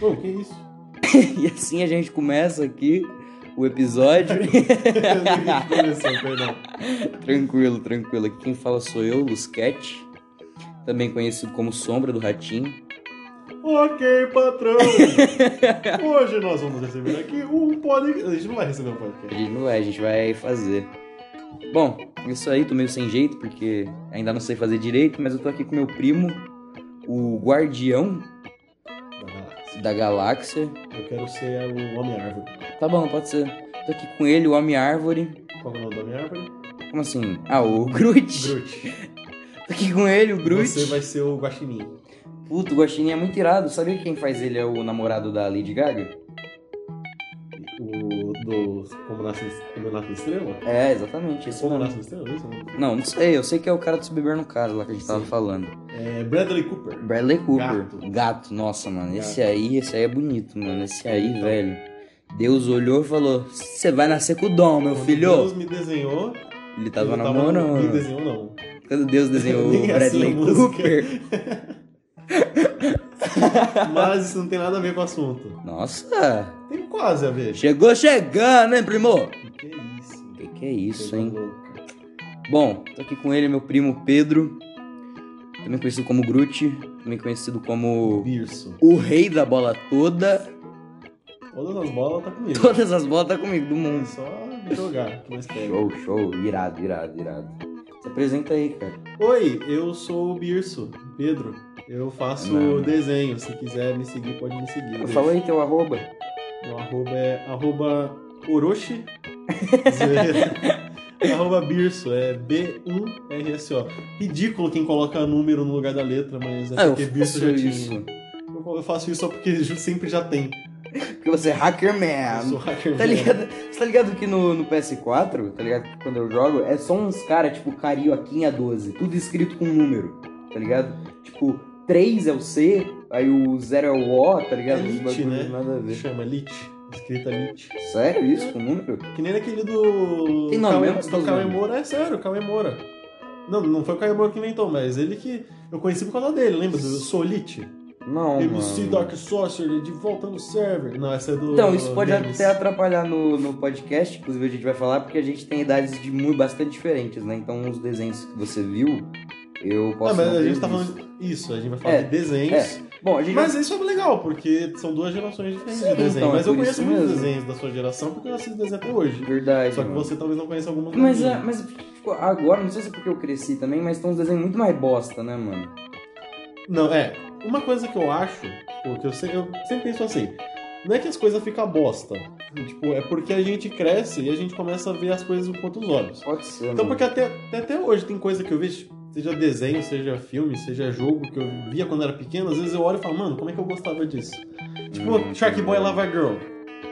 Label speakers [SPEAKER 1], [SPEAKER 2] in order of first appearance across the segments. [SPEAKER 1] Pô, que isso?
[SPEAKER 2] E assim a gente começa aqui o episódio.
[SPEAKER 1] Eu nem vi que começou, perdão.
[SPEAKER 2] tranquilo, tranquilo. Aqui quem fala sou eu, Lusquete. Também conhecido como Sombra do Ratinho.
[SPEAKER 1] Ok, patrão. Hoje nós vamos receber aqui um podcast. A gente não vai receber um
[SPEAKER 2] A
[SPEAKER 1] podcast.
[SPEAKER 2] gente não vai, a gente vai fazer. Bom, isso aí, tô meio sem jeito, porque ainda não sei fazer direito, mas eu tô aqui com meu primo, o Guardião
[SPEAKER 1] Ah,
[SPEAKER 2] da Galáxia.
[SPEAKER 1] Eu quero ser o Homem-Árvore.
[SPEAKER 2] Tá bom, pode ser. Tô aqui com ele, o Homem-Árvore.
[SPEAKER 1] Qual é o nome do Homem-Árvore?
[SPEAKER 2] Como assim? Ah, o Groot.
[SPEAKER 1] Groot.
[SPEAKER 2] Tô aqui com ele, o Groot.
[SPEAKER 1] Você vai ser o Guaxinim.
[SPEAKER 2] Puto, o Guaxinim é muito irado. Sabia que quem faz ele é o namorado da Lady Gaga?
[SPEAKER 1] O do Como Nasce, como nasce a Estrela?
[SPEAKER 2] É, exatamente. Esse
[SPEAKER 1] Como assim? Nasce
[SPEAKER 2] mesmo.
[SPEAKER 1] a Estrela? Isso? é
[SPEAKER 2] Não, não sei. Eu sei que é o cara do Se Beber no Caso lá que a gente tava
[SPEAKER 1] Sim.
[SPEAKER 2] falando.
[SPEAKER 1] É Bradley Cooper.
[SPEAKER 2] Bradley Cooper.
[SPEAKER 1] Gato.
[SPEAKER 2] nossa, mano. Esse
[SPEAKER 1] Gato.
[SPEAKER 2] aí, esse aí é bonito, mano. Esse aí,
[SPEAKER 1] Então.
[SPEAKER 2] velho. Deus olhou e falou: Você vai nascer com o dom, meu
[SPEAKER 1] Quando
[SPEAKER 2] filho.
[SPEAKER 1] Deus me desenhou.
[SPEAKER 2] Ele tava
[SPEAKER 1] ele
[SPEAKER 2] namorando.
[SPEAKER 1] Me desenhou, não.
[SPEAKER 2] Quando Deus desenhou o
[SPEAKER 1] Nem assim a
[SPEAKER 2] Bradley
[SPEAKER 1] música.
[SPEAKER 2] Cooper.
[SPEAKER 1] Mas isso não tem nada a ver com o assunto.
[SPEAKER 2] Nossa!
[SPEAKER 1] Tem quase a ver.
[SPEAKER 2] Chegou chegando, hein, primo?
[SPEAKER 1] Que isso?
[SPEAKER 2] Que que é isso,
[SPEAKER 1] Coisa
[SPEAKER 2] hein?
[SPEAKER 1] louca.
[SPEAKER 2] Bom, tô aqui com ele, meu primo Pedro, também conhecido como Groot, também conhecido como
[SPEAKER 1] Birso.
[SPEAKER 2] o rei da bola toda.
[SPEAKER 1] Todas as bolas tá comigo.
[SPEAKER 2] Todas as bolas tá comigo do
[SPEAKER 1] É
[SPEAKER 2] mundo.
[SPEAKER 1] só jogar que nós pega.
[SPEAKER 2] Show, show, irado, irado, irado. Se apresenta aí, cara.
[SPEAKER 1] Oi, eu sou o Birso, Pedro. Eu faço
[SPEAKER 2] Não.
[SPEAKER 1] desenho. Se quiser me seguir, pode me seguir.
[SPEAKER 2] Fala aí teu arroba.
[SPEAKER 1] O arroba é arroba Orochi. Zoeira. arroba Birso, é B1RSO. Ridículo quem coloca número no lugar da letra, mas
[SPEAKER 2] Ah,
[SPEAKER 1] é porque Birso já tinha. Eu eu faço isso só porque ju- sempre já tem.
[SPEAKER 2] Porque você é hacker man.
[SPEAKER 1] eu sou hacker.
[SPEAKER 2] Tá ligado? Você tá ligado que no, no PS4, tá ligado? que Quando eu jogo, é só uns caras, tipo, carioquinha 12, tudo escrito com número, tá ligado? Tipo, 3 é o C, aí o 0 é o O, tá ligado?
[SPEAKER 1] É
[SPEAKER 2] Uns
[SPEAKER 1] lit,
[SPEAKER 2] bagulho
[SPEAKER 1] né?
[SPEAKER 2] Nada a ver.
[SPEAKER 1] Chama Lit, escrita Lit.
[SPEAKER 2] Sério isso com número?
[SPEAKER 1] Que nem aquele do.
[SPEAKER 2] Tem nome
[SPEAKER 1] Cauê-
[SPEAKER 2] mesmo?
[SPEAKER 1] Do Cauê Moura, é sério, Cauê Moura. Não, não foi o Cauê Moura que inventou, mas ele que. Eu conheci por causa dele, lembra? Do Solite?
[SPEAKER 2] Não,
[SPEAKER 1] MC
[SPEAKER 2] Oh, mano.
[SPEAKER 1] Dark Sorcerer de volta no server. Não, essa é do.
[SPEAKER 2] Então, isso pode
[SPEAKER 1] Nemesis.
[SPEAKER 2] até atrapalhar no, no podcast, inclusive a gente vai falar, porque a gente tem idades de muito, bastante diferentes, né? Então, os desenhos que você viu, eu
[SPEAKER 1] Ah,
[SPEAKER 2] posso.
[SPEAKER 1] mas
[SPEAKER 2] não
[SPEAKER 1] a
[SPEAKER 2] ter
[SPEAKER 1] gente tá
[SPEAKER 2] visto.
[SPEAKER 1] falando isso, a gente vai falar
[SPEAKER 2] É,
[SPEAKER 1] de desenhos.
[SPEAKER 2] Bom, a gente vai
[SPEAKER 1] Mas isso é legal, porque são duas gerações diferentes
[SPEAKER 2] Sim,
[SPEAKER 1] de desenho.
[SPEAKER 2] então, é
[SPEAKER 1] mas eu
[SPEAKER 2] por
[SPEAKER 1] conheço
[SPEAKER 2] isso
[SPEAKER 1] muitos
[SPEAKER 2] mesmo.
[SPEAKER 1] desenhos da sua geração, porque eu assisto desenho até hoje.
[SPEAKER 2] Verdade.
[SPEAKER 1] Só que
[SPEAKER 2] mano.
[SPEAKER 1] você talvez não conheça algumas da
[SPEAKER 2] Mas,
[SPEAKER 1] minha.
[SPEAKER 2] é, mas tipo, agora, não sei se é porque eu cresci também, mas tem uns desenhos muito mais bosta, né, mano?
[SPEAKER 1] Não, é. Uma coisa que eu acho, porque eu, se- eu sempre penso assim, não é que as coisas ficam bosta. Tipo, é porque a gente cresce e a gente começa a ver as coisas com outros olhos.
[SPEAKER 2] Pode ser,
[SPEAKER 1] Então,
[SPEAKER 2] mano.
[SPEAKER 1] porque até, até, até hoje tem coisa que eu vejo, seja desenho, seja filme, seja jogo, que eu via quando era pequeno, às vezes eu olho e falo, mano, como é que eu gostava disso? Tipo,
[SPEAKER 2] Hum,
[SPEAKER 1] Shark Boy
[SPEAKER 2] entendi.
[SPEAKER 1] Lava Girl.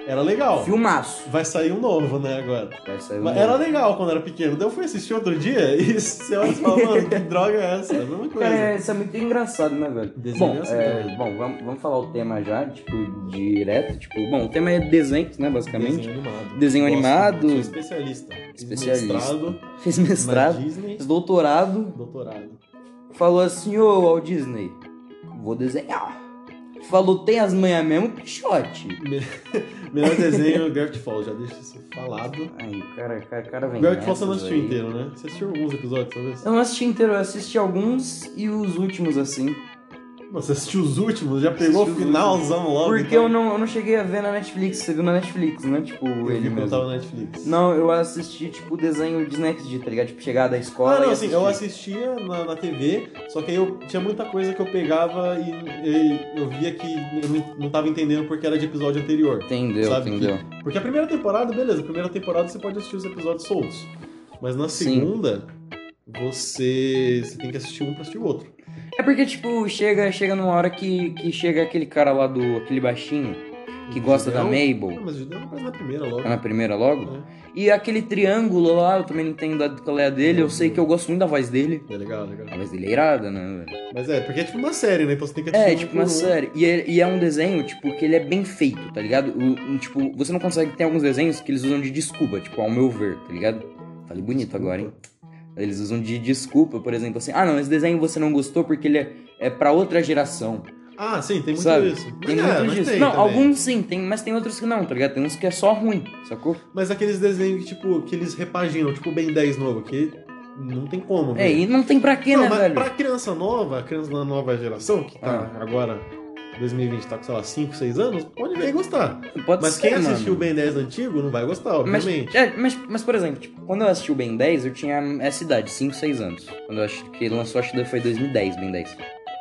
[SPEAKER 1] Era legal.
[SPEAKER 2] Filmaço.
[SPEAKER 1] Vai sair um novo, né, agora.
[SPEAKER 2] Vai sair um
[SPEAKER 1] Mas Era
[SPEAKER 2] novo.
[SPEAKER 1] legal quando era pequeno. Daí eu fui assistir outro dia e você olha e fala, mano, que droga é essa? É a mesma coisa.
[SPEAKER 2] Cara, isso é muito engraçado, né, velho?
[SPEAKER 1] Desenho
[SPEAKER 2] bom,
[SPEAKER 1] é assim
[SPEAKER 2] é,
[SPEAKER 1] também.
[SPEAKER 2] bom vamos, vamos falar o tema já, tipo, direto. Tipo, bom, o tema é desenhos, né, basicamente.
[SPEAKER 1] Desenho animado.
[SPEAKER 2] Desenho
[SPEAKER 1] Gosto,
[SPEAKER 2] animado.
[SPEAKER 1] Sou especialista. Fiz
[SPEAKER 2] Especialista.
[SPEAKER 1] Mestrado
[SPEAKER 2] Fez
[SPEAKER 1] na
[SPEAKER 2] mestrado,
[SPEAKER 1] Disney,
[SPEAKER 2] fez doutorado,
[SPEAKER 1] doutorado.
[SPEAKER 2] falou assim, ô Walt Disney, vou desenhar. Falou, tem as manhas mesmo, pichote.
[SPEAKER 1] Melhor desenho, Gravity Falls. Já deixa isso falado.
[SPEAKER 2] Aí, cara, cara, cara vem
[SPEAKER 1] Gravity Falls você não
[SPEAKER 2] nessas
[SPEAKER 1] assistiu
[SPEAKER 2] aí.
[SPEAKER 1] inteiro, né? Você assistiu alguns episódios, talvez?
[SPEAKER 2] Eu não assisti inteiro, eu assisti alguns e os últimos, assim.
[SPEAKER 1] Você assistiu os últimos? Já pegou o
[SPEAKER 2] Assisti os
[SPEAKER 1] finalzão logo?
[SPEAKER 2] Porque
[SPEAKER 1] então?
[SPEAKER 2] eu não, eu não cheguei a ver na Netflix, você viu na Netflix, né? Tipo,
[SPEAKER 1] Eu
[SPEAKER 2] ele
[SPEAKER 1] vi quando
[SPEAKER 2] mesmo.
[SPEAKER 1] tava na Netflix.
[SPEAKER 2] Não, eu assisti, tipo, o desenho de Next G, tá ligado? Tipo, chegar da escola
[SPEAKER 1] Ah, não,
[SPEAKER 2] e
[SPEAKER 1] assim,
[SPEAKER 2] assistir.
[SPEAKER 1] eu assistia na, na TV, só que aí eu tinha muita coisa que eu pegava e, e eu via que eu não- não tava entendendo porque era de episódio anterior.
[SPEAKER 2] Entendeu,
[SPEAKER 1] sabe que-
[SPEAKER 2] entendeu.
[SPEAKER 1] Porque a primeira temporada, beleza, a primeira temporada você pode assistir os episódios soltos. Mas na
[SPEAKER 2] Sim.
[SPEAKER 1] segunda, você, você tem que assistir um pra assistir o outro.
[SPEAKER 2] É porque, tipo, chega, chega numa hora que, que chega aquele cara lá do... Aquele baixinho que
[SPEAKER 1] O
[SPEAKER 2] gosta da
[SPEAKER 1] Judeu-
[SPEAKER 2] Mabel.
[SPEAKER 1] Não, mas o Judeu não faz na primeira logo.
[SPEAKER 2] Tá na primeira logo.
[SPEAKER 1] É.
[SPEAKER 2] E aquele triângulo lá, eu também não entendo a- qual é a dele. Eu sei que eu gosto muito da voz dele.
[SPEAKER 1] É legal, legal.
[SPEAKER 2] A voz dele é irada, né, velho?
[SPEAKER 1] Mas é, porque é tipo uma série, né? Então você tem que assistir
[SPEAKER 2] É,
[SPEAKER 1] um
[SPEAKER 2] tipo
[SPEAKER 1] por
[SPEAKER 2] uma
[SPEAKER 1] um.
[SPEAKER 2] série. E é, e é um desenho, tipo, que ele é bem feito, tá ligado? O- o- tipo, você não consegue. Tem alguns desenhos que eles usam de desculpa, tipo, ao meu ver, tá ligado? Falei bonito
[SPEAKER 1] Desculpa.
[SPEAKER 2] agora, hein? Eles usam de desculpa, por exemplo, assim, ah não, esse desenho você não gostou porque ele é, é pra outra geração.
[SPEAKER 1] Ah, sim, tem muito
[SPEAKER 2] Sabe?
[SPEAKER 1] isso. Mas
[SPEAKER 2] Tem
[SPEAKER 1] é,
[SPEAKER 2] muitos
[SPEAKER 1] mas
[SPEAKER 2] disso.
[SPEAKER 1] tem
[SPEAKER 2] não,
[SPEAKER 1] também.
[SPEAKER 2] alguns sim, tem, mas tem outros que não, tá ligado? Tem uns que é só ruim, sacou?
[SPEAKER 1] Mas aqueles desenhos que, tipo, que eles repaginam, tipo o Ben 10 novo, que não tem como.
[SPEAKER 2] É,
[SPEAKER 1] velho.
[SPEAKER 2] e não tem pra quê,
[SPEAKER 1] não,
[SPEAKER 2] né,
[SPEAKER 1] mas
[SPEAKER 2] velho? Ah.
[SPEAKER 1] pra criança nova, a criança da nova geração, que tá agora, 2020, tá com, sei lá, 5, 6 anos, pode ver e gostar.
[SPEAKER 2] Pode
[SPEAKER 1] Mas
[SPEAKER 2] ser,
[SPEAKER 1] quem
[SPEAKER 2] mano.
[SPEAKER 1] assistiu o Ben 10 antigo não vai gostar,
[SPEAKER 2] Mas,
[SPEAKER 1] obviamente.
[SPEAKER 2] é, mas, mas, por exemplo, tipo, quando eu assisti o Ben 10, eu tinha essa idade, 5, 6 anos. Quando eu acho que lançou, acho que foi 2010, Ben 10.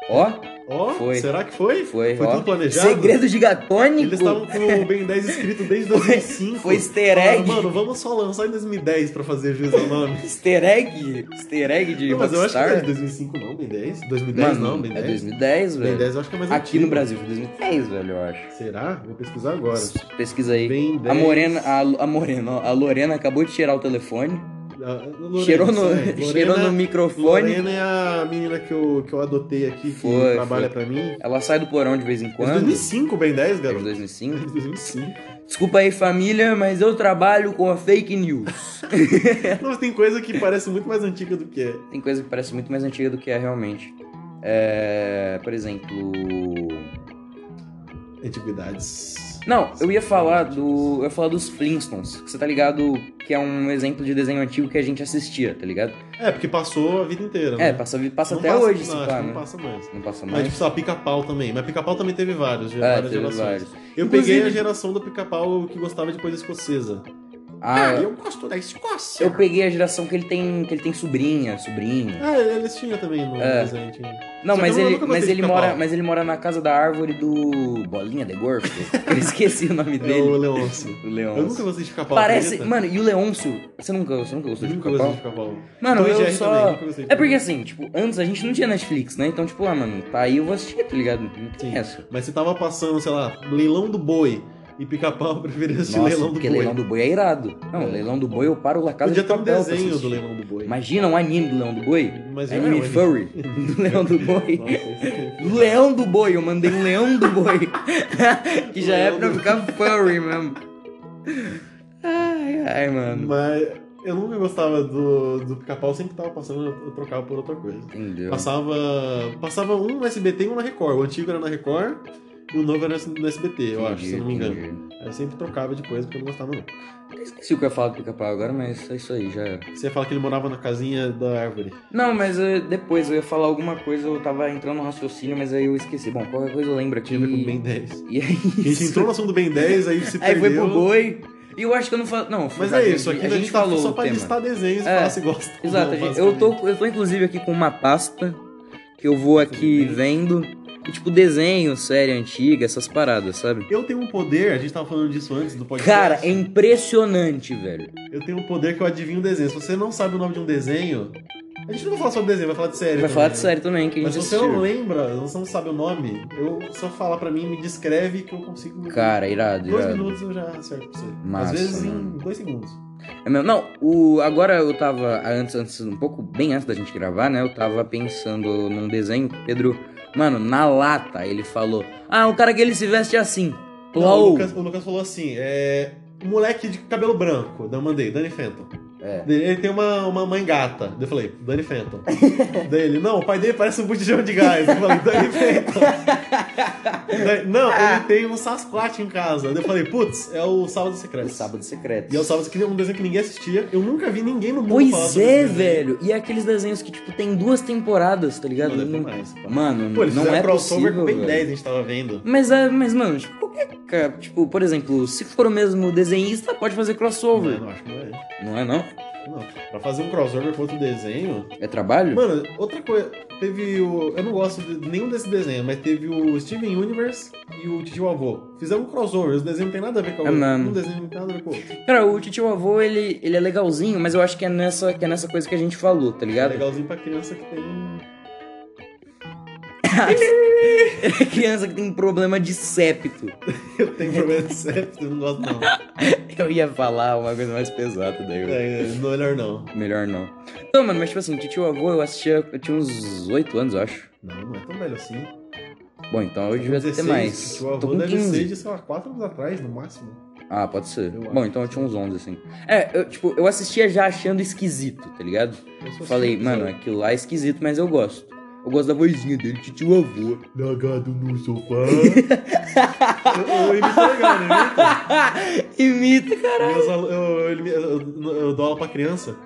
[SPEAKER 2] Ó,
[SPEAKER 1] Ó,
[SPEAKER 2] Foi.
[SPEAKER 1] será que foi?
[SPEAKER 2] foi,
[SPEAKER 1] Foi
[SPEAKER 2] ó.
[SPEAKER 1] tudo planejado?
[SPEAKER 2] Segredo gigatônico.
[SPEAKER 1] Eles estavam com o Ben 10 escrito desde 2005.
[SPEAKER 2] Foi easter
[SPEAKER 1] Falaram,
[SPEAKER 2] egg.
[SPEAKER 1] Mano, vamos só lançar em 2010 pra fazer juiz ao nome.
[SPEAKER 2] Easter egg? Easter egg de
[SPEAKER 1] Não, mas eu acho que não é de
[SPEAKER 2] Rockstar?
[SPEAKER 1] 2005 não, Ben 10. 2010
[SPEAKER 2] Mano,
[SPEAKER 1] não, Ben
[SPEAKER 2] É
[SPEAKER 1] 10.
[SPEAKER 2] 2010,
[SPEAKER 1] Ben
[SPEAKER 2] velho.
[SPEAKER 1] 10 eu acho que é mais
[SPEAKER 2] Aqui no
[SPEAKER 1] antigo.
[SPEAKER 2] Brasil foi 2010, velho, eu acho.
[SPEAKER 1] Será? Vou pesquisar agora.
[SPEAKER 2] Pesquisa aí.
[SPEAKER 1] Ben 10.
[SPEAKER 2] A Morena, a, Lu- a Morena, ó, a Lorena acabou de tirar o telefone,
[SPEAKER 1] Ah, Lorena,
[SPEAKER 2] cheirou, no,
[SPEAKER 1] é, Lorena-
[SPEAKER 2] cheirou no microfone,
[SPEAKER 1] Lorena é a menina que eu, que eu adotei aqui, que
[SPEAKER 2] Foi,
[SPEAKER 1] trabalha pra mim.
[SPEAKER 2] ela sai do porão de vez em
[SPEAKER 1] Desde
[SPEAKER 2] quando,
[SPEAKER 1] 2005, Ben 10,
[SPEAKER 2] desde
[SPEAKER 1] garoto.
[SPEAKER 2] 2005.
[SPEAKER 1] Desde 2005.
[SPEAKER 2] Desculpa aí família, mas eu trabalho com a fake news.
[SPEAKER 1] Não, tem coisa que parece muito mais antiga do que é.
[SPEAKER 2] Tem coisa que parece muito mais antiga do que é realmente. É, por exemplo...
[SPEAKER 1] Antiguidades.
[SPEAKER 2] Não, eu ia falar do. Eu ia falar dos Flintstones, que você tá ligado que é um exemplo de desenho antigo que a gente assistia, tá ligado?
[SPEAKER 1] É, porque passou a vida inteira, né?
[SPEAKER 2] É, passa, passa
[SPEAKER 1] Não
[SPEAKER 2] até hoje, se
[SPEAKER 1] não, acho
[SPEAKER 2] pá,
[SPEAKER 1] que
[SPEAKER 2] né?
[SPEAKER 1] não passa mais.
[SPEAKER 2] Não passa
[SPEAKER 1] Mas
[SPEAKER 2] mais.
[SPEAKER 1] tipo, só pica-pau também. Mas pica-pau também teve vários, de
[SPEAKER 2] É,
[SPEAKER 1] várias
[SPEAKER 2] teve
[SPEAKER 1] gerações.
[SPEAKER 2] vários.
[SPEAKER 1] Eu
[SPEAKER 2] Inclusive-
[SPEAKER 1] peguei a geração do pica-pau que gostava de coisa escocesa.
[SPEAKER 2] Ah, eu-
[SPEAKER 1] gosto da Escócia.
[SPEAKER 2] Eu peguei a geração que ele tem, que ele tem sobrinha, sobrinho.
[SPEAKER 1] Ah, eles tinham também no
[SPEAKER 2] É.
[SPEAKER 1] desenho. tinha.
[SPEAKER 2] Não,
[SPEAKER 1] Só
[SPEAKER 2] mas
[SPEAKER 1] que eu
[SPEAKER 2] ele,
[SPEAKER 1] nunca gostei
[SPEAKER 2] mas
[SPEAKER 1] de
[SPEAKER 2] ele
[SPEAKER 1] pica-pau.
[SPEAKER 2] mora, mas ele mora na casa da árvore do Bolinha de Gorfo. Eu esqueci o nome
[SPEAKER 1] É o
[SPEAKER 2] dele.
[SPEAKER 1] Leôncio.
[SPEAKER 2] O
[SPEAKER 1] Eu
[SPEAKER 2] Leôncio.
[SPEAKER 1] nunca gostei de pica-pau.
[SPEAKER 2] Parece,
[SPEAKER 1] acredita?
[SPEAKER 2] mano, e o Leôncio, você nunca, você nunca gostou de
[SPEAKER 1] Nunca
[SPEAKER 2] pica-pau?
[SPEAKER 1] gostei de pica-pau.
[SPEAKER 2] Mano,
[SPEAKER 1] Tom e
[SPEAKER 2] eu
[SPEAKER 1] Jerry também,
[SPEAKER 2] só
[SPEAKER 1] nunca gostei de
[SPEAKER 2] É porque
[SPEAKER 1] pica-pau.
[SPEAKER 2] assim, tipo, antes a gente não tinha Netflix, né? Então, tipo, ah, mano, tá aí eu vou assistir, tá ligado? Não tem
[SPEAKER 1] Sim.
[SPEAKER 2] essa.
[SPEAKER 1] Mas você tava passando, sei lá, leilão do boi e pica-pau, eu preferia assistir
[SPEAKER 2] Nossa,
[SPEAKER 1] leilão do
[SPEAKER 2] porque
[SPEAKER 1] boi.
[SPEAKER 2] leilão do boi é irado. Não,
[SPEAKER 1] É.
[SPEAKER 2] leilão do boi eu paro lá casa
[SPEAKER 1] Podia
[SPEAKER 2] de
[SPEAKER 1] ter um
[SPEAKER 2] papel. pra
[SPEAKER 1] desenho do
[SPEAKER 2] assistir. é
[SPEAKER 1] leilão do boi.
[SPEAKER 2] Imagina um anime do leilão do boi.
[SPEAKER 1] Mas não,
[SPEAKER 2] anime
[SPEAKER 1] ele-
[SPEAKER 2] furry do leilão do boi.
[SPEAKER 1] Nossa, esse-
[SPEAKER 2] Leão do boi, eu mandei um leão do boi. que já é
[SPEAKER 1] Leão
[SPEAKER 2] pra
[SPEAKER 1] do-
[SPEAKER 2] ficar furry mesmo. Ai, ai, mano.
[SPEAKER 1] Mas eu nunca gostava do, do pica-pau, sempre que tava passando eu eu trocava por outra coisa.
[SPEAKER 2] Entendeu?
[SPEAKER 1] Passava, passava um no SBT e um na Record. O antigo era na Record e o novo era no SBT, eu acho,
[SPEAKER 2] Entendi,
[SPEAKER 1] se eu não me engano.
[SPEAKER 2] entendi.
[SPEAKER 1] Aí Eu sempre trocava de coisa porque eu não gostava não.
[SPEAKER 2] Eu Esqueci o que eu ia falar do pica-pau agora, mas é isso aí, já era.
[SPEAKER 1] Você fala que ele morava na casinha da árvore.
[SPEAKER 2] Não, mas eh, depois eu ia falar alguma coisa, eu tava entrando no raciocínio, mas aí eu esqueci. Bom, qualquer coisa eu lembro aqui.
[SPEAKER 1] Tinha a ver com o Ben 10.
[SPEAKER 2] E aí.
[SPEAKER 1] A gente entrou no assunto do Ben 10, aí se
[SPEAKER 2] Aí
[SPEAKER 1] perdeu.
[SPEAKER 2] foi pro boi. E eu acho que eu não falei. Não,
[SPEAKER 1] Mas
[SPEAKER 2] já-
[SPEAKER 1] é isso, aqui
[SPEAKER 2] a gente,
[SPEAKER 1] tá
[SPEAKER 2] falou
[SPEAKER 1] só
[SPEAKER 2] o
[SPEAKER 1] pra
[SPEAKER 2] tema.
[SPEAKER 1] listar desenhos e
[SPEAKER 2] É.
[SPEAKER 1] falar se gosta. ou
[SPEAKER 2] Exato,
[SPEAKER 1] não,
[SPEAKER 2] gente, eu tô, eu tô inclusive aqui com uma pasta que eu vou aqui
[SPEAKER 1] Tudo
[SPEAKER 2] vendo. E tipo, desenho, série antiga, essas paradas, sabe?
[SPEAKER 1] Eu tenho um poder, a gente tava falando disso antes do podcast.
[SPEAKER 2] Cara, é impressionante, velho.
[SPEAKER 1] Eu tenho um poder que eu adivinho o desenho. Se você não sabe o nome de um desenho. A gente não vai falar só de desenho, vai falar de série.
[SPEAKER 2] Vai
[SPEAKER 1] também,
[SPEAKER 2] falar de
[SPEAKER 1] né?
[SPEAKER 2] série também, que a gente
[SPEAKER 1] Mas se você não
[SPEAKER 2] assistiu.
[SPEAKER 1] lembra, se você não sabe o nome, eu só falar pra mim, me descreve que eu consigo.
[SPEAKER 2] Cara, irado,
[SPEAKER 1] Dois
[SPEAKER 2] irado.
[SPEAKER 1] minutos eu já acerto pra você.
[SPEAKER 2] Massa,
[SPEAKER 1] Às vezes
[SPEAKER 2] mano.
[SPEAKER 1] em dois segundos.
[SPEAKER 2] É mesmo? Não, o, agora eu tava, antes, antes, um pouco bem antes da gente gravar, né? Eu tava pensando num desenho, que o Pedro, mano, na lata ele falou: Ah, o cara que ele se veste assim.
[SPEAKER 1] Não, o,
[SPEAKER 2] Plou.
[SPEAKER 1] Lucas, o Lucas falou assim: é. Um moleque de cabelo branco, da mandei, Danny Fenton.
[SPEAKER 2] É.
[SPEAKER 1] Ele ele tem uma, uma mãe gata. Daí Eu falei, Danny Fenton. Daí ele, não, o pai dele parece um botijão de gás. Eu falei, Danny Fenton. Daí, não, ele tem um Sasquatch em casa. Daí Eu falei, putz, é o Sábado
[SPEAKER 2] O
[SPEAKER 1] Secreto.
[SPEAKER 2] Sábado Secreto.
[SPEAKER 1] E é o Sábado Secreto, um desenho que ninguém assistia. Eu nunca vi ninguém no mundo falar
[SPEAKER 2] Pois
[SPEAKER 1] sobre
[SPEAKER 2] é,
[SPEAKER 1] esse desenho.
[SPEAKER 2] velho. E é aqueles desenhos que, tipo, tem duas temporadas, tá ligado?
[SPEAKER 1] Não, deve ter
[SPEAKER 2] Não-
[SPEAKER 1] mais. pá.
[SPEAKER 2] Mano,
[SPEAKER 1] Pô, eles
[SPEAKER 2] não
[SPEAKER 1] fizeram
[SPEAKER 2] é
[SPEAKER 1] crossover
[SPEAKER 2] possível,
[SPEAKER 1] com o Ben
[SPEAKER 2] velho.
[SPEAKER 1] 10, a gente tava vendo.
[SPEAKER 2] Mas, é- mas, mano, tipo, qualquer cara, tipo, por exemplo, se for o mesmo desenhista, pode fazer
[SPEAKER 1] Não,
[SPEAKER 2] crossover.
[SPEAKER 1] eu não acho que não é.
[SPEAKER 2] Não é, não?
[SPEAKER 1] Não. Pra fazer um crossover com outro desenho.
[SPEAKER 2] É trabalho?
[SPEAKER 1] Mano, outra coisa. Teve o. Eu não gosto de nenhum desses desenhos, mas teve o Steven Universe e o Titio Avô. Fizeram um crossover, os desenhos não tem nada a ver com o
[SPEAKER 2] É,
[SPEAKER 1] outro.
[SPEAKER 2] mano.
[SPEAKER 1] Um desenho não tem nada a ver com o outro.
[SPEAKER 2] Cara, o Titio Avô, ele, ele é legalzinho, mas eu acho que é, nessa, que é nessa coisa que a gente falou, tá
[SPEAKER 1] É
[SPEAKER 2] ligado?
[SPEAKER 1] legalzinho pra criança que tem.
[SPEAKER 2] É criança que tem problema de septo.
[SPEAKER 1] Eu tenho problema de septo, eu não gosto não.
[SPEAKER 2] Eu ia falar uma coisa mais pesada daí. eu-
[SPEAKER 1] É, é, não é melhor não.
[SPEAKER 2] Melhor não. Não, mano, mas tipo assim, Titio Avô, eu assistia, eu tinha uns 8 anos, eu acho.
[SPEAKER 1] Não, não é tão velho assim.
[SPEAKER 2] Bom, então eu
[SPEAKER 1] Com
[SPEAKER 2] devia ter mais.
[SPEAKER 1] Titio
[SPEAKER 2] Tô
[SPEAKER 1] Avô
[SPEAKER 2] com
[SPEAKER 1] deve
[SPEAKER 2] 15.
[SPEAKER 1] ser de, sei lá, 4 anos atrás, no máximo.
[SPEAKER 2] Ah, pode ser.
[SPEAKER 1] Eu
[SPEAKER 2] Bom,
[SPEAKER 1] acho.
[SPEAKER 2] então eu tinha uns 11, assim. É, eu, tipo, eu assistia já achando esquisito, tá ligado?
[SPEAKER 1] Eu sou
[SPEAKER 2] Falei,
[SPEAKER 1] assim,
[SPEAKER 2] mano,
[SPEAKER 1] sabe?
[SPEAKER 2] aquilo lá é esquisito, mas eu gosto. Eu gosto da vozinha dele, titio avô.
[SPEAKER 1] Nagado no sofá. eu, eu imito legal, né? Eu imito.
[SPEAKER 2] Imita, cara.
[SPEAKER 1] Meus alu- eu, eu, eu- eu dou aula pra criança,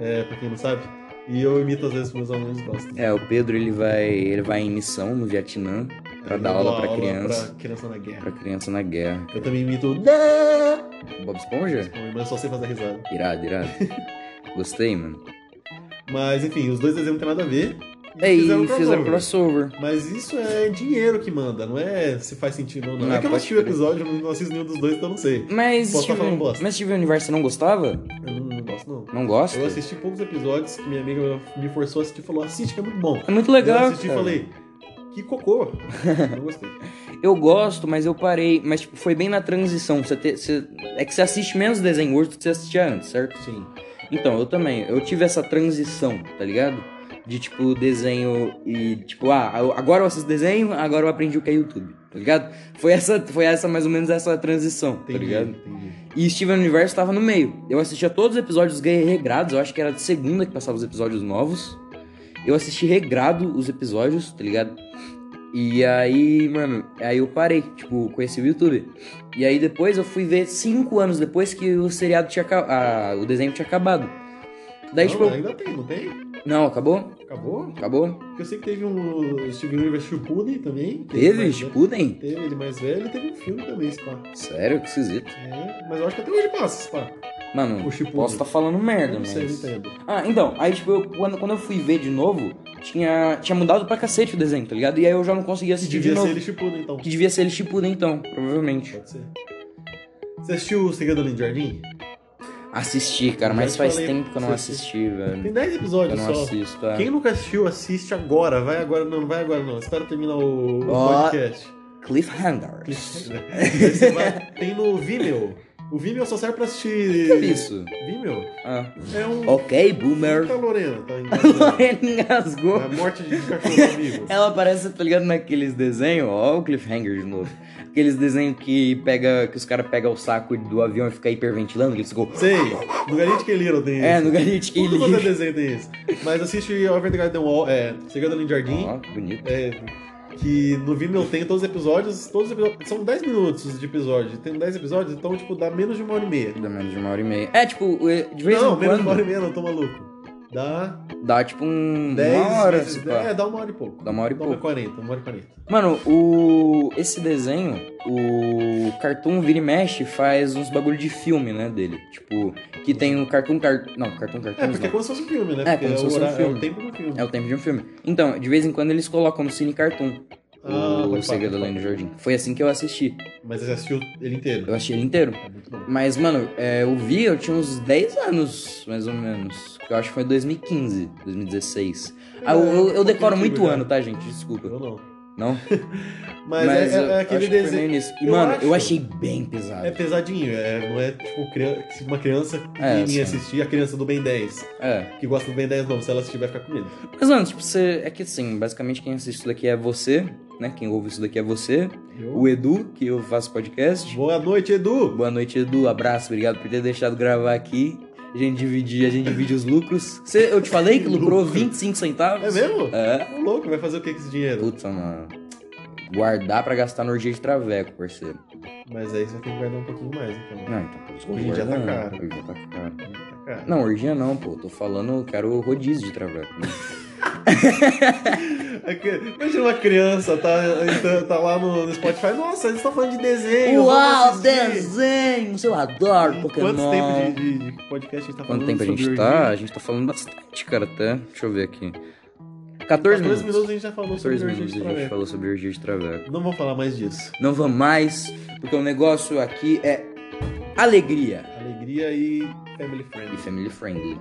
[SPEAKER 1] é, pra quem não sabe. E eu imito às vezes que meus alunos gostam.
[SPEAKER 2] É, o Pedro ele vai, ele vai em missão no Vietnã pra
[SPEAKER 1] Eu
[SPEAKER 2] dar
[SPEAKER 1] dou
[SPEAKER 2] aula pra criança,
[SPEAKER 1] pra criança na guerra.
[SPEAKER 2] pra criança na guerra.
[SPEAKER 1] Eu também imito o
[SPEAKER 2] Bob Esponja?
[SPEAKER 1] mas eu só sei fazer risada.
[SPEAKER 2] Irado, irado. Gostei, mano.
[SPEAKER 1] Mas enfim, os dois desenhos não tem nada a ver.
[SPEAKER 2] É, E aí,
[SPEAKER 1] fizeram crossover.
[SPEAKER 2] fizeram crossover.
[SPEAKER 1] Mas isso é dinheiro que manda, não é se faz sentido ou não.
[SPEAKER 2] Não,
[SPEAKER 1] é que eu não
[SPEAKER 2] pode
[SPEAKER 1] assisti o
[SPEAKER 2] crer.
[SPEAKER 1] episódio, eu não assisto nenhum dos dois, então eu não sei.
[SPEAKER 2] Mas
[SPEAKER 1] Posso
[SPEAKER 2] Steven,
[SPEAKER 1] tá falando bosta.
[SPEAKER 2] mas Steven Universe você não gostava?
[SPEAKER 1] Eu não, não gosto, não.
[SPEAKER 2] Não gosta?
[SPEAKER 1] Eu assisti poucos episódios que minha amiga me forçou a assistir e falou: assiste, que é muito bom.
[SPEAKER 2] É muito legal.
[SPEAKER 1] eu assisti
[SPEAKER 2] cara.
[SPEAKER 1] e falei: que cocô. não gostei.
[SPEAKER 2] Eu gosto, mas eu parei. Mas tipo, foi bem na transição. Você te- você- é que você assiste menos desenho hoje do que você assistia antes, certo?
[SPEAKER 1] Sim.
[SPEAKER 2] Então, eu também. Eu tive essa transição, tá ligado? De tipo, desenho e tipo, ah, eu- agora eu assisto desenho, agora eu aprendi o que é YouTube, tá ligado? Foi essa, foi essa mais ou menos essa transição, tá
[SPEAKER 1] Entendi,
[SPEAKER 2] ligado?
[SPEAKER 1] entendi.
[SPEAKER 2] E Steven Universe tava no meio. Eu assistia todos os episódios ganhei regrados, eu acho que era de segunda que passava os episódios novos. Eu assisti regrado os episódios, tá ligado? E aí, mano, aí eu parei, tipo, conheci o YouTube. E aí depois eu fui ver cinco anos depois que o seriado tinha acabado. o desenho tinha acabado. Daí,
[SPEAKER 1] não, né?
[SPEAKER 2] tipo. eu-
[SPEAKER 1] ainda tem, não tem?
[SPEAKER 2] Não, acabou?
[SPEAKER 1] Acabou?
[SPEAKER 2] Acabou?
[SPEAKER 1] Porque eu sei que teve um Steven Universe Shippuden também. que ele
[SPEAKER 2] Teve?
[SPEAKER 1] mais velho-
[SPEAKER 2] Spuden?
[SPEAKER 1] Teve ele mais velho e teve um filme também, esse pá.
[SPEAKER 2] Sério, que esquisito.
[SPEAKER 1] É, mas eu acho que até hoje passa esse pá.
[SPEAKER 2] Mano,
[SPEAKER 1] O Shippuden.
[SPEAKER 2] posso estar falando
[SPEAKER 1] Eu
[SPEAKER 2] merda,
[SPEAKER 1] não
[SPEAKER 2] mas.
[SPEAKER 1] sei, tá não entendo.
[SPEAKER 2] Ah, então, aí tipo, eu- quando, quando eu fui ver de novo, tinha, tinha mudado pra cacete o desenho, tá ligado? E aí eu já não conseguia assistir
[SPEAKER 1] Devia
[SPEAKER 2] de novo.
[SPEAKER 1] ser ele Shippuden, então.
[SPEAKER 2] Que devia ser ele Shippuden então, provavelmente.
[SPEAKER 1] Pode ser. Você assistiu O Segredo Além do Jardim?
[SPEAKER 2] Assisti, cara,
[SPEAKER 1] Já
[SPEAKER 2] mas
[SPEAKER 1] te
[SPEAKER 2] faz
[SPEAKER 1] falei
[SPEAKER 2] tempo que eu não
[SPEAKER 1] pra você
[SPEAKER 2] assisti, velho.
[SPEAKER 1] Tem 10
[SPEAKER 2] Eu
[SPEAKER 1] episódios
[SPEAKER 2] não
[SPEAKER 1] só.
[SPEAKER 2] assisto, é.
[SPEAKER 1] Quem nunca assistiu, assiste agora. Vai agora, não, vai agora não. Espera terminar o, o
[SPEAKER 2] Ó.
[SPEAKER 1] podcast.
[SPEAKER 2] Cliffhanger.
[SPEAKER 1] Aí você vai- tem no Vimeo. O Vimeo só serve pra assistir.
[SPEAKER 2] Que é isso?
[SPEAKER 1] Vimeo?
[SPEAKER 2] Ah.
[SPEAKER 1] É um.
[SPEAKER 2] Ok, boomer.
[SPEAKER 1] Eita, Lorena, tá em
[SPEAKER 2] Lorena engasgou.
[SPEAKER 1] A morte de cachorro amigo.
[SPEAKER 2] Ela parece, tá ligado, naqueles desenhos, ó, o cliffhanger de novo. Aqueles desenhos que pega, que os caras pegam o saco do avião e ficam hiperventilando, que eles ficam...
[SPEAKER 1] Sei, no Garante que Little tem
[SPEAKER 2] É,
[SPEAKER 1] isso.
[SPEAKER 2] no Garite que
[SPEAKER 1] Tudo quanto é desenho tem isso. Mas assiste Over the Garden Wall, é, Segredo Além do Jardim,
[SPEAKER 2] Ó, bonito.
[SPEAKER 1] é, que no Vimeo tem todos os episódios, todos os episódios, são 10 minutos de episódio, tem 10 episódios, então, tipo, dá menos de uma hora e meia.
[SPEAKER 2] Dá menos de uma hora e meia. É, tipo, eh, de vez
[SPEAKER 1] não,
[SPEAKER 2] em
[SPEAKER 1] menos de uma hora e
[SPEAKER 2] quando
[SPEAKER 1] meia, não, tô maluco. Dá
[SPEAKER 2] dá tipo um.
[SPEAKER 1] 10
[SPEAKER 2] uma hora,
[SPEAKER 1] vezes,
[SPEAKER 2] se pá.
[SPEAKER 1] É, dá uma hora e pouco.
[SPEAKER 2] Dá uma hora e
[SPEAKER 1] Uma hora e 40, uma hora e 40.
[SPEAKER 2] Mano, o. Esse desenho, o Cartoon Vira e Mexe faz uns bagulho de filme, né, dele. Tipo, que tem o Cartoon Car... Não, Cartoon
[SPEAKER 1] É,
[SPEAKER 2] Cartoons
[SPEAKER 1] porque é
[SPEAKER 2] não.
[SPEAKER 1] como se fosse um filme, né?
[SPEAKER 2] É,
[SPEAKER 1] porque
[SPEAKER 2] como
[SPEAKER 1] o
[SPEAKER 2] se fosse um
[SPEAKER 1] horário-
[SPEAKER 2] filme.
[SPEAKER 1] é o tempo do filme.
[SPEAKER 2] É o tempo de um filme. Então, de vez em quando eles colocam no Cine Cartoon.
[SPEAKER 1] Ah, pode
[SPEAKER 2] o
[SPEAKER 1] falar,
[SPEAKER 2] Segredo
[SPEAKER 1] pode
[SPEAKER 2] Além do
[SPEAKER 1] falar.
[SPEAKER 2] Jardim. Foi assim que eu assisti.
[SPEAKER 1] Mas você assistiu ele inteiro.
[SPEAKER 2] Eu assisti ele inteiro.
[SPEAKER 1] É muito bom.
[SPEAKER 2] Mas, mano, é, eu vi, eu tinha uns 10 anos, mais ou menos. Que eu acho que foi 2015, 2016. Ah, eu, eu- eu decoro muito ano, tá, gente? Desculpa.
[SPEAKER 1] Eu não.
[SPEAKER 2] Não?
[SPEAKER 1] Mas, é, é-
[SPEAKER 2] eu
[SPEAKER 1] é aquele
[SPEAKER 2] acho que foi
[SPEAKER 1] desenho.
[SPEAKER 2] meio nisso. E,
[SPEAKER 1] Eu
[SPEAKER 2] mano, eu
[SPEAKER 1] acho.
[SPEAKER 2] achei bem pesado.
[SPEAKER 1] É pesadinho, é, não é tipo criança, se uma criança
[SPEAKER 2] É, sim.
[SPEAKER 1] pequenininha assistir, a criança do Ben 10,
[SPEAKER 2] É.
[SPEAKER 1] que gosta do Ben 10 não, se ela assistir vai ficar com medo.
[SPEAKER 2] Mas, mano, tipo, você. É que assim, basicamente quem assiste isso daqui é você, né? Quem ouve isso daqui é você.
[SPEAKER 1] Eu...
[SPEAKER 2] O Edu, que eu faço podcast.
[SPEAKER 1] Boa noite, Edu!
[SPEAKER 2] Boa noite, Edu. Abraço, obrigado por ter deixado gravar aqui. A gente divide, a gente divide os lucros. Você- eu te falei que lucrou
[SPEAKER 1] Lucro.
[SPEAKER 2] 25 centavos?
[SPEAKER 1] É mesmo?
[SPEAKER 2] É.
[SPEAKER 1] Ô louco, vai fazer o que com esse dinheiro?
[SPEAKER 2] Puta, mano. Guardar pra gastar na orgia de traveco, parceiro.
[SPEAKER 1] Mas aí você vai ter que guardar um pouquinho mais, então.
[SPEAKER 2] Não, então por isso que eu
[SPEAKER 1] Hoje em
[SPEAKER 2] vou
[SPEAKER 1] dia tá
[SPEAKER 2] guardando.
[SPEAKER 1] caro.
[SPEAKER 2] Hoje em dia tá caro.
[SPEAKER 1] Tá caro.
[SPEAKER 2] Não, orgia não, pô. Tô falando, eu quero rodízio de traveco. né?
[SPEAKER 1] É que- Imagina uma criança, tá, tá- tá lá no, no Spotify, nossa, eles estão falando de desenho. vamos
[SPEAKER 2] Uau,
[SPEAKER 1] assistir."
[SPEAKER 2] desenhos! Eu adoro Pokémon!
[SPEAKER 1] Quanto tempo de, de- de podcast a gente tá falando
[SPEAKER 2] Quanto tempo a
[SPEAKER 1] sobre
[SPEAKER 2] gente
[SPEAKER 1] orgia?
[SPEAKER 2] tá? A gente tá falando bastante, cara, até. Deixa eu ver aqui. 14 minutos.
[SPEAKER 1] a gente já falou sobre
[SPEAKER 2] 14
[SPEAKER 1] orgia
[SPEAKER 2] minutos
[SPEAKER 1] de
[SPEAKER 2] a gente
[SPEAKER 1] traveco.
[SPEAKER 2] falou sobre orgia de traveco.
[SPEAKER 1] Não vamos falar mais disso.
[SPEAKER 2] Não vamos mais, porque o negócio aqui é alegria
[SPEAKER 1] Alegria e family
[SPEAKER 2] e
[SPEAKER 1] friendly.
[SPEAKER 2] family friendly.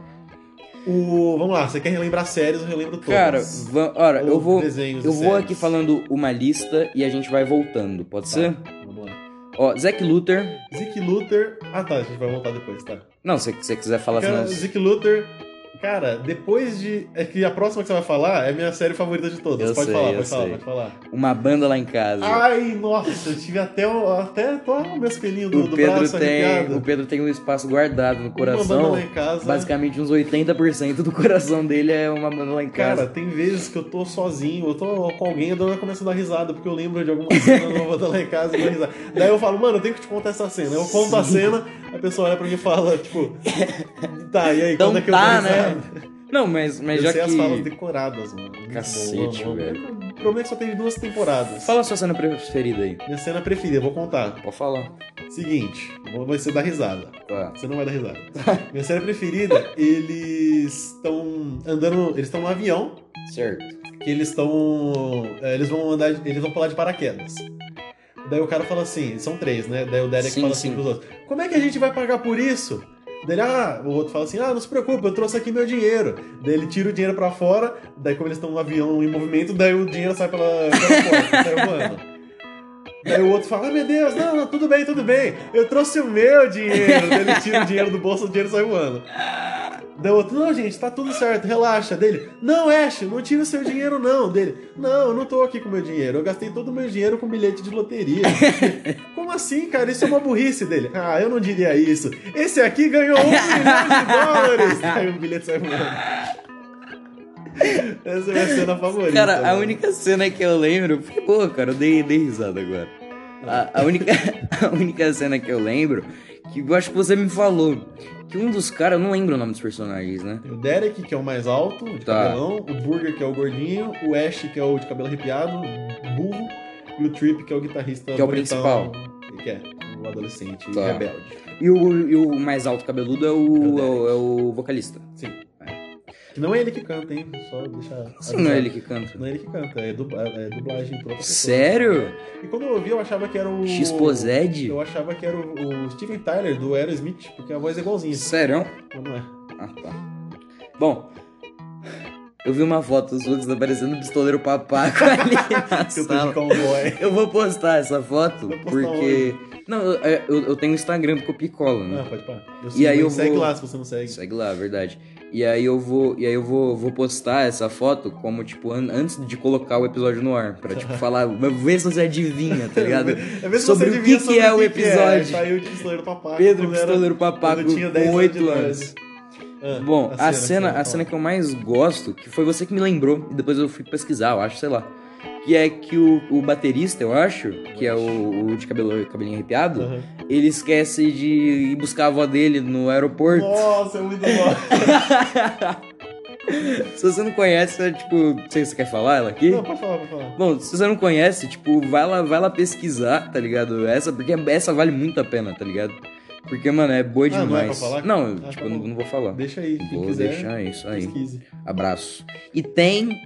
[SPEAKER 1] O, vamos lá, você quer relembrar séries, eu relembro todas.
[SPEAKER 2] Cara, va- ora, eu
[SPEAKER 1] Ou
[SPEAKER 2] vou,
[SPEAKER 1] desenhos e
[SPEAKER 2] eu vou
[SPEAKER 1] séries.
[SPEAKER 2] aqui falando uma lista e a gente vai voltando, pode
[SPEAKER 1] Tá,
[SPEAKER 2] ser?
[SPEAKER 1] Vamos lá.
[SPEAKER 2] Ó, Zack Luther.
[SPEAKER 1] Zeke Luther. Ah tá, a gente vai voltar depois, tá?
[SPEAKER 2] Não, se você quiser falar assim,
[SPEAKER 1] Cara,
[SPEAKER 2] não,
[SPEAKER 1] Zeke Luther, Cara, depois de. É que a próxima que você vai falar é a minha série favorita de todas.
[SPEAKER 2] Eu
[SPEAKER 1] pode
[SPEAKER 2] sei,
[SPEAKER 1] falar,
[SPEAKER 2] eu
[SPEAKER 1] pode falar,
[SPEAKER 2] sei.
[SPEAKER 1] pode falar.
[SPEAKER 2] Uma banda lá em casa.
[SPEAKER 1] Ai, nossa, eu tive até. o- Até tô o meus pelinhos do,
[SPEAKER 2] o
[SPEAKER 1] do
[SPEAKER 2] Pedro
[SPEAKER 1] braço
[SPEAKER 2] tem,
[SPEAKER 1] arrepiado.
[SPEAKER 2] o Pedro tem um espaço guardado no
[SPEAKER 1] Uma banda
[SPEAKER 2] coração.
[SPEAKER 1] lá em casa.
[SPEAKER 2] Basicamente uns 80% do coração dele é uma banda lá em
[SPEAKER 1] Cara,
[SPEAKER 2] casa.
[SPEAKER 1] tem vezes que eu tô sozinho, eu tô com alguém e eu dou- eu começo a dar risada, porque eu lembro de alguma cena nova da lá em casa e dou risada. Daí eu falo, mano, eu tenho que te contar essa cena. Eu conto a cena, a pessoa olha pra mim e fala, tipo, tá, e aí,
[SPEAKER 2] Então
[SPEAKER 1] quando é que
[SPEAKER 2] tá,
[SPEAKER 1] eu dou risada?
[SPEAKER 2] né? Não, mas, mas
[SPEAKER 1] eu
[SPEAKER 2] já
[SPEAKER 1] sei
[SPEAKER 2] que
[SPEAKER 1] as falas decoradas, mano. Muito
[SPEAKER 2] Cacete,
[SPEAKER 1] bom, amo, amo.
[SPEAKER 2] velho.
[SPEAKER 1] O problema é que só teve duas temporadas.
[SPEAKER 2] Fala a sua cena preferida aí.
[SPEAKER 1] Minha cena preferida, eu vou contar.
[SPEAKER 2] Pode falar.
[SPEAKER 1] Seguinte, vou- vai ser dar risada.
[SPEAKER 2] Tá.
[SPEAKER 1] Você não vai dar risada. Minha cena preferida, eles estão andando. Eles estão no avião,
[SPEAKER 2] Certo.
[SPEAKER 1] que eles estão. é, Eles vão andar. Eles vão pular de paraquedas. Daí o cara fala assim, são três, né? Daí o Derek
[SPEAKER 2] Sim,
[SPEAKER 1] fala
[SPEAKER 2] sim.
[SPEAKER 1] assim pros outros. Como é que a gente vai pagar por isso? Daí ele, ah, o outro fala assim, ah, não se preocupa, eu trouxe aqui meu dinheiro. Daí ele tira o dinheiro pra fora, daí como eles estão no avião em movimento, daí o dinheiro sai pela, pela porta, sai voando. Daí o outro fala, ah, meu Deus, não, não, tudo bem, tudo bem, eu trouxe o meu dinheiro. Daí ele tira o dinheiro do bolso, o dinheiro sai voando. Daí o outro, não, gente, tá tudo certo, relaxa. Dele, não, Ash, não tira o seu dinheiro, não. Dele, não, eu não tô aqui com o meu dinheiro. Eu gastei todo o meu dinheiro com bilhete de loteria. Como assim, cara? Isso é uma burrice dele. Ah, eu não diria isso. Esse aqui ganhou um milhão de dólares. Aí o bilhete sai voando. Essa é a minha cena favorita. né?
[SPEAKER 2] Cara, a
[SPEAKER 1] mano.
[SPEAKER 2] única cena que eu lembro. Porque, Pô, cara, eu dei, dei risada agora. A, a única, a única cena que eu lembro, que eu acho que você me falou, que um dos caras, eu não lembro o nome dos personagens, né?
[SPEAKER 1] Tem o Derek, que é o mais alto, de
[SPEAKER 2] Tá.
[SPEAKER 1] cabelão. O Burger, que é o gordinho. O Ash, que é o de cabelo arrepiado, burro. E o Trip, que é o guitarrista
[SPEAKER 2] Que é o
[SPEAKER 1] bonitão, Que é o adolescente
[SPEAKER 2] Tá.
[SPEAKER 1] rebelde.
[SPEAKER 2] E o, e o mais alto cabeludo é o, é o, é o vocalista.
[SPEAKER 1] Sim. Que não é ele que canta, hein? Só deixar...
[SPEAKER 2] Assim não
[SPEAKER 1] avisado.
[SPEAKER 2] é ele que canta.
[SPEAKER 1] Não é ele que canta, é, dubla- é dublagem pra outra pessoa.
[SPEAKER 2] Sério?
[SPEAKER 1] E quando eu ouvi, eu achava que era o...
[SPEAKER 2] Xposed?
[SPEAKER 1] Eu achava que era o, o Steven Tyler, do Aerosmith, porque a voz é igualzinha.
[SPEAKER 2] Sério?
[SPEAKER 1] Mas não é.
[SPEAKER 2] Ah, tá. Bom, eu vi uma foto sua que tá parecendo um pistoleiro papaco ali na
[SPEAKER 1] Que eu tô de
[SPEAKER 2] sala.
[SPEAKER 1] cowboy.
[SPEAKER 2] Eu vou postar essa foto,
[SPEAKER 1] Vai postar
[SPEAKER 2] porque... Não, eu, eu- eu tenho um Instagram porque eu picolo, né?
[SPEAKER 1] Não, Ah, pode parar. Eu sigo,
[SPEAKER 2] aí eu
[SPEAKER 1] segue
[SPEAKER 2] vou-
[SPEAKER 1] lá se você não segue.
[SPEAKER 2] Segue lá, verdade. E aí eu vou, e aí eu vou, vou postar essa foto como, tipo, an- antes de colocar o episódio no ar. Pra, tipo, falar, vê se você adivinha, tá ligado?
[SPEAKER 1] É mesmo
[SPEAKER 2] Sobre
[SPEAKER 1] você
[SPEAKER 2] o que
[SPEAKER 1] adivinha
[SPEAKER 2] que
[SPEAKER 1] sobre
[SPEAKER 2] é o
[SPEAKER 1] que é.
[SPEAKER 2] episódio.
[SPEAKER 1] Saiu o pistoleiro papaco.
[SPEAKER 2] Pedro
[SPEAKER 1] quando era-
[SPEAKER 2] Pistoleiro Papaco,
[SPEAKER 1] quando eu tinha 10
[SPEAKER 2] com
[SPEAKER 1] anos
[SPEAKER 2] 8
[SPEAKER 1] de
[SPEAKER 2] anos.
[SPEAKER 1] Ah,
[SPEAKER 2] Bom, a
[SPEAKER 1] que você
[SPEAKER 2] cena,
[SPEAKER 1] vai
[SPEAKER 2] a cena
[SPEAKER 1] falar.
[SPEAKER 2] que eu mais gosto, que foi você que me lembrou, e depois eu fui pesquisar, eu acho, sei lá. Que é que o, o baterista, eu acho, que é o, o de cabelo, cabelinho arrepiado,
[SPEAKER 1] Aham.
[SPEAKER 2] ele esquece de ir buscar a avó dele no aeroporto.
[SPEAKER 1] Nossa, é muito bom.
[SPEAKER 2] Se você não conhece, é tipo, não sei se você quer falar ela aqui.
[SPEAKER 1] Não, pode falar, pode falar.
[SPEAKER 2] Bom, se você não conhece, tipo, vai lá, vai lá pesquisar, tá ligado? Essa, porque essa vale muito a pena, tá ligado? Porque, mano, é boa
[SPEAKER 1] Ah, não é
[SPEAKER 2] demais.
[SPEAKER 1] pra falar?
[SPEAKER 2] Não, eu,
[SPEAKER 1] Ah,
[SPEAKER 2] tipo,
[SPEAKER 1] tá
[SPEAKER 2] eu não,
[SPEAKER 1] bom.
[SPEAKER 2] não vou falar.
[SPEAKER 1] Deixa aí, quem
[SPEAKER 2] vou
[SPEAKER 1] quiser,
[SPEAKER 2] deixar isso aí.
[SPEAKER 1] pesquise.
[SPEAKER 2] Abraço. E tem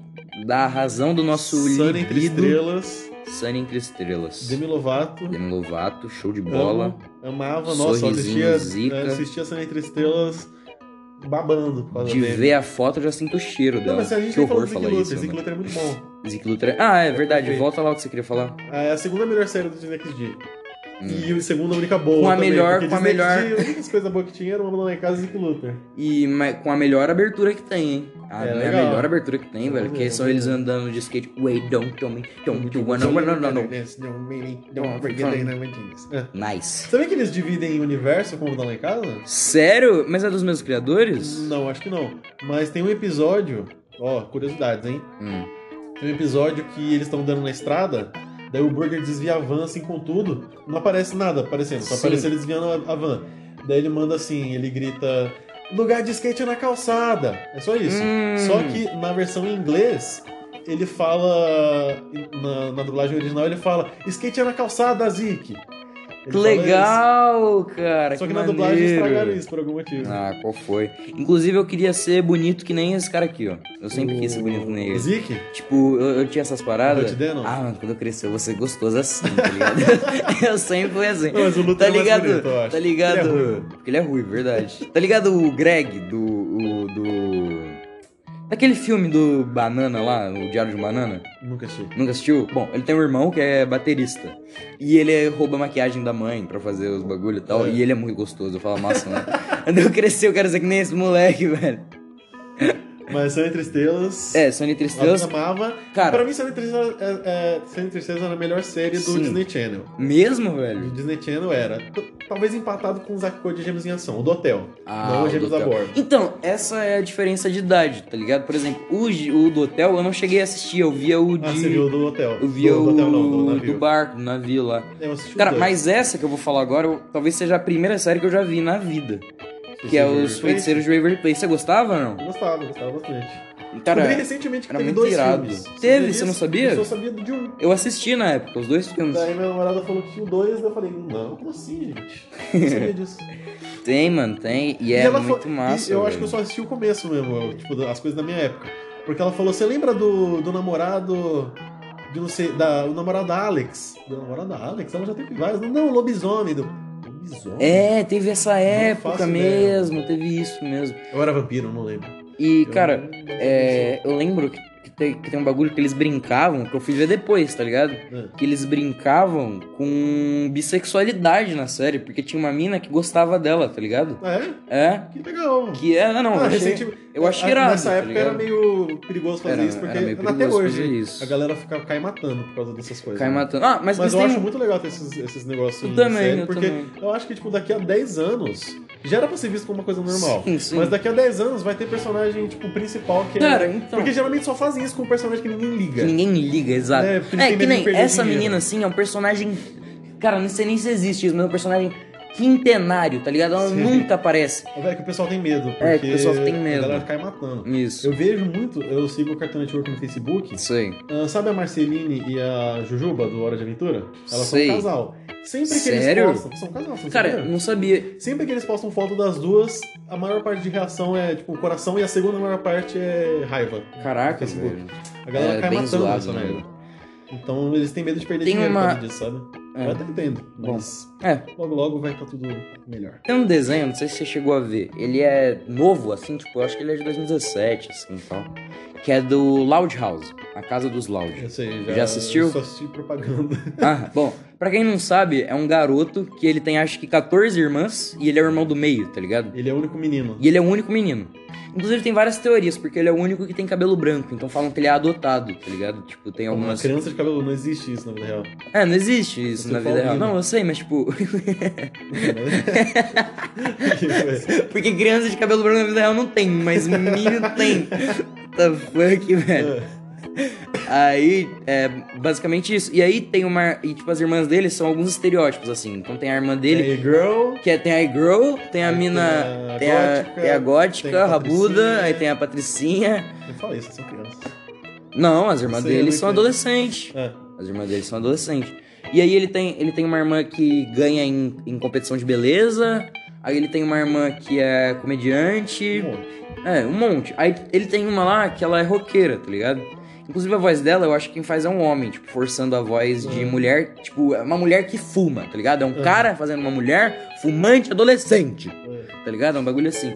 [SPEAKER 2] da razão do nosso
[SPEAKER 1] Sun entre
[SPEAKER 2] libido.
[SPEAKER 1] estrelas,
[SPEAKER 2] Sunny entre estrelas.
[SPEAKER 1] Demi Lovato.
[SPEAKER 2] Demi Lovato, show de bola.
[SPEAKER 1] Amo, amava, nossa, eu
[SPEAKER 2] Sorrisinho,
[SPEAKER 1] assistia,
[SPEAKER 2] zica.
[SPEAKER 1] eu assistia Sun entre estrelas babando por causa
[SPEAKER 2] De
[SPEAKER 1] dele.
[SPEAKER 2] ver a foto, eu já sinto o cheiro
[SPEAKER 1] Não,
[SPEAKER 2] dela.
[SPEAKER 1] mas a gente
[SPEAKER 2] que
[SPEAKER 1] nem falou
[SPEAKER 2] horror
[SPEAKER 1] do Zig
[SPEAKER 2] falar
[SPEAKER 1] Luther,
[SPEAKER 2] isso,
[SPEAKER 1] Zig
[SPEAKER 2] né?
[SPEAKER 1] Luther é muito bom.
[SPEAKER 2] Zig Luther. Ah, é verdade.
[SPEAKER 1] Perfeito.
[SPEAKER 2] Volta lá o que você queria falar.
[SPEAKER 1] Ah, É a segunda melhor série do Disney XD.
[SPEAKER 2] Hum.
[SPEAKER 1] E a segunda única boa
[SPEAKER 2] Com a
[SPEAKER 1] também,
[SPEAKER 2] melhor-
[SPEAKER 1] porque
[SPEAKER 2] com a
[SPEAKER 1] Disney
[SPEAKER 2] melhor-
[SPEAKER 1] XD, a única coisa boa que tinha era uma lá em casa e Zig Luther.
[SPEAKER 2] E ma- com a melhor abertura que tem, hein? A,
[SPEAKER 1] É,
[SPEAKER 2] é a
[SPEAKER 1] legal.
[SPEAKER 2] melhor abertura que tem, velho.
[SPEAKER 1] Vamos
[SPEAKER 2] Que
[SPEAKER 1] ver,
[SPEAKER 2] são
[SPEAKER 1] vamos
[SPEAKER 2] eles
[SPEAKER 1] ver.
[SPEAKER 2] andando de skate. Wait, don't tell me.
[SPEAKER 1] Então,
[SPEAKER 2] Don't
[SPEAKER 1] tipo,
[SPEAKER 2] you wanna, wanna, wanna, wanna.
[SPEAKER 1] É.
[SPEAKER 2] Nice.
[SPEAKER 1] Sabia que eles dividem o universo como tá lá em casa?
[SPEAKER 2] Sério? Mas é dos mesmos criadores?
[SPEAKER 1] Não, acho que não. Mas tem um episódio, ó, curiosidades, hein?
[SPEAKER 2] Hum.
[SPEAKER 1] Tem um episódio que eles estão andando na estrada, daí o Burger desvia a van assim com tudo, não aparece nada aparecendo, só
[SPEAKER 2] Sim.
[SPEAKER 1] aparece ele desviando a, a van. Daí ele manda assim, ele grita: lugar de skate é na calçada. É só isso.
[SPEAKER 2] Hum.
[SPEAKER 1] Só que na versão em inglês, ele fala. Na, na dublagem original, ele fala: skate é na calçada, Zik. Ele
[SPEAKER 2] Que
[SPEAKER 1] fala
[SPEAKER 2] legal, cara.
[SPEAKER 1] isso. Só que,
[SPEAKER 2] que
[SPEAKER 1] na dublagem
[SPEAKER 2] maneiro.
[SPEAKER 1] estragaram isso por algum motivo.
[SPEAKER 2] Ah, qual foi? Inclusive, eu queria ser bonito que nem esse cara aqui, ó. Eu sempre quis ser bonito que nem ele.
[SPEAKER 1] Zik?
[SPEAKER 2] Tipo, eu, eu tinha essas paradas.
[SPEAKER 1] Hot Denon?
[SPEAKER 2] Ah, mano, quando eu crescer, eu vou ser gostoso assim, tá ligado? eu sempre fui assim.
[SPEAKER 1] Não, mas o Luthor
[SPEAKER 2] Tá
[SPEAKER 1] é mais
[SPEAKER 2] ligado?
[SPEAKER 1] bonito, eu acho.
[SPEAKER 2] Tá ligado?
[SPEAKER 1] Ele é ruivo.
[SPEAKER 2] Porque ele é ruim, verdade. tá ligado o Greg do. o- do. Daquele filme do Banana lá, o Diário de um Banana?
[SPEAKER 1] Nunca achei.
[SPEAKER 2] Nunca assistiu? Bom, ele tem um irmão que é baterista. E ele rouba a maquiagem da mãe pra fazer os bagulho e tal.
[SPEAKER 1] É.
[SPEAKER 2] E ele é muito gostoso. Eu falo, nossa, mano. Quando eu crescer, eu quero ser que nem esse moleque, velho.
[SPEAKER 1] Mas São Entre Estrelas.
[SPEAKER 2] É, Sony Entre
[SPEAKER 1] Eu
[SPEAKER 2] Estrelas.
[SPEAKER 1] amava. Pra
[SPEAKER 2] Cara,
[SPEAKER 1] mim, São Entre Estrelas, é, é, São Entre Estrelas era a melhor série do
[SPEAKER 2] Sim.
[SPEAKER 1] Disney Channel.
[SPEAKER 2] mesmo,
[SPEAKER 1] O
[SPEAKER 2] velho?
[SPEAKER 1] Disney Channel era, t- talvez empatado com o Zack Code de Gêmeos em Ação, o do Hotel.
[SPEAKER 2] Ah,
[SPEAKER 1] não é
[SPEAKER 2] o
[SPEAKER 1] o Gêmeos
[SPEAKER 2] do
[SPEAKER 1] da
[SPEAKER 2] hotel.
[SPEAKER 1] Borda.
[SPEAKER 2] Então, essa é a diferença de idade, tá ligado? Por exemplo, o, gi- o do hotel eu não cheguei a assistir, eu via o de.
[SPEAKER 1] Ah, você viu o do Hotel.
[SPEAKER 2] Eu via
[SPEAKER 1] do,
[SPEAKER 2] o
[SPEAKER 1] do Hotel não, do
[SPEAKER 2] do,
[SPEAKER 1] navio. É,
[SPEAKER 2] barco, do navio lá.
[SPEAKER 1] Eu assisti os
[SPEAKER 2] Cara,
[SPEAKER 1] dois.
[SPEAKER 2] mas essa que eu vou falar agora eu- talvez seja a primeira série que eu já vi na vida.
[SPEAKER 1] Os
[SPEAKER 2] Que é
[SPEAKER 1] Silver
[SPEAKER 2] Os
[SPEAKER 1] Surfer.
[SPEAKER 2] Feiticeiros de Waverly Place. Você gostava ou
[SPEAKER 1] Eu
[SPEAKER 2] não?
[SPEAKER 1] Gostava, gostava bastante. Descobri
[SPEAKER 2] Cara,
[SPEAKER 1] recentemente que
[SPEAKER 2] era
[SPEAKER 1] teve
[SPEAKER 2] muito
[SPEAKER 1] dois
[SPEAKER 2] irado.
[SPEAKER 1] filmes. Sabia
[SPEAKER 2] Teve? Você não
[SPEAKER 1] disso?
[SPEAKER 2] sabia?
[SPEAKER 1] Eu só sabia de um.
[SPEAKER 2] eu assisti na época, os dois filmes.
[SPEAKER 1] Daí minha namorada falou que tinha o dois, daí eu falei, não, como assim, gente? Não sabia disso.
[SPEAKER 2] Tem, mano, tem. E é
[SPEAKER 1] ela
[SPEAKER 2] muito
[SPEAKER 1] falou-
[SPEAKER 2] massa.
[SPEAKER 1] e eu
[SPEAKER 2] velho.
[SPEAKER 1] acho que eu só assisti o começo mesmo, eu, tipo, da- as coisas da minha época. Porque ela falou, você lembra do, do namorado. De não sei. Da, o namorado da Alex. Do namorado da Alex? Ela já teve vários. Não, não, lobisomem. Do... Lobisomem?
[SPEAKER 2] É, teve essa época
[SPEAKER 1] faço ideia.
[SPEAKER 2] mesmo, teve isso mesmo.
[SPEAKER 1] Eu era vampiro, não lembro.
[SPEAKER 2] E,
[SPEAKER 1] Eu-
[SPEAKER 2] cara, É, eu lembro que, que tem, que tem um bagulho que eles brincavam, que eu fui ver depois, tá ligado?
[SPEAKER 1] É.
[SPEAKER 2] Que eles brincavam com bissexualidade na série, porque tinha uma mina que gostava dela, tá ligado?
[SPEAKER 1] Ah, é?
[SPEAKER 2] É.
[SPEAKER 1] Que legal.
[SPEAKER 2] Que é, não,
[SPEAKER 1] Ah,
[SPEAKER 2] eu achei,
[SPEAKER 1] recentemente-
[SPEAKER 2] eu achei
[SPEAKER 1] ah,
[SPEAKER 2] irado.
[SPEAKER 1] Nessa
[SPEAKER 2] tá
[SPEAKER 1] época era
[SPEAKER 2] ligado?
[SPEAKER 1] meio perigoso fazer
[SPEAKER 2] Era-
[SPEAKER 1] isso, porque
[SPEAKER 2] era meio
[SPEAKER 1] até
[SPEAKER 2] perigoso
[SPEAKER 1] hoje
[SPEAKER 2] fazer isso.
[SPEAKER 1] a galera fica, cai matando por causa dessas coisas.
[SPEAKER 2] Cai
[SPEAKER 1] né?
[SPEAKER 2] matando. Ah,
[SPEAKER 1] Mas,
[SPEAKER 2] mas, mas
[SPEAKER 1] eu
[SPEAKER 2] tem
[SPEAKER 1] acho
[SPEAKER 2] um-
[SPEAKER 1] muito legal ter esses, esses negócios
[SPEAKER 2] Eu
[SPEAKER 1] em
[SPEAKER 2] também,
[SPEAKER 1] série,
[SPEAKER 2] eu
[SPEAKER 1] porque
[SPEAKER 2] também.
[SPEAKER 1] eu acho que, tipo, daqui a 10 anos, já era pra ser visto como uma coisa normal.
[SPEAKER 2] Sim, sim.
[SPEAKER 1] Mas daqui a 10 anos vai ter personagem, tipo, principal que é...
[SPEAKER 2] Cara, então.
[SPEAKER 1] Porque geralmente só fazem isso com um personagem que ninguém
[SPEAKER 2] que
[SPEAKER 1] liga.
[SPEAKER 2] ninguém liga, exato.
[SPEAKER 1] É, porque eles
[SPEAKER 2] É,
[SPEAKER 1] têm
[SPEAKER 2] que
[SPEAKER 1] medo de
[SPEAKER 2] nem
[SPEAKER 1] perder
[SPEAKER 2] essa
[SPEAKER 1] dinheiro.
[SPEAKER 2] menina, assim, é um personagem. Cara, não sei nem se existe isso, mas é um personagem quintenário, tá ligado? Ela
[SPEAKER 1] Sim.
[SPEAKER 2] nunca aparece.
[SPEAKER 1] É que o pessoal tem medo. Porque
[SPEAKER 2] É, que o pessoal tem medo.
[SPEAKER 1] A galera cai matando.
[SPEAKER 2] Isso.
[SPEAKER 1] Eu vejo muito, eu sigo o Cartão Network no Facebook.
[SPEAKER 2] Isso aí.
[SPEAKER 1] Ah, sabe a Marceline e a Jujuba do Hora de Aventura? Elas
[SPEAKER 2] Sei.
[SPEAKER 1] são um casal. Sempre que
[SPEAKER 2] Sério?
[SPEAKER 1] eles postam. São um casal, são
[SPEAKER 2] Cara,
[SPEAKER 1] sério.
[SPEAKER 2] não sabia.
[SPEAKER 1] Sempre que eles postam foto das duas, a maior parte de reação é tipo o coração e a segunda maior parte é raiva.
[SPEAKER 2] Caraca,
[SPEAKER 1] Facebook.
[SPEAKER 2] velho.
[SPEAKER 1] A galera
[SPEAKER 2] É,
[SPEAKER 1] cai
[SPEAKER 2] bem
[SPEAKER 1] matando nessa
[SPEAKER 2] zoado, né?
[SPEAKER 1] merda. Então eles têm medo de perder
[SPEAKER 2] Tem
[SPEAKER 1] dinheiro
[SPEAKER 2] uma-
[SPEAKER 1] por causa disso, sabe? Eu até entendo, mas
[SPEAKER 2] É.
[SPEAKER 1] logo logo vai estar tudo melhor.
[SPEAKER 2] Tem um desenho, não sei se você chegou a ver. Ele é novo, assim, tipo, eu acho que ele é de 2017, assim e tal. Que é do Loud House, a casa dos Loud.
[SPEAKER 1] Eu sei, já,
[SPEAKER 2] Já assistiu?
[SPEAKER 1] Só assisti propaganda.
[SPEAKER 2] Ah, bom, pra quem não sabe, é um garoto que ele tem acho que 14 irmãs e ele é o irmão do meio, tá ligado?
[SPEAKER 1] Ele é o único menino.
[SPEAKER 2] E ele é o único menino. Inclusive tem várias teorias, porque ele é o único que tem cabelo branco, então falam que ele é adotado, tá ligado? Tipo, tem
[SPEAKER 1] Uma
[SPEAKER 2] algumas.
[SPEAKER 1] criança de cabelo não existe isso na vida real.
[SPEAKER 2] É, não existe isso
[SPEAKER 1] Você
[SPEAKER 2] na vida
[SPEAKER 1] fala,
[SPEAKER 2] real.
[SPEAKER 1] né?
[SPEAKER 2] Não, eu sei, mas tipo. É,
[SPEAKER 1] Que-
[SPEAKER 2] porque criança de cabelo branco na vida real não tem, mas menino tem. What the fuck, velho?
[SPEAKER 1] É.
[SPEAKER 2] Aí, é basicamente isso. E aí tem uma. E tipo, as irmãs dele são alguns estereótipos, assim. Então tem a irmã dele,
[SPEAKER 1] Hey, girl.
[SPEAKER 2] que é, tem a girl, tem a mina. Tem a, tem a gótica,
[SPEAKER 1] tem a
[SPEAKER 2] rabuda,
[SPEAKER 1] Patricinha.
[SPEAKER 2] aí tem a Patricinha.
[SPEAKER 1] Eu falei, vocês são crianças.
[SPEAKER 2] Não, as irmãs
[SPEAKER 1] Sei, eu
[SPEAKER 2] dele
[SPEAKER 1] não
[SPEAKER 2] são
[SPEAKER 1] entendi.
[SPEAKER 2] adolescentes.
[SPEAKER 1] É.
[SPEAKER 2] As irmãs dele são adolescentes. E aí ele tem, ele tem uma irmã que ganha em, em competição de beleza. Aí ele tem uma irmã que é comediante.
[SPEAKER 1] Bom,
[SPEAKER 2] É, um monte. Aí ele tem uma lá que ela é roqueira, tá ligado? Inclusive a voz dela, eu acho que quem faz é um homem, tipo, forçando a voz de
[SPEAKER 1] Hum.
[SPEAKER 2] mulher, tipo, é uma mulher que fuma, tá ligado? É um
[SPEAKER 1] Hum.
[SPEAKER 2] cara fazendo uma mulher fumante adolescente,
[SPEAKER 1] é.
[SPEAKER 2] tá ligado? É um bagulho assim.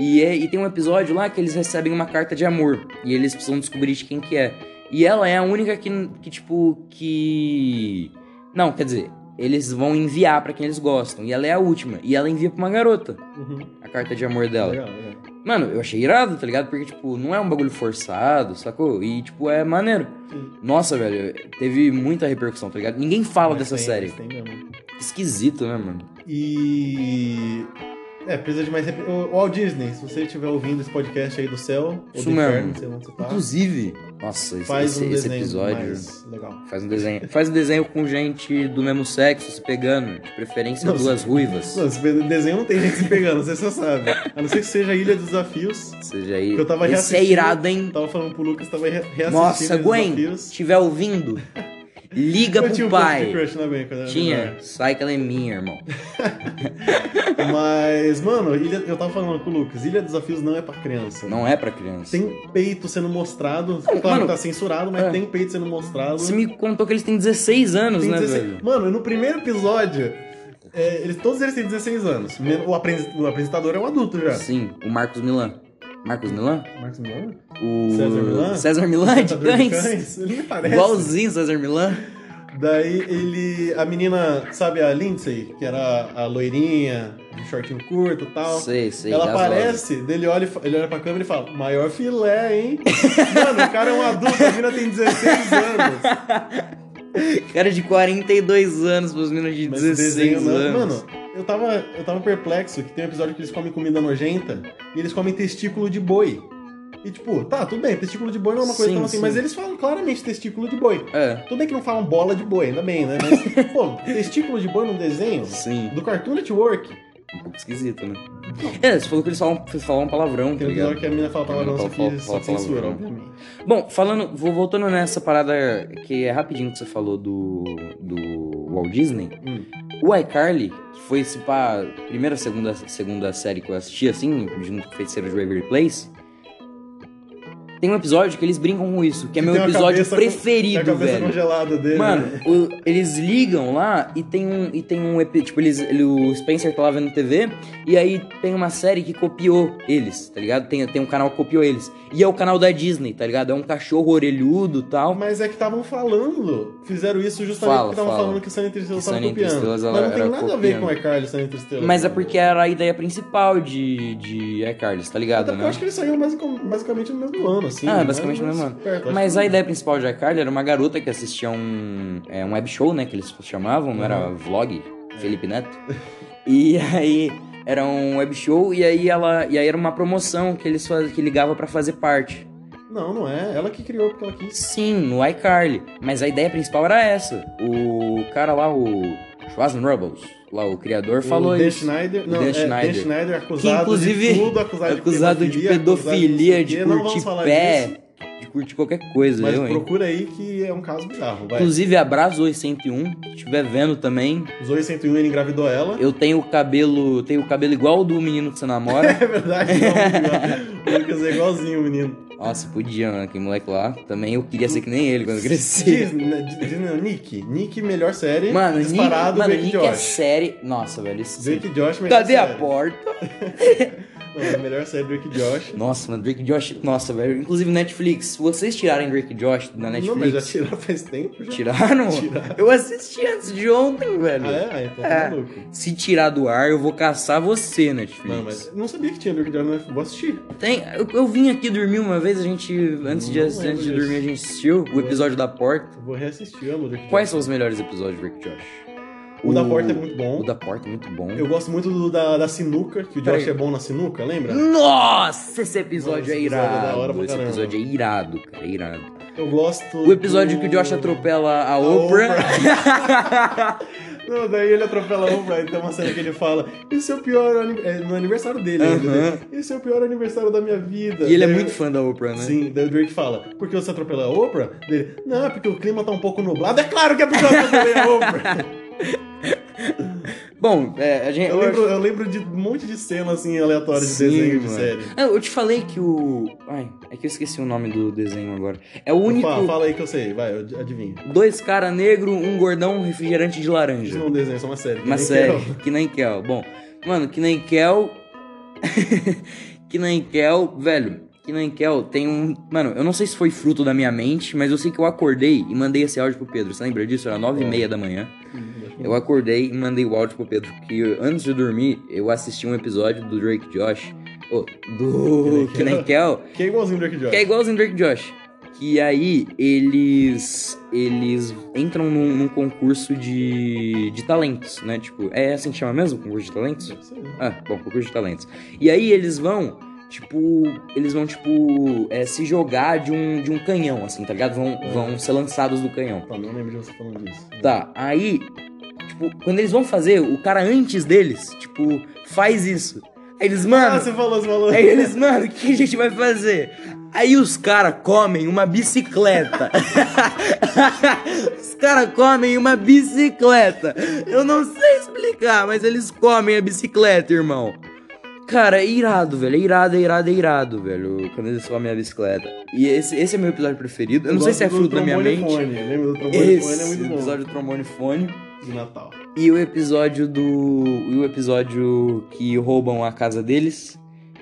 [SPEAKER 2] E, é- e tem um episódio lá que eles recebem uma carta de amor e eles precisam descobrir de quem que é. E ela é a única que, que tipo, que. Não, quer dizer, eles vão enviar pra quem eles gostam. E ela é a última. E ela envia pra uma garota
[SPEAKER 1] Uhum.
[SPEAKER 2] a carta de amor dela.
[SPEAKER 1] Legal, é. legal.
[SPEAKER 2] Mano, eu achei irado, tá ligado? Porque, tipo, não é um bagulho forçado, sacou? E, tipo, é maneiro.
[SPEAKER 1] Sim.
[SPEAKER 2] Nossa, velho, teve muita repercussão, tá ligado? Ninguém fala
[SPEAKER 1] Mas
[SPEAKER 2] dessa
[SPEAKER 1] tem,
[SPEAKER 2] série.
[SPEAKER 1] mas tem mesmo.
[SPEAKER 2] Esquisito, né, mano?
[SPEAKER 1] E. É, precisa de mais. rep- Ô, Walt Disney, se você estiver ouvindo esse podcast aí do céu, ou
[SPEAKER 2] Isso
[SPEAKER 1] do inferno,
[SPEAKER 2] mesmo.
[SPEAKER 1] sei lá onde você tá,
[SPEAKER 2] Inclusive, nossa, esse,
[SPEAKER 1] faz
[SPEAKER 2] esse-
[SPEAKER 1] um
[SPEAKER 2] esse
[SPEAKER 1] desenho
[SPEAKER 2] episódio.
[SPEAKER 1] mais legal.
[SPEAKER 2] Faz um desenho. Faz um desenho com gente do mesmo sexo se pegando, de preferência
[SPEAKER 1] Nossa.
[SPEAKER 2] duas ruivas.
[SPEAKER 1] Mano, esse desenho não tem gente se pegando, você só sabe. A não ser que seja Ilha dos Desafios.
[SPEAKER 2] Ou seja, aí.
[SPEAKER 1] Que eu tava
[SPEAKER 2] esse é
[SPEAKER 1] reassistindo.
[SPEAKER 2] irado, hein?
[SPEAKER 1] Eu tava falando pro Lucas, tava re- reassistindo
[SPEAKER 2] Nossa,
[SPEAKER 1] Ilha dos
[SPEAKER 2] Gwen, se
[SPEAKER 1] Desafios.
[SPEAKER 2] tiver ouvindo, liga
[SPEAKER 1] Eu
[SPEAKER 2] pro
[SPEAKER 1] tinha um pouco de né?
[SPEAKER 2] pai.
[SPEAKER 1] crush na Gwen quando eu era menor.
[SPEAKER 2] Tinha, sai que ela é minha, irmão.
[SPEAKER 1] Mas, mano, Ilha- eu tava falando com o Lucas, Ilha dos Desafios não é pra criança.
[SPEAKER 2] Não é pra criança.
[SPEAKER 1] Tem peito sendo mostrado.
[SPEAKER 2] Não,
[SPEAKER 1] claro
[SPEAKER 2] mano,
[SPEAKER 1] que tá censurado, mas
[SPEAKER 2] é.
[SPEAKER 1] tem peito sendo mostrado.
[SPEAKER 2] Você me contou que eles têm 16 anos,
[SPEAKER 1] Tem
[SPEAKER 2] né,
[SPEAKER 1] 16
[SPEAKER 2] velho?
[SPEAKER 1] Mano, no primeiro episódio, é, eles, todos eles têm 16 anos. Men- O, apres- o apresentador é um adulto já.
[SPEAKER 2] Sim, o Marcos Milan. Marcos Milan?
[SPEAKER 1] Marcos Milan?
[SPEAKER 2] O
[SPEAKER 1] César Millan?
[SPEAKER 2] César Milan de
[SPEAKER 1] Apresentador Ah, de
[SPEAKER 2] cães?
[SPEAKER 1] cães? Ele me parece.
[SPEAKER 2] Igualzinho César Milan.
[SPEAKER 1] Daí ele. A menina, sabe a Lindsay, que era a loirinha, de shortinho curto e tal.
[SPEAKER 2] Sei, sei.
[SPEAKER 1] Ela
[SPEAKER 2] das
[SPEAKER 1] aparece, dele olha, e fa- ele olha pra câmera e fala, maior filé, hein? Mano, o cara é um adulto, a mina tem 16 anos.
[SPEAKER 2] horas. Cara de 42 anos, pros meninos de
[SPEAKER 1] Mas
[SPEAKER 2] 16
[SPEAKER 1] desenho não.
[SPEAKER 2] anos.
[SPEAKER 1] Mano, eu tava, eu tava perplexo que tem um episódio que eles comem comida nojenta e eles comem testículo de boi. E tipo, tá, tudo bem, testículo de boi não é uma coisa
[SPEAKER 2] Sim,
[SPEAKER 1] tão assim,
[SPEAKER 2] sim.
[SPEAKER 1] mas eles falam claramente testículo de boi.
[SPEAKER 2] É,
[SPEAKER 1] Tudo bem que não falam bola de boi, ainda bem, né? Mas, pô, testículo de boi num desenho
[SPEAKER 2] sim.
[SPEAKER 1] do Cartoon Network.
[SPEAKER 2] Um pouco esquisito, né? É, você falou que eles falam, eles falam um palavrão, tá
[SPEAKER 1] Tem um
[SPEAKER 2] ligado?
[SPEAKER 1] episódio que a menina fala palavrão, só
[SPEAKER 2] Fala-
[SPEAKER 1] que
[SPEAKER 2] fala-
[SPEAKER 1] só
[SPEAKER 2] fala
[SPEAKER 1] censura,
[SPEAKER 2] palavrão.
[SPEAKER 1] obviamente.
[SPEAKER 2] Bom, falando, vou- voltando nessa parada que é rapidinho que você falou do, do Walt Disney.
[SPEAKER 1] Hum.
[SPEAKER 2] O iCarly, que foi esse pá, primeira, segunda, segunda série que eu assisti, assim, junto com Feiticeiro de Waverly Place, tem um episódio que eles brincam com isso, que é
[SPEAKER 1] Que
[SPEAKER 2] meu
[SPEAKER 1] tem uma
[SPEAKER 2] episódio
[SPEAKER 1] cabeça com- Tem a
[SPEAKER 2] preferido,
[SPEAKER 1] cabeça
[SPEAKER 2] velho.
[SPEAKER 1] congelada dele.
[SPEAKER 2] Mano,
[SPEAKER 1] né?
[SPEAKER 2] o- eles ligam lá e tem um. E tem um epi- tipo, eles, ele- o Spencer tá lá vendo TV, e aí tem uma série que copiou eles, tá ligado? Tem, tem um canal que copiou eles. E é o canal da Disney, tá ligado? É um cachorro orelhudo e tal.
[SPEAKER 1] Mas é que estavam falando, fizeram isso justamente
[SPEAKER 2] Fala,
[SPEAKER 1] porque estavam
[SPEAKER 2] fala.
[SPEAKER 1] falando que Sunny Tristela
[SPEAKER 2] Que
[SPEAKER 1] estava
[SPEAKER 2] Sunny
[SPEAKER 1] copiando.
[SPEAKER 2] Tristela,
[SPEAKER 1] Mas
[SPEAKER 2] ela
[SPEAKER 1] não tem
[SPEAKER 2] era
[SPEAKER 1] nada a ver com
[SPEAKER 2] copiando.
[SPEAKER 1] o iCarly e Sunny Tristela.
[SPEAKER 2] Mas é porque era a ideia principal de, de iCarly, tá
[SPEAKER 1] Até
[SPEAKER 2] ligado,
[SPEAKER 1] porque eu
[SPEAKER 2] né?
[SPEAKER 1] acho que eles saíram basic- basicamente no mesmo ano, assim.
[SPEAKER 2] Ah,
[SPEAKER 1] né?
[SPEAKER 2] basicamente no
[SPEAKER 1] Mais ou
[SPEAKER 2] mesmo
[SPEAKER 1] menos perto, acho
[SPEAKER 2] Mas
[SPEAKER 1] que-
[SPEAKER 2] a ideia principal de iCarly era uma garota que assistia um, é, um web show, né? Que eles chamavam, não era
[SPEAKER 1] Uhum.
[SPEAKER 2] vlog,
[SPEAKER 1] É.
[SPEAKER 2] Felipe Neto. E aí era um web show e aí ela. E aí era uma promoção que eles faz- que ligava pra fazer parte.
[SPEAKER 1] Não, não é. Ela que criou porque ela quis.
[SPEAKER 2] Sim, no iCarly. Mas a ideia principal era essa. O cara lá, o Schwarzen Rubbles, lá o criador, falou
[SPEAKER 1] o Dan
[SPEAKER 2] isso.
[SPEAKER 1] Schneider,
[SPEAKER 2] O
[SPEAKER 1] não,
[SPEAKER 2] Dan
[SPEAKER 1] é,
[SPEAKER 2] Schneider.
[SPEAKER 1] Dan Schneider acusado
[SPEAKER 2] Que, inclusive,
[SPEAKER 1] de tudo, acusado,
[SPEAKER 2] Acusado de pedofilia, de
[SPEAKER 1] não sei o quê. Não vamos
[SPEAKER 2] curtir
[SPEAKER 1] falar
[SPEAKER 2] pé,
[SPEAKER 1] disso,
[SPEAKER 2] de curtir qualquer coisa,
[SPEAKER 1] mas
[SPEAKER 2] eu, hein?
[SPEAKER 1] procura aí que é um caso bizarro, vai.
[SPEAKER 2] Inclusive, abraço Oi 101, se estiver vendo também.
[SPEAKER 1] Zoe 101 ele engravidou ela.
[SPEAKER 2] Eu tenho o cabelo, tenho o cabelo igual o do menino que você namora.
[SPEAKER 1] É verdade, não, o Lucas é igualzinho o menino.
[SPEAKER 2] Nossa, podia, né? Aquele moleque lá. Também eu queria ser que nem ele quando eu cresci.
[SPEAKER 1] Disney, Disney, né, Nick. Nick, melhor série.
[SPEAKER 2] Mano, Nick,
[SPEAKER 1] disparado,
[SPEAKER 2] mano,
[SPEAKER 1] Drake
[SPEAKER 2] Nick é
[SPEAKER 1] Josh.
[SPEAKER 2] série. Nossa, velho. Esse...
[SPEAKER 1] Drake Josh, melhor
[SPEAKER 2] Cadê
[SPEAKER 1] série.
[SPEAKER 2] a porta?
[SPEAKER 1] Não, é a melhor série Drake Josh.
[SPEAKER 2] Nossa, mano, Drake Josh. Nossa, velho. Inclusive, Netflix. Se vocês tirarem Drake Josh da
[SPEAKER 1] Não, mas já
[SPEAKER 2] Netflix.
[SPEAKER 1] tiraram faz tempo. Já.
[SPEAKER 2] Tiraram?
[SPEAKER 1] Tiraram.
[SPEAKER 2] Eu assisti antes de ontem, velho.
[SPEAKER 1] Ah, é? Ah, então
[SPEAKER 2] É.
[SPEAKER 1] tá maluco.
[SPEAKER 2] Se tirar do ar, eu vou caçar você, Netflix.
[SPEAKER 1] Não, mas não sabia que tinha Drake Josh, né? Vou assistir.
[SPEAKER 2] Tem, eu, eu vim aqui dormir uma vez, a gente. Antes, de,
[SPEAKER 1] Não
[SPEAKER 2] antes
[SPEAKER 1] lembro
[SPEAKER 2] de
[SPEAKER 1] disso.
[SPEAKER 2] dormir, a gente assistiu o episódio da porta.
[SPEAKER 1] Vou reassistir, amo Drake
[SPEAKER 2] Quais
[SPEAKER 1] Josh.
[SPEAKER 2] são os melhores episódios de Rick Josh?
[SPEAKER 1] O da porta é muito bom.
[SPEAKER 2] O da porta é muito bom.
[SPEAKER 1] Eu gosto muito do, da, da sinuca, que o
[SPEAKER 2] Peraí.
[SPEAKER 1] Josh é bom na sinuca, lembra?
[SPEAKER 2] Nossa, esse episódio
[SPEAKER 1] Mano,
[SPEAKER 2] é
[SPEAKER 1] esse episódio é da hora
[SPEAKER 2] irado.
[SPEAKER 1] pra
[SPEAKER 2] Esse
[SPEAKER 1] caramba.
[SPEAKER 2] episódio é irado, cara, é irado.
[SPEAKER 1] Eu gosto.
[SPEAKER 2] O episódio
[SPEAKER 1] do-
[SPEAKER 2] que o Josh atropela a Oprah.
[SPEAKER 1] Não, daí ele atropela o Brian, tem uma cena que ele fala: Esse é o pior ani- é, no aniversário dele, ainda,
[SPEAKER 2] Aham.
[SPEAKER 1] né? Esse é o pior aniversário da minha vida.
[SPEAKER 2] e ele é
[SPEAKER 1] Daí-
[SPEAKER 2] muito fã da Oprah, né?
[SPEAKER 1] Sim, daí o Drake fala, por que você atropelou a Oprah? Dele, não, é porque o clima tá um pouco nublado. É claro que é porque eu atropelei a Oprah.
[SPEAKER 2] Bom, é, a gente.
[SPEAKER 1] Eu lembro, eu lembro de um monte de cena assim aleatória de
[SPEAKER 2] Sim,
[SPEAKER 1] desenho de
[SPEAKER 2] mano.
[SPEAKER 1] série.
[SPEAKER 2] Ah, Eu te falei que o. Ai, é que eu esqueci o nome do desenho agora. É o único.
[SPEAKER 1] Fala, fala aí que eu sei, vai, eu ad- adivinha.
[SPEAKER 2] Dois cara negro, um gordão, um refrigerante de
[SPEAKER 1] Isso
[SPEAKER 2] laranja.
[SPEAKER 1] não é um desenho, isso é uma série.
[SPEAKER 2] Uma
[SPEAKER 1] Nem
[SPEAKER 2] série,
[SPEAKER 1] quero.
[SPEAKER 2] que nem Kel. Bom, mano, que nem Kel. que nem Kel, velho. Que nem Kel tem um. Mano, eu não sei se foi fruto da minha mente, mas eu sei que eu acordei e mandei esse áudio pro Pedro. Você lembra disso? Era
[SPEAKER 1] É.
[SPEAKER 2] nove e meia da manhã. Eu acordei e mandei o áudio pro Pedro. Que antes de dormir, eu assisti um episódio do Drake Josh. ô, do.
[SPEAKER 1] Que
[SPEAKER 2] Que
[SPEAKER 1] nem
[SPEAKER 2] nem Kel.
[SPEAKER 1] Que é igualzinho o Drake Josh.
[SPEAKER 2] Que é igualzinho Drake Josh. Que aí eles. Eles entram num, num concurso de, de talentos, né? Tipo, é assim que chama mesmo? Concurso de talentos?
[SPEAKER 1] Isso aí.
[SPEAKER 2] Ah, bom, concurso de talentos. E aí eles vão, tipo. Eles vão, tipo, é, se jogar de um, de um canhão, assim, tá ligado? Vão, vão ser lançados do canhão.
[SPEAKER 1] Tá, não lembro de você falando disso.
[SPEAKER 2] Tá, aí. Tipo, quando eles vão fazer, o cara antes deles, tipo, faz isso. Aí eles, mano.
[SPEAKER 1] Ah, você falou, você falou.
[SPEAKER 2] Aí eles, mano, o que a gente vai fazer? Aí os caras comem uma bicicleta. os caras comem uma bicicleta. Eu não sei explicar, mas eles comem a bicicleta, irmão. Cara, é irado, velho. É irado, é irado, é irado, velho. Quando eles comem a bicicleta. E esse, esse é meu episódio preferido. Eu não sei se é
[SPEAKER 1] gosto do
[SPEAKER 2] fruto da minha
[SPEAKER 1] trombone
[SPEAKER 2] mente.
[SPEAKER 1] fone, Lembra do trombone fone? É
[SPEAKER 2] Esse
[SPEAKER 1] muito bom.
[SPEAKER 2] episódio do trombone fone.
[SPEAKER 1] De Natal.
[SPEAKER 2] E o episódio do. E o episódio que roubam a casa deles.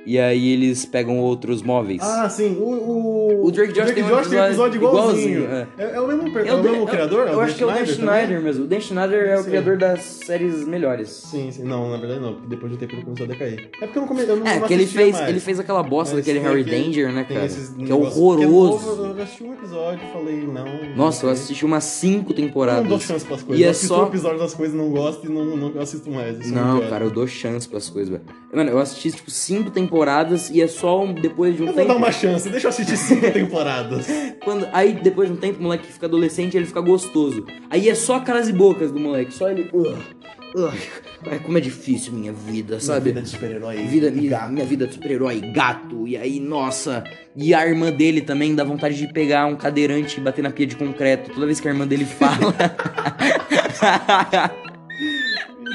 [SPEAKER 2] E aí eles pegam outros móveis.
[SPEAKER 1] Ah, sim. O, o o.
[SPEAKER 2] O Drake Josh tem um
[SPEAKER 1] tem um episódio
[SPEAKER 2] episódio
[SPEAKER 1] igualzinho.
[SPEAKER 2] igualzinho,
[SPEAKER 1] é. é o mesmo, per- é
[SPEAKER 2] Eu-
[SPEAKER 1] o mesmo
[SPEAKER 2] eu-
[SPEAKER 1] criador?
[SPEAKER 2] Eu acho que é o Dan Schneider mesmo. O Dan Schneider é o
[SPEAKER 1] Sim.
[SPEAKER 2] criador das séries melhores.
[SPEAKER 1] Sim, sim. Não, na verdade não, porque depois de um tempo ele começou a decair. É porque eu não comecei. Eu não,
[SPEAKER 2] É,
[SPEAKER 1] não
[SPEAKER 2] porque ele
[SPEAKER 1] assistia
[SPEAKER 2] fez,
[SPEAKER 1] mais. É,
[SPEAKER 2] ele fez aquela bosta
[SPEAKER 1] Mas
[SPEAKER 2] daquele
[SPEAKER 1] tem
[SPEAKER 2] Harry
[SPEAKER 1] aquele-
[SPEAKER 2] Danger, né,
[SPEAKER 1] Tem
[SPEAKER 2] cara?
[SPEAKER 1] esses
[SPEAKER 2] Que é
[SPEAKER 1] negócios-
[SPEAKER 2] horroroso.
[SPEAKER 1] é novo, Eu assisti um episódio e falei, não.
[SPEAKER 2] Nossa, eu
[SPEAKER 1] não
[SPEAKER 2] assisti umas cinco
[SPEAKER 1] Eu não dou
[SPEAKER 2] temporadas.
[SPEAKER 1] chance pras coisas.
[SPEAKER 2] E
[SPEAKER 1] eu
[SPEAKER 2] é
[SPEAKER 1] assisto
[SPEAKER 2] só-
[SPEAKER 1] um episódio das coisas, não gosto e não, não assisto mais. Eu sou
[SPEAKER 2] Não,
[SPEAKER 1] muito
[SPEAKER 2] cara, eu dou chance pras coisas, velho. Mano, eu assisti, tipo, cinco temporadas e é só um- depois de
[SPEAKER 1] Eu
[SPEAKER 2] um
[SPEAKER 1] vou
[SPEAKER 2] tempo.
[SPEAKER 1] dar uma chance, deixa eu assistir cinco temporadas.
[SPEAKER 2] Quando, aí, depois de um tempo, o moleque fica adolescente ele fica gostoso. Aí é só caras e bocas do moleque, só ele. "Ugh, ugh, ai, como é difícil minha vida, sabe?
[SPEAKER 1] Vida é de super-herói.
[SPEAKER 2] Vida, minha, minha vida é de super-herói, gato, e aí, nossa. E a irmã dele também dá vontade de pegar um cadeirante e bater na pia de concreto toda vez que a irmã dele fala.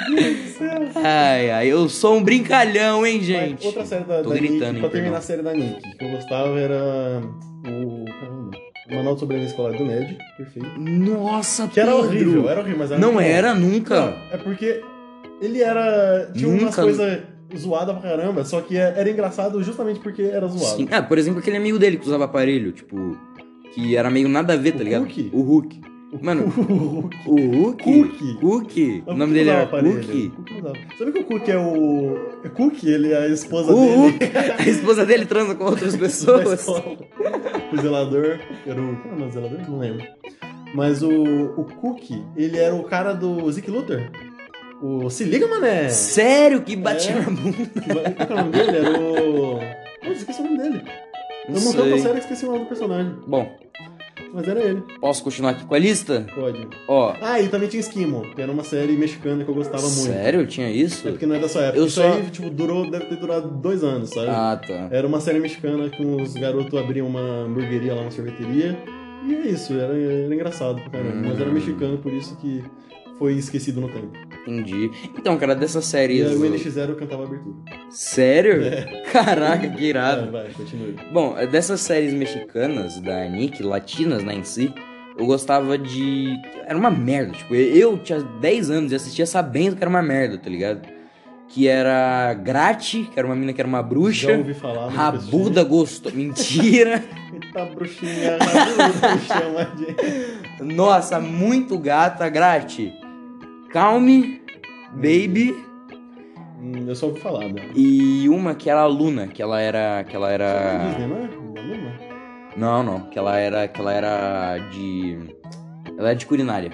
[SPEAKER 1] Meu Deus do céu.
[SPEAKER 2] ai, ai, eu sou um brincalhão, hein,
[SPEAKER 1] Mas
[SPEAKER 2] gente?
[SPEAKER 1] Outra série da,
[SPEAKER 2] tô
[SPEAKER 1] da
[SPEAKER 2] gritando,
[SPEAKER 1] Nick,
[SPEAKER 2] hein,
[SPEAKER 1] pra terminar
[SPEAKER 2] perdão.
[SPEAKER 1] a série da Nick, que eu gostava era o. Caramba. O Manual de Sobrevivência Escolar do Ned, perfeito.
[SPEAKER 2] Nossa,
[SPEAKER 1] Que era
[SPEAKER 2] Pedro.
[SPEAKER 1] horrível, era horrível, mas era.
[SPEAKER 2] Não
[SPEAKER 1] muito bom.
[SPEAKER 2] era nunca.
[SPEAKER 1] Não, é porque ele era. Tinha umas
[SPEAKER 2] Nunca.
[SPEAKER 1] coisas zoadas pra caramba, só que é- era engraçado justamente porque era zoado.
[SPEAKER 2] Sim. Ah, por exemplo, aquele amigo dele que usava aparelho, tipo, que era meio nada a ver, tá
[SPEAKER 1] O
[SPEAKER 2] ligado?
[SPEAKER 1] Hulk?
[SPEAKER 2] O Hulk. Mano, o Hulk?
[SPEAKER 1] Cookie.
[SPEAKER 2] Hulk? O nome
[SPEAKER 1] Cookie
[SPEAKER 2] dele
[SPEAKER 1] usava
[SPEAKER 2] é era
[SPEAKER 1] aparelho.
[SPEAKER 2] Cookie?
[SPEAKER 1] Cookie usava. Sabe que o Cookie é o. é Cookie, ele é a esposa
[SPEAKER 2] O
[SPEAKER 1] dele.
[SPEAKER 2] Hulk, a esposa dele transa com outras
[SPEAKER 1] da
[SPEAKER 2] pessoas.
[SPEAKER 1] escola. O zelador era o. Qual era o nome do zelador? Não lembro. Mas o, o Cookie, ele era o cara do Zeke Luthor. O. Se liga, mané!
[SPEAKER 2] Sério que batia
[SPEAKER 1] É.
[SPEAKER 2] na bunda?
[SPEAKER 1] Que ba- Qual que era o nome dele? Era o. Putz, esqueci o nome dele.
[SPEAKER 2] Não
[SPEAKER 1] eu montei uma
[SPEAKER 2] sei.
[SPEAKER 1] série e esqueci o nome do personagem.
[SPEAKER 2] Bom,
[SPEAKER 1] Mas era ele,
[SPEAKER 2] posso continuar aqui com a lista?
[SPEAKER 1] pode.
[SPEAKER 2] Ó,
[SPEAKER 1] Ah, e também tinha Esquimo, que era uma série mexicana que eu gostava muito.
[SPEAKER 2] sério? Tinha isso?
[SPEAKER 1] É porque não é da sua época.
[SPEAKER 2] Eu
[SPEAKER 1] Isso
[SPEAKER 2] só-
[SPEAKER 1] aí, tipo, durou, deve ter durado dois anos, sabe?
[SPEAKER 2] Ah, tá.
[SPEAKER 1] Era uma série mexicana que os garotos abriam uma hamburgueria lá, uma sorveteria. E é isso, era, era engraçado pra caramba.
[SPEAKER 2] Hum.
[SPEAKER 1] Mas era mexicano, por isso que foi esquecido no tempo.
[SPEAKER 2] Entendi. Então, cara, dessas
[SPEAKER 1] E aí
[SPEAKER 2] séries.
[SPEAKER 1] o NX0 cantava a abertura.
[SPEAKER 2] Sério? Caraca, que irado.
[SPEAKER 1] É, vai, continue.
[SPEAKER 2] Bom, dessas séries mexicanas da Nick, latinas, né, em si, eu gostava de. Era uma merda, tipo, eu tinha 10 anos e assistia sabendo que era uma merda, tá ligado? Que era Grati, que era uma mina que era uma
[SPEAKER 1] Já
[SPEAKER 2] bruxa.
[SPEAKER 1] ouvi falar, mas nunca
[SPEAKER 2] Rabuda gostou. Mentira!
[SPEAKER 1] assisti. Eita, bruxinha, rabuda, chama de...
[SPEAKER 2] Nossa, muito gata, Grati. Calme, Baby.
[SPEAKER 1] Hum, Eu só ouvi falar, né?
[SPEAKER 2] E uma que era a Luna, que ela era. Que ela
[SPEAKER 1] Isso é da
[SPEAKER 2] era.
[SPEAKER 1] Disney, não é? Da Luna?
[SPEAKER 2] Não, não. Que ela era. Que ela era de. Ela era de culinária.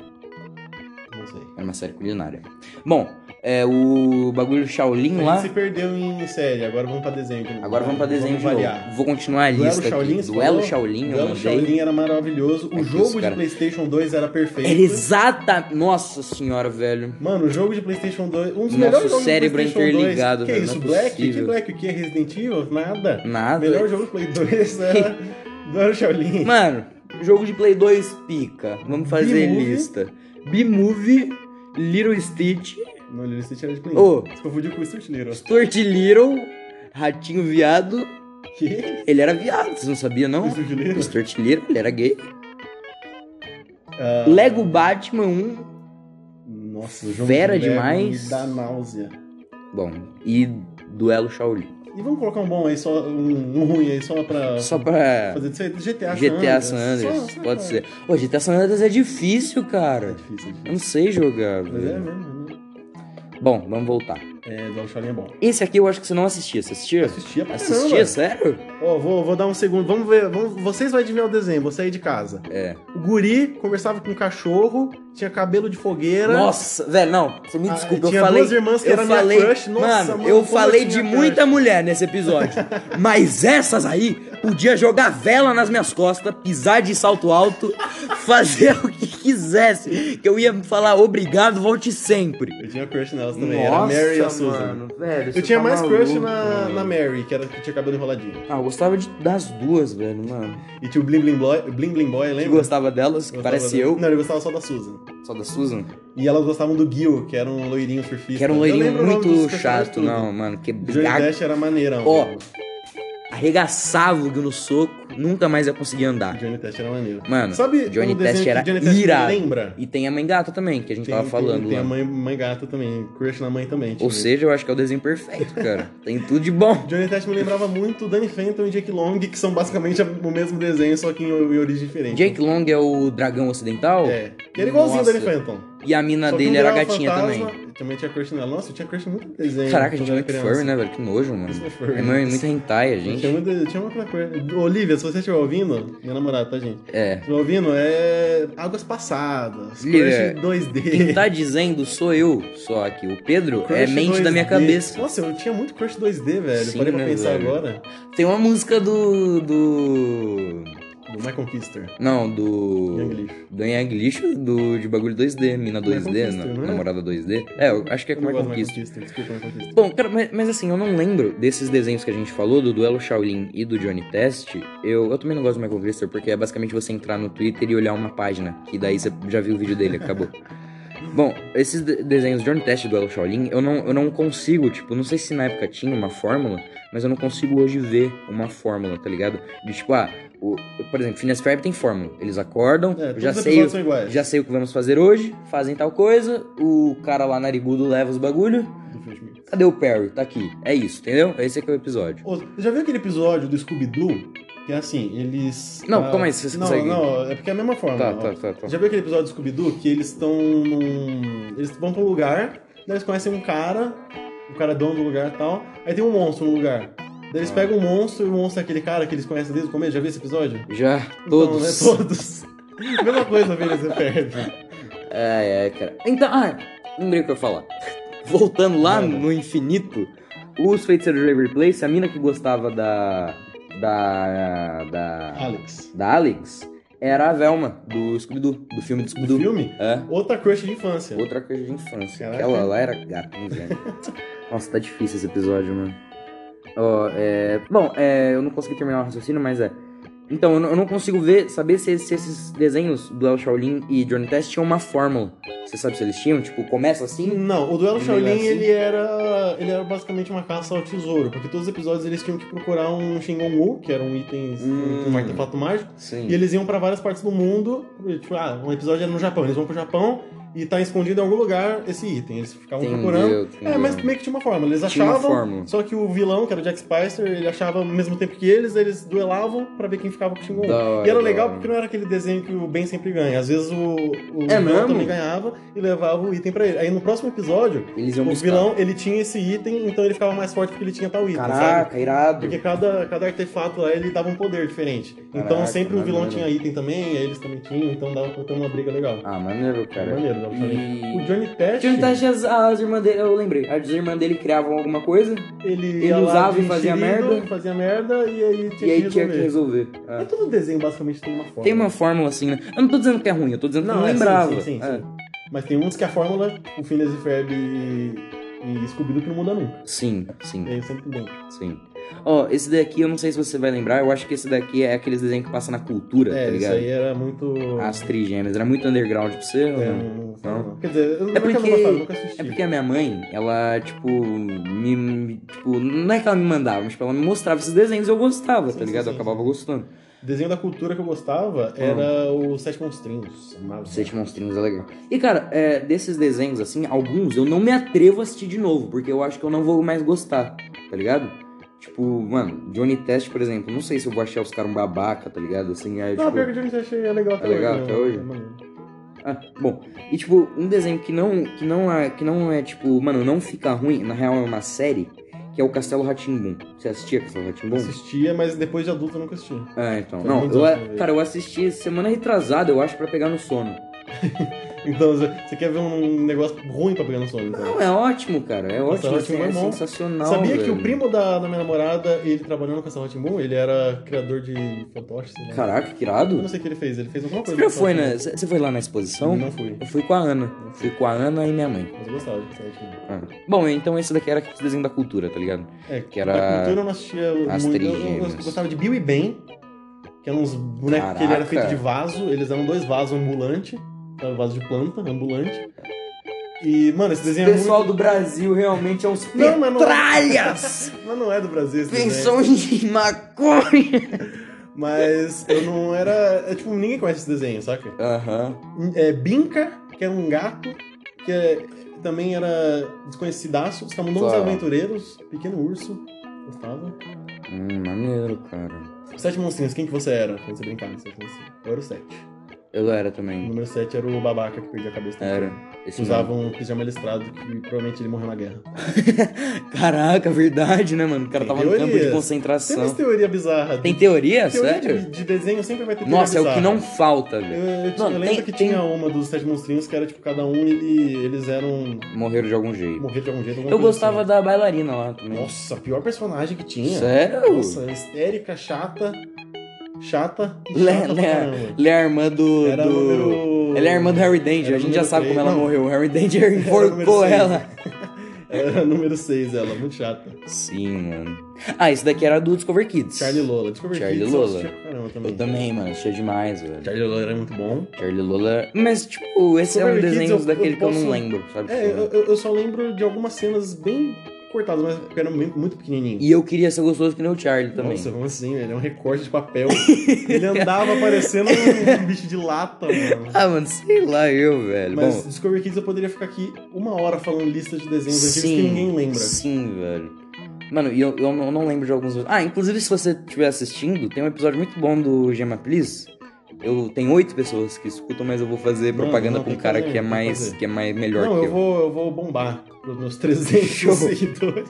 [SPEAKER 1] Não sei.
[SPEAKER 2] Era É uma série culinária. Bom, é o bagulho Shaolin
[SPEAKER 1] A
[SPEAKER 2] lá.
[SPEAKER 1] gente se perdeu em série, agora vamos pra desenho. de novo.
[SPEAKER 2] Agora vamos pra desenho
[SPEAKER 1] vamos
[SPEAKER 2] de
[SPEAKER 1] variar.
[SPEAKER 2] novo. Vou continuar a
[SPEAKER 1] Duelo
[SPEAKER 2] lista
[SPEAKER 1] Shaolin,
[SPEAKER 2] aqui.
[SPEAKER 1] você
[SPEAKER 2] Duelo
[SPEAKER 1] falou?
[SPEAKER 2] Shaolin, eu
[SPEAKER 1] Duelo
[SPEAKER 2] mandei.
[SPEAKER 1] Shaolin era maravilhoso.
[SPEAKER 2] É
[SPEAKER 1] O
[SPEAKER 2] que
[SPEAKER 1] jogo
[SPEAKER 2] isso,
[SPEAKER 1] de
[SPEAKER 2] cara.
[SPEAKER 1] PlayStation 2 era perfeito.
[SPEAKER 2] Era exata... Nossa senhora, velho.
[SPEAKER 1] Mano, o jogo de PlayStation 2, um dos
[SPEAKER 2] Nosso
[SPEAKER 1] melhores jogos
[SPEAKER 2] cérebro
[SPEAKER 1] de PlayStation 2.
[SPEAKER 2] interligado,
[SPEAKER 1] que é
[SPEAKER 2] velho,
[SPEAKER 1] isso?
[SPEAKER 2] não é
[SPEAKER 1] Black? Que
[SPEAKER 2] possível.
[SPEAKER 1] Black? O que é Resident Evil? Nada.
[SPEAKER 2] Nada.
[SPEAKER 1] Melhor jogo do Play 2 era do Shaolin.
[SPEAKER 2] Mano, jogo de Play 2 pica. Vamos fazer
[SPEAKER 1] B-Movie.
[SPEAKER 2] lista. B-Movie, Little Stitch,
[SPEAKER 1] Não, Lilo e Stitch era de Play 1.
[SPEAKER 2] Ô.
[SPEAKER 1] Se confundiu com o Stuart Little.
[SPEAKER 2] Stuart Little, Ratinho Viado.
[SPEAKER 1] Que?
[SPEAKER 2] Ele era viado, vocês não sabiam,
[SPEAKER 1] O
[SPEAKER 2] não?
[SPEAKER 1] Stuart Little?
[SPEAKER 2] Stuart Little, ele era gay.
[SPEAKER 1] Ah,
[SPEAKER 2] Lego Batman 1,
[SPEAKER 1] Nossa, o jogo
[SPEAKER 2] Fera
[SPEAKER 1] de Lego
[SPEAKER 2] demais.
[SPEAKER 1] me dá náusea.
[SPEAKER 2] Bom, e Duelo Shaolin.
[SPEAKER 1] E vamos colocar um bom aí, só um, um ruim aí, só pra
[SPEAKER 2] Só pra
[SPEAKER 1] fazer diferente. GTA,
[SPEAKER 2] GTA San Andreas,
[SPEAKER 1] Só- só pra-
[SPEAKER 2] pode ser. Ô, GTA San Andreas é difícil,
[SPEAKER 1] É
[SPEAKER 2] cara.
[SPEAKER 1] difícil, é difícil.
[SPEAKER 2] Eu não sei jogar,
[SPEAKER 1] Mas é
[SPEAKER 2] velho.
[SPEAKER 1] mesmo, né?
[SPEAKER 2] Bom, vamos voltar.
[SPEAKER 1] É, Duelo Shaolin é bom.
[SPEAKER 2] Esse aqui eu acho que você não assistia. Você assistia?
[SPEAKER 1] Assistia pra caramba.
[SPEAKER 2] Assistia, sério?
[SPEAKER 1] Ó, vou, vou dar um segundo. Vamos ver. vamos- vocês vão adivinhar o desenho, você aí de casa.
[SPEAKER 2] É.
[SPEAKER 1] O guri conversava com um cachorro, tinha cabelo de fogueira.
[SPEAKER 2] Nossa, velho, não. Você me
[SPEAKER 1] Ah,
[SPEAKER 2] desculpa,
[SPEAKER 1] tinha
[SPEAKER 2] eu falei.
[SPEAKER 1] duas irmãs que
[SPEAKER 2] eu
[SPEAKER 1] era minha
[SPEAKER 2] falei,
[SPEAKER 1] crush. Nossa,
[SPEAKER 2] mano,
[SPEAKER 1] mano,
[SPEAKER 2] eu
[SPEAKER 1] como
[SPEAKER 2] falei
[SPEAKER 1] eu
[SPEAKER 2] de
[SPEAKER 1] tinha
[SPEAKER 2] muita mulher nesse episódio. mas essas aí podia jogar vela nas minhas costas, pisar de salto alto, fazer o que quisesse. Que eu ia falar obrigado, volte sempre.
[SPEAKER 1] Eu tinha crush nelas também,
[SPEAKER 2] Nossa,
[SPEAKER 1] era a Mary e a Susan.
[SPEAKER 2] mano, velho. você
[SPEAKER 1] Eu tinha
[SPEAKER 2] tá
[SPEAKER 1] mais
[SPEAKER 2] maluco,
[SPEAKER 1] crush na,
[SPEAKER 2] mano.
[SPEAKER 1] na Mary, que era que tinha cabelo enroladinho.
[SPEAKER 2] Ah, eu gostava de- das duas, velho, mano.
[SPEAKER 1] E tinha o Blim Blim Boy, Blim Blim Boy
[SPEAKER 2] Que
[SPEAKER 1] lembra?
[SPEAKER 2] gostava delas, que
[SPEAKER 1] Gostava
[SPEAKER 2] parece
[SPEAKER 1] da-
[SPEAKER 2] eu,
[SPEAKER 1] Não, ele gostava só da Susan.
[SPEAKER 2] só da Susan.
[SPEAKER 1] E elas gostavam do Gil, que era um loirinho surfista.
[SPEAKER 2] Que era um
[SPEAKER 1] Eu
[SPEAKER 2] loirinho
[SPEAKER 1] lembro o nome
[SPEAKER 2] muito
[SPEAKER 1] dos personagens
[SPEAKER 2] chato,
[SPEAKER 1] tudo.
[SPEAKER 2] não, mano. Que
[SPEAKER 1] Johnny Dash era maneirão.
[SPEAKER 2] Ó, arregaçava o Gui no soco. Nunca mais eu consegui andar.
[SPEAKER 1] Johnny Test era maneiro.
[SPEAKER 2] Mano,
[SPEAKER 1] Sabe
[SPEAKER 2] Johnny
[SPEAKER 1] o desenho
[SPEAKER 2] Test
[SPEAKER 1] que
[SPEAKER 2] era
[SPEAKER 1] Johnny Test me
[SPEAKER 2] irado.
[SPEAKER 1] lembra?
[SPEAKER 2] e tem a mãe gata também, que a gente
[SPEAKER 1] Tem-
[SPEAKER 2] tava
[SPEAKER 1] tem-
[SPEAKER 2] falando
[SPEAKER 1] Tem
[SPEAKER 2] lá.
[SPEAKER 1] a mãe, mãe gata também, crush na mãe também.
[SPEAKER 2] Ou
[SPEAKER 1] tinha.
[SPEAKER 2] seja, eu acho que é o desenho perfeito, cara. tem tudo de bom.
[SPEAKER 1] Johnny Test me lembrava muito Danny Phantom e Jake Long, que são basicamente o mesmo desenho, só que em, em origem diferente.
[SPEAKER 2] Jake Long é o dragão ocidental
[SPEAKER 1] É. Que era igualzinho
[SPEAKER 2] Nossa.
[SPEAKER 1] o Danny Phantom.
[SPEAKER 2] e a mina
[SPEAKER 1] Só que um
[SPEAKER 2] dele era
[SPEAKER 1] virava
[SPEAKER 2] gatinha
[SPEAKER 1] fantasma,
[SPEAKER 2] também.
[SPEAKER 1] Também tinha crush nela. Nossa, eu tinha crush em muito desenho.
[SPEAKER 2] Caraca, a gente
[SPEAKER 1] quando
[SPEAKER 2] é
[SPEAKER 1] eu era
[SPEAKER 2] muito
[SPEAKER 1] criança.
[SPEAKER 2] furry, né, velho? Que nojo, mano.
[SPEAKER 1] Isso é furry,
[SPEAKER 2] É mãe,
[SPEAKER 1] né?
[SPEAKER 2] muito hentai, a
[SPEAKER 1] Tinha,
[SPEAKER 2] gente.
[SPEAKER 1] muita, tinha muita coisa. Olivia, se você estiver ouvindo, minha namorada, tá, gente? Se
[SPEAKER 2] É.
[SPEAKER 1] estiver ouvindo, é. Águas passadas. Crush
[SPEAKER 2] Olivia,
[SPEAKER 1] 2D.
[SPEAKER 2] Quem tá dizendo sou eu, só que o Pedro é
[SPEAKER 1] Crush
[SPEAKER 2] mente da minha
[SPEAKER 1] 2D.
[SPEAKER 2] cabeça.
[SPEAKER 1] Nossa, eu tinha muito crush 2D, velho.
[SPEAKER 2] Sim,
[SPEAKER 1] Parei pra
[SPEAKER 2] né,
[SPEAKER 1] pensar
[SPEAKER 2] velho?
[SPEAKER 1] agora.
[SPEAKER 2] Tem uma música do. do.
[SPEAKER 1] Do Michael Kister.
[SPEAKER 2] Não,
[SPEAKER 1] Young
[SPEAKER 2] do.
[SPEAKER 1] Lixo.
[SPEAKER 2] Do Yang Lixo do, de bagulho 2D, mina
[SPEAKER 1] Não é
[SPEAKER 2] 2D,
[SPEAKER 1] Conquista,
[SPEAKER 2] na-
[SPEAKER 1] não é?
[SPEAKER 2] namorada 2D. É, eu acho que é
[SPEAKER 1] Eu
[SPEAKER 2] como
[SPEAKER 1] não
[SPEAKER 2] é
[SPEAKER 1] gosto do Michael
[SPEAKER 2] conquista.
[SPEAKER 1] Kister. Desculpa, Michael Kister.
[SPEAKER 2] Bom, cara, mas, mas assim, eu não lembro desses desenhos que a gente falou, do Duelo Shaolin e do Johnny Test. Eu, eu também não gosto do Michael Grister, porque é basicamente você entrar no Twitter e olhar uma página, que daí você já viu o vídeo dele, acabou. Bom, esses de- desenhos Johnny Test e Duelo Shaolin, eu não, eu não consigo, tipo, não sei se na época tinha uma fórmula, mas eu não consigo hoje ver uma fórmula, tá ligado? De tipo, ah, o, por exemplo, Phineas e Ferb tem fórmula. Eles acordam,
[SPEAKER 1] É,
[SPEAKER 2] eu
[SPEAKER 1] todos
[SPEAKER 2] já
[SPEAKER 1] os
[SPEAKER 2] sei o-
[SPEAKER 1] episódios são iguais.
[SPEAKER 2] já sei o que vamos fazer hoje, fazem tal coisa, o cara lá narigudo leva os bagulho,
[SPEAKER 1] Do Flash Meets.
[SPEAKER 2] Cadê o Perry? Tá aqui. É isso, entendeu? Esse aqui é o episódio.
[SPEAKER 1] Ô, Você já viu aquele episódio do Scooby-Doo? Que é assim, eles.
[SPEAKER 2] Não,
[SPEAKER 1] ah,
[SPEAKER 2] calma aí, se você
[SPEAKER 1] não,
[SPEAKER 2] consegue.
[SPEAKER 1] Não, é porque é a mesma forma.
[SPEAKER 2] Tá,
[SPEAKER 1] ó.
[SPEAKER 2] tá, tá, tá.
[SPEAKER 1] Já viu aquele episódio do Scooby-Doo que eles estão num... Eles vão pra um lugar, daí eles conhecem um cara, o cara é dono do lugar e tal, aí tem um monstro no lugar. Daí eles
[SPEAKER 2] Ah.
[SPEAKER 1] pegam um monstro e o monstro é aquele cara que eles conhecem desde o começo, já viu esse episódio?
[SPEAKER 2] Já, todos.
[SPEAKER 1] Então, né, todos. Mesma coisa, Phineas e Ferb.
[SPEAKER 2] É, é, cara. Então, ah, lembrei o que eu ia falar. Voltando lá
[SPEAKER 1] Manda.
[SPEAKER 2] no infinito, os feiticeiros de Waverly Place, a mina que gostava da. da. da.
[SPEAKER 1] Alex.
[SPEAKER 2] da Alex, era a Velma, do Scooby-Doo, do filme do
[SPEAKER 1] Do
[SPEAKER 2] Scooby-Doo.
[SPEAKER 1] filme?
[SPEAKER 2] É.
[SPEAKER 1] Outra crush de infância.
[SPEAKER 2] Outra coisa de infância.
[SPEAKER 1] Então. Caraca.
[SPEAKER 2] Aquela lá era gata, hein, velho? Nossa, tá difícil esse episódio, mano. Ó, é... Bom, é... eu não consegui terminar o raciocínio, mas é. Então, eu não, eu não consigo ver, saber se, se esses desenhos do El Shaolin e Johnny Test tinham uma fórmula. Você sabe se eles tinham? Tipo, começa assim?
[SPEAKER 1] Não, o Duelo
[SPEAKER 2] Ele
[SPEAKER 1] Shaolin,
[SPEAKER 2] era assim?
[SPEAKER 1] ele era ele era basicamente uma caça ao tesouro, porque todos os episódios eles tinham que procurar um Shingon Wu, que era um item,
[SPEAKER 2] Hum.
[SPEAKER 1] um artefato mágico,
[SPEAKER 2] Sim.
[SPEAKER 1] e eles iam pra várias partes do mundo, e, tipo, ah, um episódio era no Japão, eles vão pro Japão e tá escondido em algum lugar esse item, eles ficavam procurando. É, mas meio que tinha uma forma, eles
[SPEAKER 2] Tinha uma
[SPEAKER 1] achavam,
[SPEAKER 2] fórmula.
[SPEAKER 1] só que o vilão, que era o Jack Spicer, ele achava ao mesmo tempo que eles, eles duelavam pra ver quem ficava com o Shingon Wu.
[SPEAKER 2] Da hora,
[SPEAKER 1] E era
[SPEAKER 2] da
[SPEAKER 1] legal
[SPEAKER 2] hora.
[SPEAKER 1] porque não era aquele desenho que o Ben sempre ganha. Às vezes o, o
[SPEAKER 2] É mesmo?
[SPEAKER 1] vilão também ganhava e levava o item pra ele. Aí no próximo episódio,
[SPEAKER 2] Eles iam
[SPEAKER 1] o
[SPEAKER 2] buscar.
[SPEAKER 1] vilão ele tinha esse item, então ele ficava mais forte porque ele tinha tal item, sabe?
[SPEAKER 2] Caraca, irado.
[SPEAKER 1] Porque cada, cada artefato lá ele dava um poder diferente.
[SPEAKER 2] Caraca,
[SPEAKER 1] então sempre o vilão
[SPEAKER 2] maneiro.
[SPEAKER 1] tinha item também, aí eles também tinham, então dava pra ter uma briga legal.
[SPEAKER 2] Ah, maneiro,
[SPEAKER 1] É
[SPEAKER 2] cara.
[SPEAKER 1] maneiro, eu falei.
[SPEAKER 2] E-
[SPEAKER 1] O Johnny Test,
[SPEAKER 2] Johnny Test, as, as irmãs dele, eu lembrei, as irmãs dele criavam alguma coisa
[SPEAKER 1] ele,
[SPEAKER 2] ele
[SPEAKER 1] ia lá
[SPEAKER 2] usava e
[SPEAKER 1] de
[SPEAKER 2] fazia
[SPEAKER 1] enxerido,
[SPEAKER 2] merda.
[SPEAKER 1] Fazia merda e aí tinha
[SPEAKER 2] e aí
[SPEAKER 1] que
[SPEAKER 2] tinha que
[SPEAKER 1] resolver.
[SPEAKER 2] resolver.
[SPEAKER 1] É
[SPEAKER 2] Ah.
[SPEAKER 1] todo desenho basicamente tem uma forma.
[SPEAKER 2] Tem uma fórmula assim, né? Eu não tô dizendo que é ruim, eu tô dizendo que eu não
[SPEAKER 1] é,
[SPEAKER 2] lembrava.
[SPEAKER 1] Sim, sim, sim,
[SPEAKER 2] É.
[SPEAKER 1] sim. Mas tem uns que a fórmula, o Phineas e Ferb e, e Scooby-Doo que não muda nunca.
[SPEAKER 2] Sim, É. sim,
[SPEAKER 1] E aí sempre bem.
[SPEAKER 2] sim. Ó, esse daqui eu não sei se você vai lembrar, eu acho que esse daqui é aqueles desenhos que passa na cultura,
[SPEAKER 1] É,
[SPEAKER 2] tá
[SPEAKER 1] isso
[SPEAKER 2] ligado?
[SPEAKER 1] aí era muito...
[SPEAKER 2] As trigêmeas, era muito underground pra você? ou
[SPEAKER 1] É,
[SPEAKER 2] Ah, né? não?
[SPEAKER 1] não- não- Quer dizer, eu
[SPEAKER 2] É
[SPEAKER 1] nunca,
[SPEAKER 2] porque-
[SPEAKER 1] gostava, nunca assisti.
[SPEAKER 2] É porque a minha mãe, ela, tipo, me, me- Tipo, não é que ela me mandava, mas tipo, ela me mostrava esses desenhos e eu gostava,
[SPEAKER 1] Sim,
[SPEAKER 2] tá
[SPEAKER 1] sim,
[SPEAKER 2] ligado? eu
[SPEAKER 1] sim,
[SPEAKER 2] acabava
[SPEAKER 1] sim.
[SPEAKER 2] gostando.
[SPEAKER 1] O desenho da cultura que eu gostava era
[SPEAKER 2] Hum.
[SPEAKER 1] o Sete Monstrinhos. Amava.
[SPEAKER 2] Sete monstrinhos é legal. E, cara, é, desses desenhos, assim, alguns eu não me atrevo a assistir de novo, porque eu acho que eu não vou mais gostar, tá ligado? Tipo, mano, Johnny Test, por exemplo, não sei se eu vou achar os caras um babaca, tá ligado? Assim, aí,
[SPEAKER 1] Não,
[SPEAKER 2] tipo...
[SPEAKER 1] pior que o Johnny Test é legal até
[SPEAKER 2] É legal
[SPEAKER 1] hoje.
[SPEAKER 2] até
[SPEAKER 1] né?
[SPEAKER 2] hoje?
[SPEAKER 1] É maneiro.
[SPEAKER 2] Ah, bom, e tipo, um desenho que não, que não é, que não é tipo, mano, não fica ruim, na real é uma série, que é o Castelo Ratimbum. Você assistia Castelo
[SPEAKER 1] Eu
[SPEAKER 2] Ratimbum?
[SPEAKER 1] Assistia, mas depois de adulto eu nunca assisti.
[SPEAKER 2] Ah, então.
[SPEAKER 1] Foi
[SPEAKER 2] Não,
[SPEAKER 1] muito
[SPEAKER 2] eu,
[SPEAKER 1] bom
[SPEAKER 2] a-
[SPEAKER 1] essa vez.
[SPEAKER 2] cara, eu assisti semana retrasada, eu acho, pra pegar no sono.
[SPEAKER 1] Então, você quer ver um negócio ruim pra pegar no sono, então?
[SPEAKER 2] Não, é ótimo, cara, é ótimo,
[SPEAKER 1] Castelo
[SPEAKER 2] assim, é
[SPEAKER 1] Rá-Tim-Bum é bom.
[SPEAKER 2] sensacional.
[SPEAKER 1] Sabia que
[SPEAKER 2] velho.
[SPEAKER 1] o primo da, da minha namorada, ele trabalhando com a Salat Moon, ele era criador de fantoches, sei lá.
[SPEAKER 2] Caraca, que
[SPEAKER 1] Eu
[SPEAKER 2] irado.
[SPEAKER 1] não sei o que ele fez, ele fez alguma
[SPEAKER 2] Você
[SPEAKER 1] coisa.
[SPEAKER 2] já
[SPEAKER 1] com
[SPEAKER 2] foi,
[SPEAKER 1] Salat
[SPEAKER 2] né? Você você foi lá na exposição?
[SPEAKER 1] Moon. Não fui,
[SPEAKER 2] Eu fui com a Ana. Fui com a Ana e minha mãe.
[SPEAKER 1] mas eu gostava de Salat Moon.
[SPEAKER 2] Ah. Bom, então esse daqui era aquele desenho da cultura, tá ligado?
[SPEAKER 1] É,
[SPEAKER 2] Que era
[SPEAKER 1] da cultura eu não assistia
[SPEAKER 2] as
[SPEAKER 1] muito. Eu- Eu,
[SPEAKER 2] trigêmeas.
[SPEAKER 1] gostava de Bill e Ben, que eram uns bonecos que ele era
[SPEAKER 2] Caraca.
[SPEAKER 1] feito de vaso, eles eram dois vasos ambulantes, sabe, vaso de planta, ambulante. E, mano, esse
[SPEAKER 2] O
[SPEAKER 1] desenho
[SPEAKER 2] pessoal
[SPEAKER 1] é muito...
[SPEAKER 2] do Brasil realmente é uns
[SPEAKER 1] Não, mas não é.
[SPEAKER 2] petralhas!
[SPEAKER 1] Mas não é do Brasil esse desenho.
[SPEAKER 2] Pensão de maconha!
[SPEAKER 1] Mas eu não era. é, tipo, ninguém conhece esse desenho, saca?
[SPEAKER 2] Aham.
[SPEAKER 1] É Binca, que era um gato, que é- também era desconhecidaço, os camundongos
[SPEAKER 2] Tá.
[SPEAKER 1] aventureiros, pequeno urso, gostava.
[SPEAKER 2] Hum, maneiro, cara.
[SPEAKER 1] Sete monstrinhos, quem que você era quando você brincava de sete monstrinhos? Eu era o sete.
[SPEAKER 2] Eu era
[SPEAKER 1] O
[SPEAKER 2] também.
[SPEAKER 1] número sete era o babaca que perdia a cabeça. também.
[SPEAKER 2] Era. Esse
[SPEAKER 1] Usava um pijama listrado que provavelmente ele morreu na guerra.
[SPEAKER 2] mesmo. Caraca, verdade, né, mano? O cara
[SPEAKER 1] Tem
[SPEAKER 2] tava no campo de
[SPEAKER 1] teorias.
[SPEAKER 2] concentração.
[SPEAKER 1] Sempre essa teoria bizarra.
[SPEAKER 2] Tem teoria?
[SPEAKER 1] Teoria
[SPEAKER 2] Sério?
[SPEAKER 1] De, de desenho sempre vai ter teoria
[SPEAKER 2] Nossa, é o que
[SPEAKER 1] bizarra.
[SPEAKER 2] não falta,
[SPEAKER 1] Eu,
[SPEAKER 2] velho.
[SPEAKER 1] eu, ti-
[SPEAKER 2] Não,
[SPEAKER 1] eu lembro
[SPEAKER 2] tem-
[SPEAKER 1] que
[SPEAKER 2] tem-
[SPEAKER 1] tinha uma dos sete monstrinhos que era tipo cada um ele, eles eram
[SPEAKER 2] Morreram de algum jeito.
[SPEAKER 1] morrer de algum jeito. alguma
[SPEAKER 2] Eu
[SPEAKER 1] coisa
[SPEAKER 2] gostava da bailarina lá
[SPEAKER 1] assim.
[SPEAKER 2] também.
[SPEAKER 1] Nossa, a pior personagem que tinha.
[SPEAKER 2] Sério?
[SPEAKER 1] Nossa, histérica, chata, chata e
[SPEAKER 2] Lé,
[SPEAKER 1] chata pra
[SPEAKER 2] lé.
[SPEAKER 1] caramba.
[SPEAKER 2] Ela é a irmã do.
[SPEAKER 1] Era
[SPEAKER 2] do-
[SPEAKER 1] número... um.
[SPEAKER 2] Ela é a irmã do Harry Danger.
[SPEAKER 1] Era
[SPEAKER 2] A gente já
[SPEAKER 1] número
[SPEAKER 2] sabe como
[SPEAKER 1] três.
[SPEAKER 2] ela
[SPEAKER 1] Não.
[SPEAKER 2] morreu. O Harry Danger
[SPEAKER 1] Era número
[SPEAKER 2] enforcou
[SPEAKER 1] seis.
[SPEAKER 2] ela.
[SPEAKER 1] Era número 6 ela, muito chata.
[SPEAKER 2] Sim, mano. Ah, esse daqui era do Discover Kids.
[SPEAKER 1] Charlie Lola, descobri
[SPEAKER 2] Charlie
[SPEAKER 1] que isso
[SPEAKER 2] Lola.
[SPEAKER 1] eu assistia pra caramba também.
[SPEAKER 2] Eu também, mano. Achei demais, velho.
[SPEAKER 1] Charlie Lola era muito bom.
[SPEAKER 2] Charlie Lola. Mas, tipo, esse é um
[SPEAKER 1] Discovery Kids,
[SPEAKER 2] desenho
[SPEAKER 1] eu- eu
[SPEAKER 2] daquele que eu não
[SPEAKER 1] posso-
[SPEAKER 2] lembro, sabe?
[SPEAKER 1] É, eu, eu- eu só lembro de algumas cenas bem cortadas, mas porque eram bem- muito pequenininho.
[SPEAKER 2] E eu queria ser gostoso que nem o Charlie também.
[SPEAKER 1] Nossa, como assim, velho? É um recorte de papel. Ele andava parecendo um bicho de lata, mano.
[SPEAKER 2] Ah, mano, sei lá eu, velho.
[SPEAKER 1] Mas
[SPEAKER 2] Bom,
[SPEAKER 1] Discovery Kids eu poderia ficar aqui uma hora falando lista de desenhos antigos
[SPEAKER 2] sim.
[SPEAKER 1] que ninguém lembra.
[SPEAKER 2] Sim, velho. Mano, e eu, eu não eu não lembro de alguns. Ah, inclusive, se você estiver assistindo, tem um episódio muito bom do Gema Please. Eu tenho oito pessoas que escutam, mas eu vou fazer
[SPEAKER 1] Não,
[SPEAKER 2] propaganda
[SPEAKER 1] não,
[SPEAKER 2] com
[SPEAKER 1] tem
[SPEAKER 2] um
[SPEAKER 1] que
[SPEAKER 2] cara
[SPEAKER 1] fazer,
[SPEAKER 2] que
[SPEAKER 1] tem
[SPEAKER 2] é
[SPEAKER 1] que
[SPEAKER 2] mais
[SPEAKER 1] fazer.
[SPEAKER 2] que é mais melhor
[SPEAKER 1] Não,
[SPEAKER 2] que
[SPEAKER 1] eu vou, eu vou bombar pros meus 300
[SPEAKER 2] Show.
[SPEAKER 1] seguidores.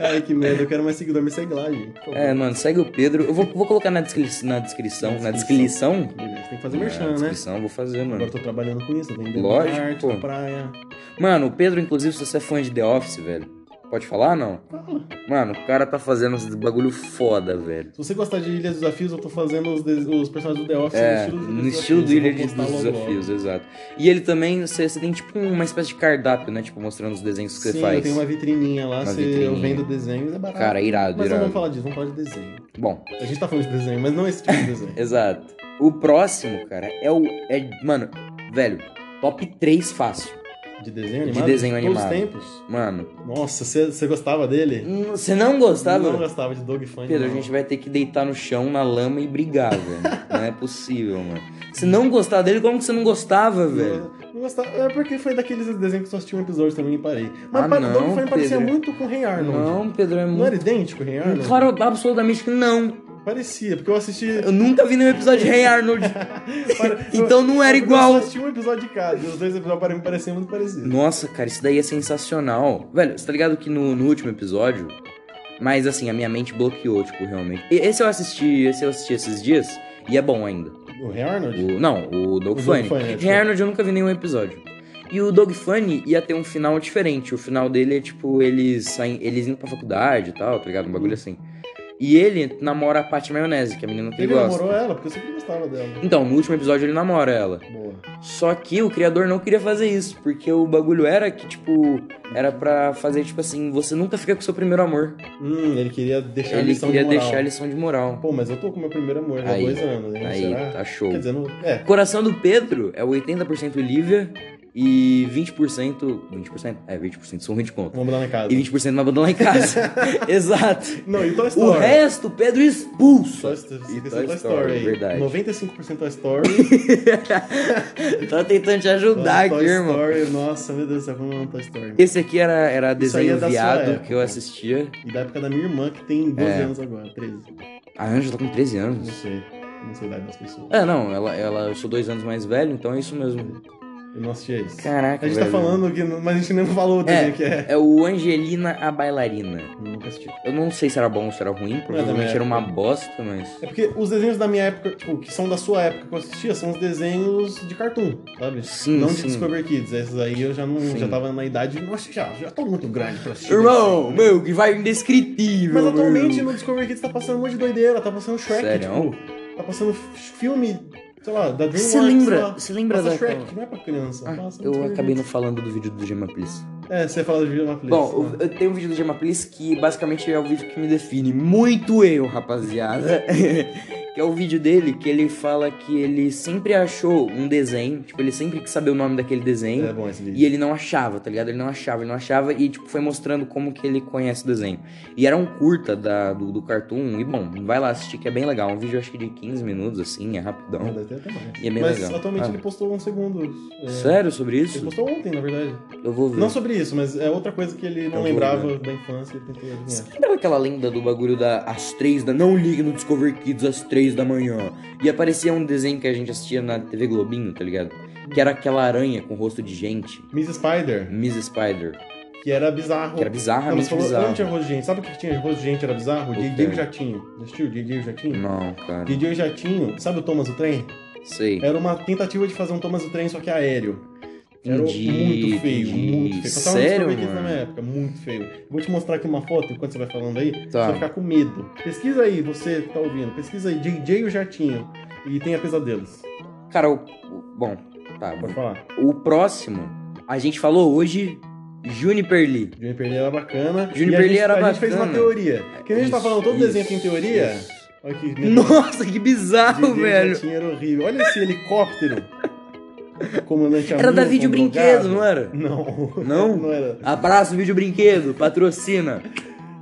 [SPEAKER 1] Ai, que merda, eu quero mais seguidor, me segue lá, gente. por favor.
[SPEAKER 2] É, mano, segue o Pedro. Eu vou, vou colocar na, descri- na descrição. Na
[SPEAKER 1] Na
[SPEAKER 2] descrição?
[SPEAKER 1] Beleza, tem que fazer
[SPEAKER 2] na
[SPEAKER 1] merchan, né?
[SPEAKER 2] descrição eu vou fazer,
[SPEAKER 1] Agora
[SPEAKER 2] mano.
[SPEAKER 1] eu tô trabalhando com isso, eu tô indo
[SPEAKER 2] Lógico,
[SPEAKER 1] na arte,
[SPEAKER 2] pô.
[SPEAKER 1] na praia.
[SPEAKER 2] Mano, o Pedro, inclusive, se você é fã de The Office, velho. Pode falar, não?
[SPEAKER 1] Fala.
[SPEAKER 2] Mano, o cara tá fazendo esse bagulho foda, velho.
[SPEAKER 1] Se você gostar de Ilhas dos Desafios, eu tô fazendo os, des- os personagens do The Office
[SPEAKER 2] É,
[SPEAKER 1] no estilo do
[SPEAKER 2] no estilo do Ilha de-
[SPEAKER 1] Desafios. eu vou
[SPEAKER 2] dos
[SPEAKER 1] postar logo, logo.
[SPEAKER 2] Desafios, exato. E ele também, você você tem tipo uma espécie de cardápio, né? Tipo, mostrando os desenhos que você
[SPEAKER 1] Sim,
[SPEAKER 2] faz.
[SPEAKER 1] eu tenho uma vitrininha lá,
[SPEAKER 2] Uma
[SPEAKER 1] se eu
[SPEAKER 2] vitrininha.
[SPEAKER 1] vendo desenhos, é barato.
[SPEAKER 2] Cara, irado,
[SPEAKER 1] mas não
[SPEAKER 2] irado.
[SPEAKER 1] vamos falar disso, vamos falar de desenho.
[SPEAKER 2] Bom,
[SPEAKER 1] A gente tá falando de desenho, mas não esse tipo de desenho.
[SPEAKER 2] exato. O próximo, cara, é o. É, mano, velho, top 3 fácil.
[SPEAKER 1] De desenho animado?
[SPEAKER 2] desenho
[SPEAKER 1] de todos
[SPEAKER 2] animado.
[SPEAKER 1] os tempos?
[SPEAKER 2] Mano,
[SPEAKER 1] Nossa, você você gostava dele?
[SPEAKER 2] hum, você não gostava?
[SPEAKER 1] Não gostava de Dog Fun.
[SPEAKER 2] Pedro, a
[SPEAKER 1] não.
[SPEAKER 2] gente vai ter que deitar no chão, na lama e brigar, velho. Não é possível, mano. Se não gostar dele, como que você não gostava, velho?
[SPEAKER 1] Não, não gostava. É porque foi daqueles desenhos que só assisti um episódio também e parei. Mas
[SPEAKER 2] Ah,
[SPEAKER 1] pai,
[SPEAKER 2] não,
[SPEAKER 1] o Dog Fun parecia
[SPEAKER 2] Pedro.
[SPEAKER 1] muito com o Rei Arnold.
[SPEAKER 2] Não, Pedro, é
[SPEAKER 1] Não
[SPEAKER 2] muito.
[SPEAKER 1] era idêntico, Rei Arnold?
[SPEAKER 2] Claro, absolutamente que não.
[SPEAKER 1] Parecia, porque eu assisti.
[SPEAKER 2] Eu nunca vi nenhum episódio de Rei Arnold.
[SPEAKER 1] Para-
[SPEAKER 2] Então não era
[SPEAKER 1] eu-
[SPEAKER 2] igual.
[SPEAKER 1] Eu só assisti um episódio de cada, e os dois episódios para mim pareciam muito parecidos.
[SPEAKER 2] Nossa, cara, isso daí é sensacional. Velho, você tá ligado que no, no último episódio. Mas assim, a minha mente bloqueou, tipo, realmente. E- Esse eu assisti, esse eu assisti esses dias, e é bom ainda.
[SPEAKER 1] O Rei Arnold?
[SPEAKER 2] O- não, o Dog
[SPEAKER 1] O Doug
[SPEAKER 2] Funny.
[SPEAKER 1] Funny, é, acho.
[SPEAKER 2] Rei Arnold eu nunca vi nenhum episódio. E o Dog Funny ia ter um final diferente. O final dele é tipo, eles saem, eles indo pra faculdade e tal, tá ligado? Um
[SPEAKER 1] Uhum.
[SPEAKER 2] bagulho assim. E ele namora a Paty Maionese, que é a menina que
[SPEAKER 1] Ele
[SPEAKER 2] ele gosta.
[SPEAKER 1] namorou ela, porque eu sempre gostava dela.
[SPEAKER 2] Então, no último episódio ele namora ela.
[SPEAKER 1] Boa.
[SPEAKER 2] Só que o criador não queria fazer isso, porque o bagulho era que, tipo, era pra fazer, tipo assim, você nunca fica com seu primeiro amor.
[SPEAKER 1] Hum, ele queria deixar a
[SPEAKER 2] Ele
[SPEAKER 1] lição
[SPEAKER 2] queria
[SPEAKER 1] de moral.
[SPEAKER 2] deixar a lição de moral.
[SPEAKER 1] Pô, mas eu tô com meu primeiro amor já há
[SPEAKER 2] Aí,
[SPEAKER 1] dois anos, hein?
[SPEAKER 2] Aí,
[SPEAKER 1] será?
[SPEAKER 2] tá show.
[SPEAKER 1] Quer dizer, não... é.
[SPEAKER 2] Coração do Pedro é o 80% Lívia e 20%. 20%? É, 20%, são ruim de conta.
[SPEAKER 1] Vamos lá na casa.
[SPEAKER 2] E 20% na banda lá em casa. Exato.
[SPEAKER 1] Não, e Toy
[SPEAKER 2] O
[SPEAKER 1] Story.
[SPEAKER 2] resto, Pedro
[SPEAKER 1] Só
[SPEAKER 2] expulsa.
[SPEAKER 1] esqueceu
[SPEAKER 2] E
[SPEAKER 1] Toy,
[SPEAKER 2] Toy
[SPEAKER 1] Toy
[SPEAKER 2] Story, é
[SPEAKER 1] Story. aí.
[SPEAKER 2] verdade.
[SPEAKER 1] 95% Toy Story.
[SPEAKER 2] Tá tentando te ajudar
[SPEAKER 1] Toy
[SPEAKER 2] aqui, irmão.
[SPEAKER 1] Story, nossa, meu Deus do céu, como eu amo Toy Story.
[SPEAKER 2] Esse aqui era, era
[SPEAKER 1] Isso aí é
[SPEAKER 2] desenho
[SPEAKER 1] da sua
[SPEAKER 2] viado
[SPEAKER 1] época.
[SPEAKER 2] que eu assistia.
[SPEAKER 1] E da época da minha irmã, que tem 12
[SPEAKER 2] É.
[SPEAKER 1] anos agora, 13.
[SPEAKER 2] A Anja tá com 13 anos.
[SPEAKER 1] Não sei. Não sei a idade das pessoas.
[SPEAKER 2] É, não, ela, ela, eu sou dois anos mais velho, então é isso mesmo.
[SPEAKER 1] Eu não assisti isso.
[SPEAKER 2] Caraca,
[SPEAKER 1] A gente tá
[SPEAKER 2] velho.
[SPEAKER 1] falando que. Mas a gente nem falou o desenho que é.
[SPEAKER 2] É o Angelina a Bailarina.
[SPEAKER 1] Eu Nunca assisti.
[SPEAKER 2] Eu não sei se era bom ou se era ruim, provavelmente
[SPEAKER 1] minha
[SPEAKER 2] era uma bosta, mas.
[SPEAKER 1] É porque os desenhos da minha época, tipo, que são da sua época que eu assistia, são os desenhos de cartoon, sabe?
[SPEAKER 2] Sim,
[SPEAKER 1] não
[SPEAKER 2] sim.
[SPEAKER 1] de Discover Kids. Esses aí eu já não
[SPEAKER 2] Sim.
[SPEAKER 1] já tava na idade. Nossa, já, já tô muito grande pra assistir.
[SPEAKER 2] Irmão,
[SPEAKER 1] desenho.
[SPEAKER 2] meu, que vai indescritível.
[SPEAKER 1] Mas
[SPEAKER 2] meu.
[SPEAKER 1] atualmente no Discover Kids tá passando um monte de doideira, tá passando Shrek,
[SPEAKER 2] Sério?
[SPEAKER 1] tipo, tá passando f- filme, sei lá, da DreamWorks.
[SPEAKER 2] Você lembra?
[SPEAKER 1] lá.
[SPEAKER 2] Você lembra
[SPEAKER 1] Passa
[SPEAKER 2] da.
[SPEAKER 1] Shrek, não é pra criança.
[SPEAKER 2] Ah,
[SPEAKER 1] passa no
[SPEAKER 2] eu
[SPEAKER 1] Discover
[SPEAKER 2] acabei não
[SPEAKER 1] Kids.
[SPEAKER 2] falando do vídeo do Gemma Please.
[SPEAKER 1] É, você fala de né? Vila
[SPEAKER 2] Bom, o- eu tenho um vídeo do Gemma Please que basicamente é o vídeo que me define. Muito eu, rapaziada. Que é o vídeo dele que ele fala que ele sempre achou um desenho, tipo, ele sempre quis saber o nome daquele desenho.
[SPEAKER 1] É bom esse vídeo.
[SPEAKER 2] E ele não achava, tá ligado? Ele não achava, ele não achava e, tipo, foi mostrando como que ele conhece o desenho. E era um curta da, do, do Cartoon, e bom, vai lá assistir que é bem legal. Um vídeo acho que de 15 minutos, assim, é
[SPEAKER 1] Não,
[SPEAKER 2] rapidão.
[SPEAKER 1] deve ter até mais.
[SPEAKER 2] E é bem
[SPEAKER 1] Mas
[SPEAKER 2] legal.
[SPEAKER 1] atualmente
[SPEAKER 2] Ah.
[SPEAKER 1] ele postou uns segundos. é,
[SPEAKER 2] Sério sobre
[SPEAKER 1] Ele
[SPEAKER 2] isso?
[SPEAKER 1] postou ontem, na verdade.
[SPEAKER 2] Eu vou ver. um
[SPEAKER 1] Não sobre isso, mas é outra coisa que ele não
[SPEAKER 2] Eu vou
[SPEAKER 1] lembrava da infância e tentou adivinhar.
[SPEAKER 2] Você lembra daquela lenda do bagulho da às três da. Não ligue no Discovery Kids às três da manhã. E aparecia um desenho que a gente assistia na TV Globinho, tá ligado? Que era aquela aranha com rosto de gente.
[SPEAKER 1] Miss Spider,
[SPEAKER 2] Miss Spider.
[SPEAKER 1] que era bizarro.
[SPEAKER 2] Que era
[SPEAKER 1] Não, mas
[SPEAKER 2] bizarramente
[SPEAKER 1] falou, não
[SPEAKER 2] bizarro.
[SPEAKER 1] tinha rosto de gente. Sabe o que tinha de rosto de gente? Era bizarro?
[SPEAKER 2] O
[SPEAKER 1] DJ
[SPEAKER 2] quê?
[SPEAKER 1] e o Jatinho. Já assistiu DJ e o Jatinho?
[SPEAKER 2] Não, cara.
[SPEAKER 1] DJ e o Jatinho, sabe o Thomas o Trem?
[SPEAKER 2] Sei.
[SPEAKER 1] Era uma tentativa de fazer um Thomas o Trem, só que aéreo. Era
[SPEAKER 2] Entendi,
[SPEAKER 1] muito feio,
[SPEAKER 2] entendi.
[SPEAKER 1] muito feio. Só tava
[SPEAKER 2] Sério,
[SPEAKER 1] no Discovery Kids na
[SPEAKER 2] mano?
[SPEAKER 1] minha época, muito feio. Vou te mostrar aqui uma foto enquanto você vai falando aí, você vai
[SPEAKER 2] Tá.
[SPEAKER 1] ficar com medo. Pesquisa aí, você que tá ouvindo, pesquisa aí, DJ e o Jatinho. E tenha pesadelos.
[SPEAKER 2] Cara, o. o- Bom, tá.
[SPEAKER 1] Pode falar.
[SPEAKER 2] O próximo, a gente falou hoje, Juniper Lee.
[SPEAKER 1] Juniper Perli era bacana.
[SPEAKER 2] Juniper
[SPEAKER 1] e a gente-
[SPEAKER 2] Lee era
[SPEAKER 1] A gente fez uma
[SPEAKER 2] bacana.
[SPEAKER 1] teoria. Que nem a gente tá
[SPEAKER 2] Isso,
[SPEAKER 1] falando, todo
[SPEAKER 2] isso,
[SPEAKER 1] desenho tem teoria.
[SPEAKER 2] isso.
[SPEAKER 1] Olha que
[SPEAKER 2] Nossa, que bizarro,
[SPEAKER 1] Didi
[SPEAKER 2] velho.
[SPEAKER 1] Jatinho era horrível. Olha esse helicóptero. Comandante
[SPEAKER 2] Era da
[SPEAKER 1] Hamilton,
[SPEAKER 2] Vídeo
[SPEAKER 1] drogado.
[SPEAKER 2] Brinquedo, não era?
[SPEAKER 1] Não.
[SPEAKER 2] Não?
[SPEAKER 1] Não era.
[SPEAKER 2] Abraço, vídeo brinquedo, patrocina.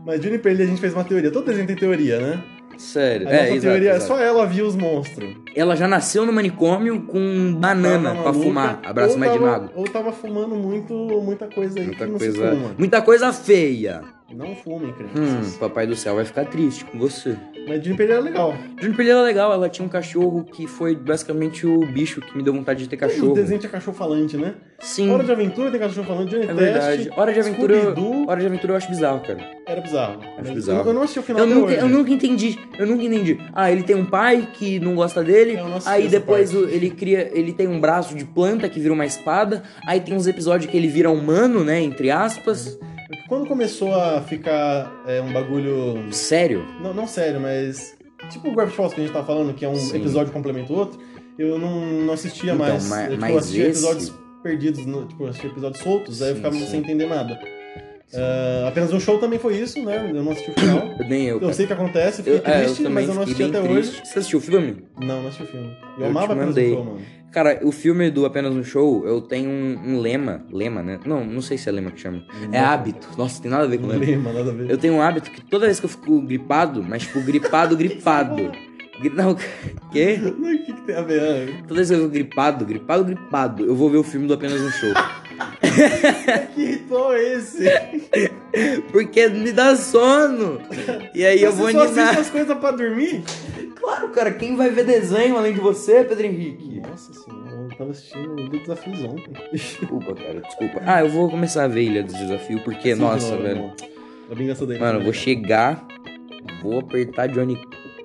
[SPEAKER 1] Mas Juniper Lee a gente fez uma teoria. Todo desenho tem teoria, né? A
[SPEAKER 2] Sério.
[SPEAKER 1] nossa
[SPEAKER 2] é, exato,
[SPEAKER 1] teoria
[SPEAKER 2] exato.
[SPEAKER 1] é só ela viu os monstros.
[SPEAKER 2] Ela já nasceu no manicômio com banana
[SPEAKER 1] Tava
[SPEAKER 2] pra
[SPEAKER 1] maluca,
[SPEAKER 2] fumar. Abraço,
[SPEAKER 1] ou
[SPEAKER 2] Mad
[SPEAKER 1] tava-
[SPEAKER 2] Mago.
[SPEAKER 1] Ou tava fumando muito, muita coisa aí
[SPEAKER 2] Muita
[SPEAKER 1] que não
[SPEAKER 2] coisa,
[SPEAKER 1] se fuma.
[SPEAKER 2] muita coisa feia.
[SPEAKER 1] Não fumem,
[SPEAKER 2] Hum,
[SPEAKER 1] crianças.
[SPEAKER 2] papai do céu vai ficar triste com você.
[SPEAKER 1] Mas Juniper Lee era legal.
[SPEAKER 2] Juniper Lee era legal, ela tinha um cachorro que foi basicamente o bicho que me deu vontade de ter
[SPEAKER 1] O
[SPEAKER 2] cachorro.
[SPEAKER 1] desenho tinha cachorro falante, né?
[SPEAKER 2] Sim,
[SPEAKER 1] Hora de Aventura tem cachorro falante, Johnny
[SPEAKER 2] é verdade.
[SPEAKER 1] Test,
[SPEAKER 2] Hora de aventura, eu-
[SPEAKER 1] Scooby-Doo,
[SPEAKER 2] Hora de aventura eu acho bizarro, cara.
[SPEAKER 1] era bizarro. Mas
[SPEAKER 2] bizarro.
[SPEAKER 1] Eu, eu não assisti o final
[SPEAKER 2] Eu
[SPEAKER 1] até
[SPEAKER 2] nunca,
[SPEAKER 1] hoje.
[SPEAKER 2] eu nunca entendi. Eu nunca entendi. Ah, ele tem um pai que não gosta dele.
[SPEAKER 1] Eu não assisti
[SPEAKER 2] Aí
[SPEAKER 1] essa
[SPEAKER 2] depois
[SPEAKER 1] parte.
[SPEAKER 2] o- ele cria, ele tem um braço de planta que vira uma espada. Aí tem uns episódios que ele vira humano, né, entre aspas.
[SPEAKER 1] Quando começou a ficar é, um bagulho...
[SPEAKER 2] Sério?
[SPEAKER 1] Não, não sério, mas... Tipo o Gravity Falls que a gente tá falando, que é um
[SPEAKER 2] Sim.
[SPEAKER 1] episódio que complementa o outro, eu não, não assistia
[SPEAKER 2] Então,
[SPEAKER 1] mais.
[SPEAKER 2] ma-
[SPEAKER 1] eu, tipo,
[SPEAKER 2] mas
[SPEAKER 1] assistia
[SPEAKER 2] esse-
[SPEAKER 1] episódios perdidos, no- tipo, eu assistia episódios soltos, aí eu
[SPEAKER 2] Sim,
[SPEAKER 1] ficava
[SPEAKER 2] sim.
[SPEAKER 1] sem entender nada. Ah, apenas um show também foi isso, né? Eu não assisti o final.
[SPEAKER 2] Nem eu.
[SPEAKER 1] Eu
[SPEAKER 2] cara.
[SPEAKER 1] sei o que acontece, fiquei
[SPEAKER 2] Eu- é, eu
[SPEAKER 1] triste,
[SPEAKER 2] também
[SPEAKER 1] mas eu não assisti
[SPEAKER 2] fiquei
[SPEAKER 1] até
[SPEAKER 2] bem
[SPEAKER 1] hoje.
[SPEAKER 2] triste. Você assistiu o filme?
[SPEAKER 1] Não, não assisti o filme. Eu,
[SPEAKER 2] Eu te
[SPEAKER 1] amava apenas um
[SPEAKER 2] mandei.
[SPEAKER 1] show, mano.
[SPEAKER 2] Cara, o filme do Apenas um Show, eu tenho um, um lema. Lema, né? Não, não sei se é lema que chama. É hábito. Nossa, tem nada a ver com
[SPEAKER 1] Não
[SPEAKER 2] lema.
[SPEAKER 1] lembro, nada a ver.
[SPEAKER 2] Eu tenho um hábito que toda vez que eu fico gripado, mas tipo, gripado,
[SPEAKER 1] é
[SPEAKER 2] gripado. Gri- Não, quê?
[SPEAKER 1] O que, que tem a ver?
[SPEAKER 2] Toda vez que eu fico gripado, gripado, gripado, eu vou ver o filme do Apenas um Show.
[SPEAKER 1] Ah, Que ritual é esse?
[SPEAKER 2] Porque me dá sono. E aí eu
[SPEAKER 1] Você
[SPEAKER 2] vou
[SPEAKER 1] só assiste
[SPEAKER 2] ninar.
[SPEAKER 1] as coisas pra dormir?
[SPEAKER 2] Claro, cara, quem vai ver desenho além de você, é Pedro Henrique?
[SPEAKER 1] Nossa senhora, eu tava assistindo o do Desafios ontem.
[SPEAKER 2] Desculpa, cara, desculpa. Ah, eu vou começar a ver Ilha do Desafio, porque,
[SPEAKER 1] Assim,
[SPEAKER 2] nossa,
[SPEAKER 1] não,
[SPEAKER 2] velho.
[SPEAKER 1] não. A vingança dele.
[SPEAKER 2] Mano, eu vou chegar, vou apertar Johnny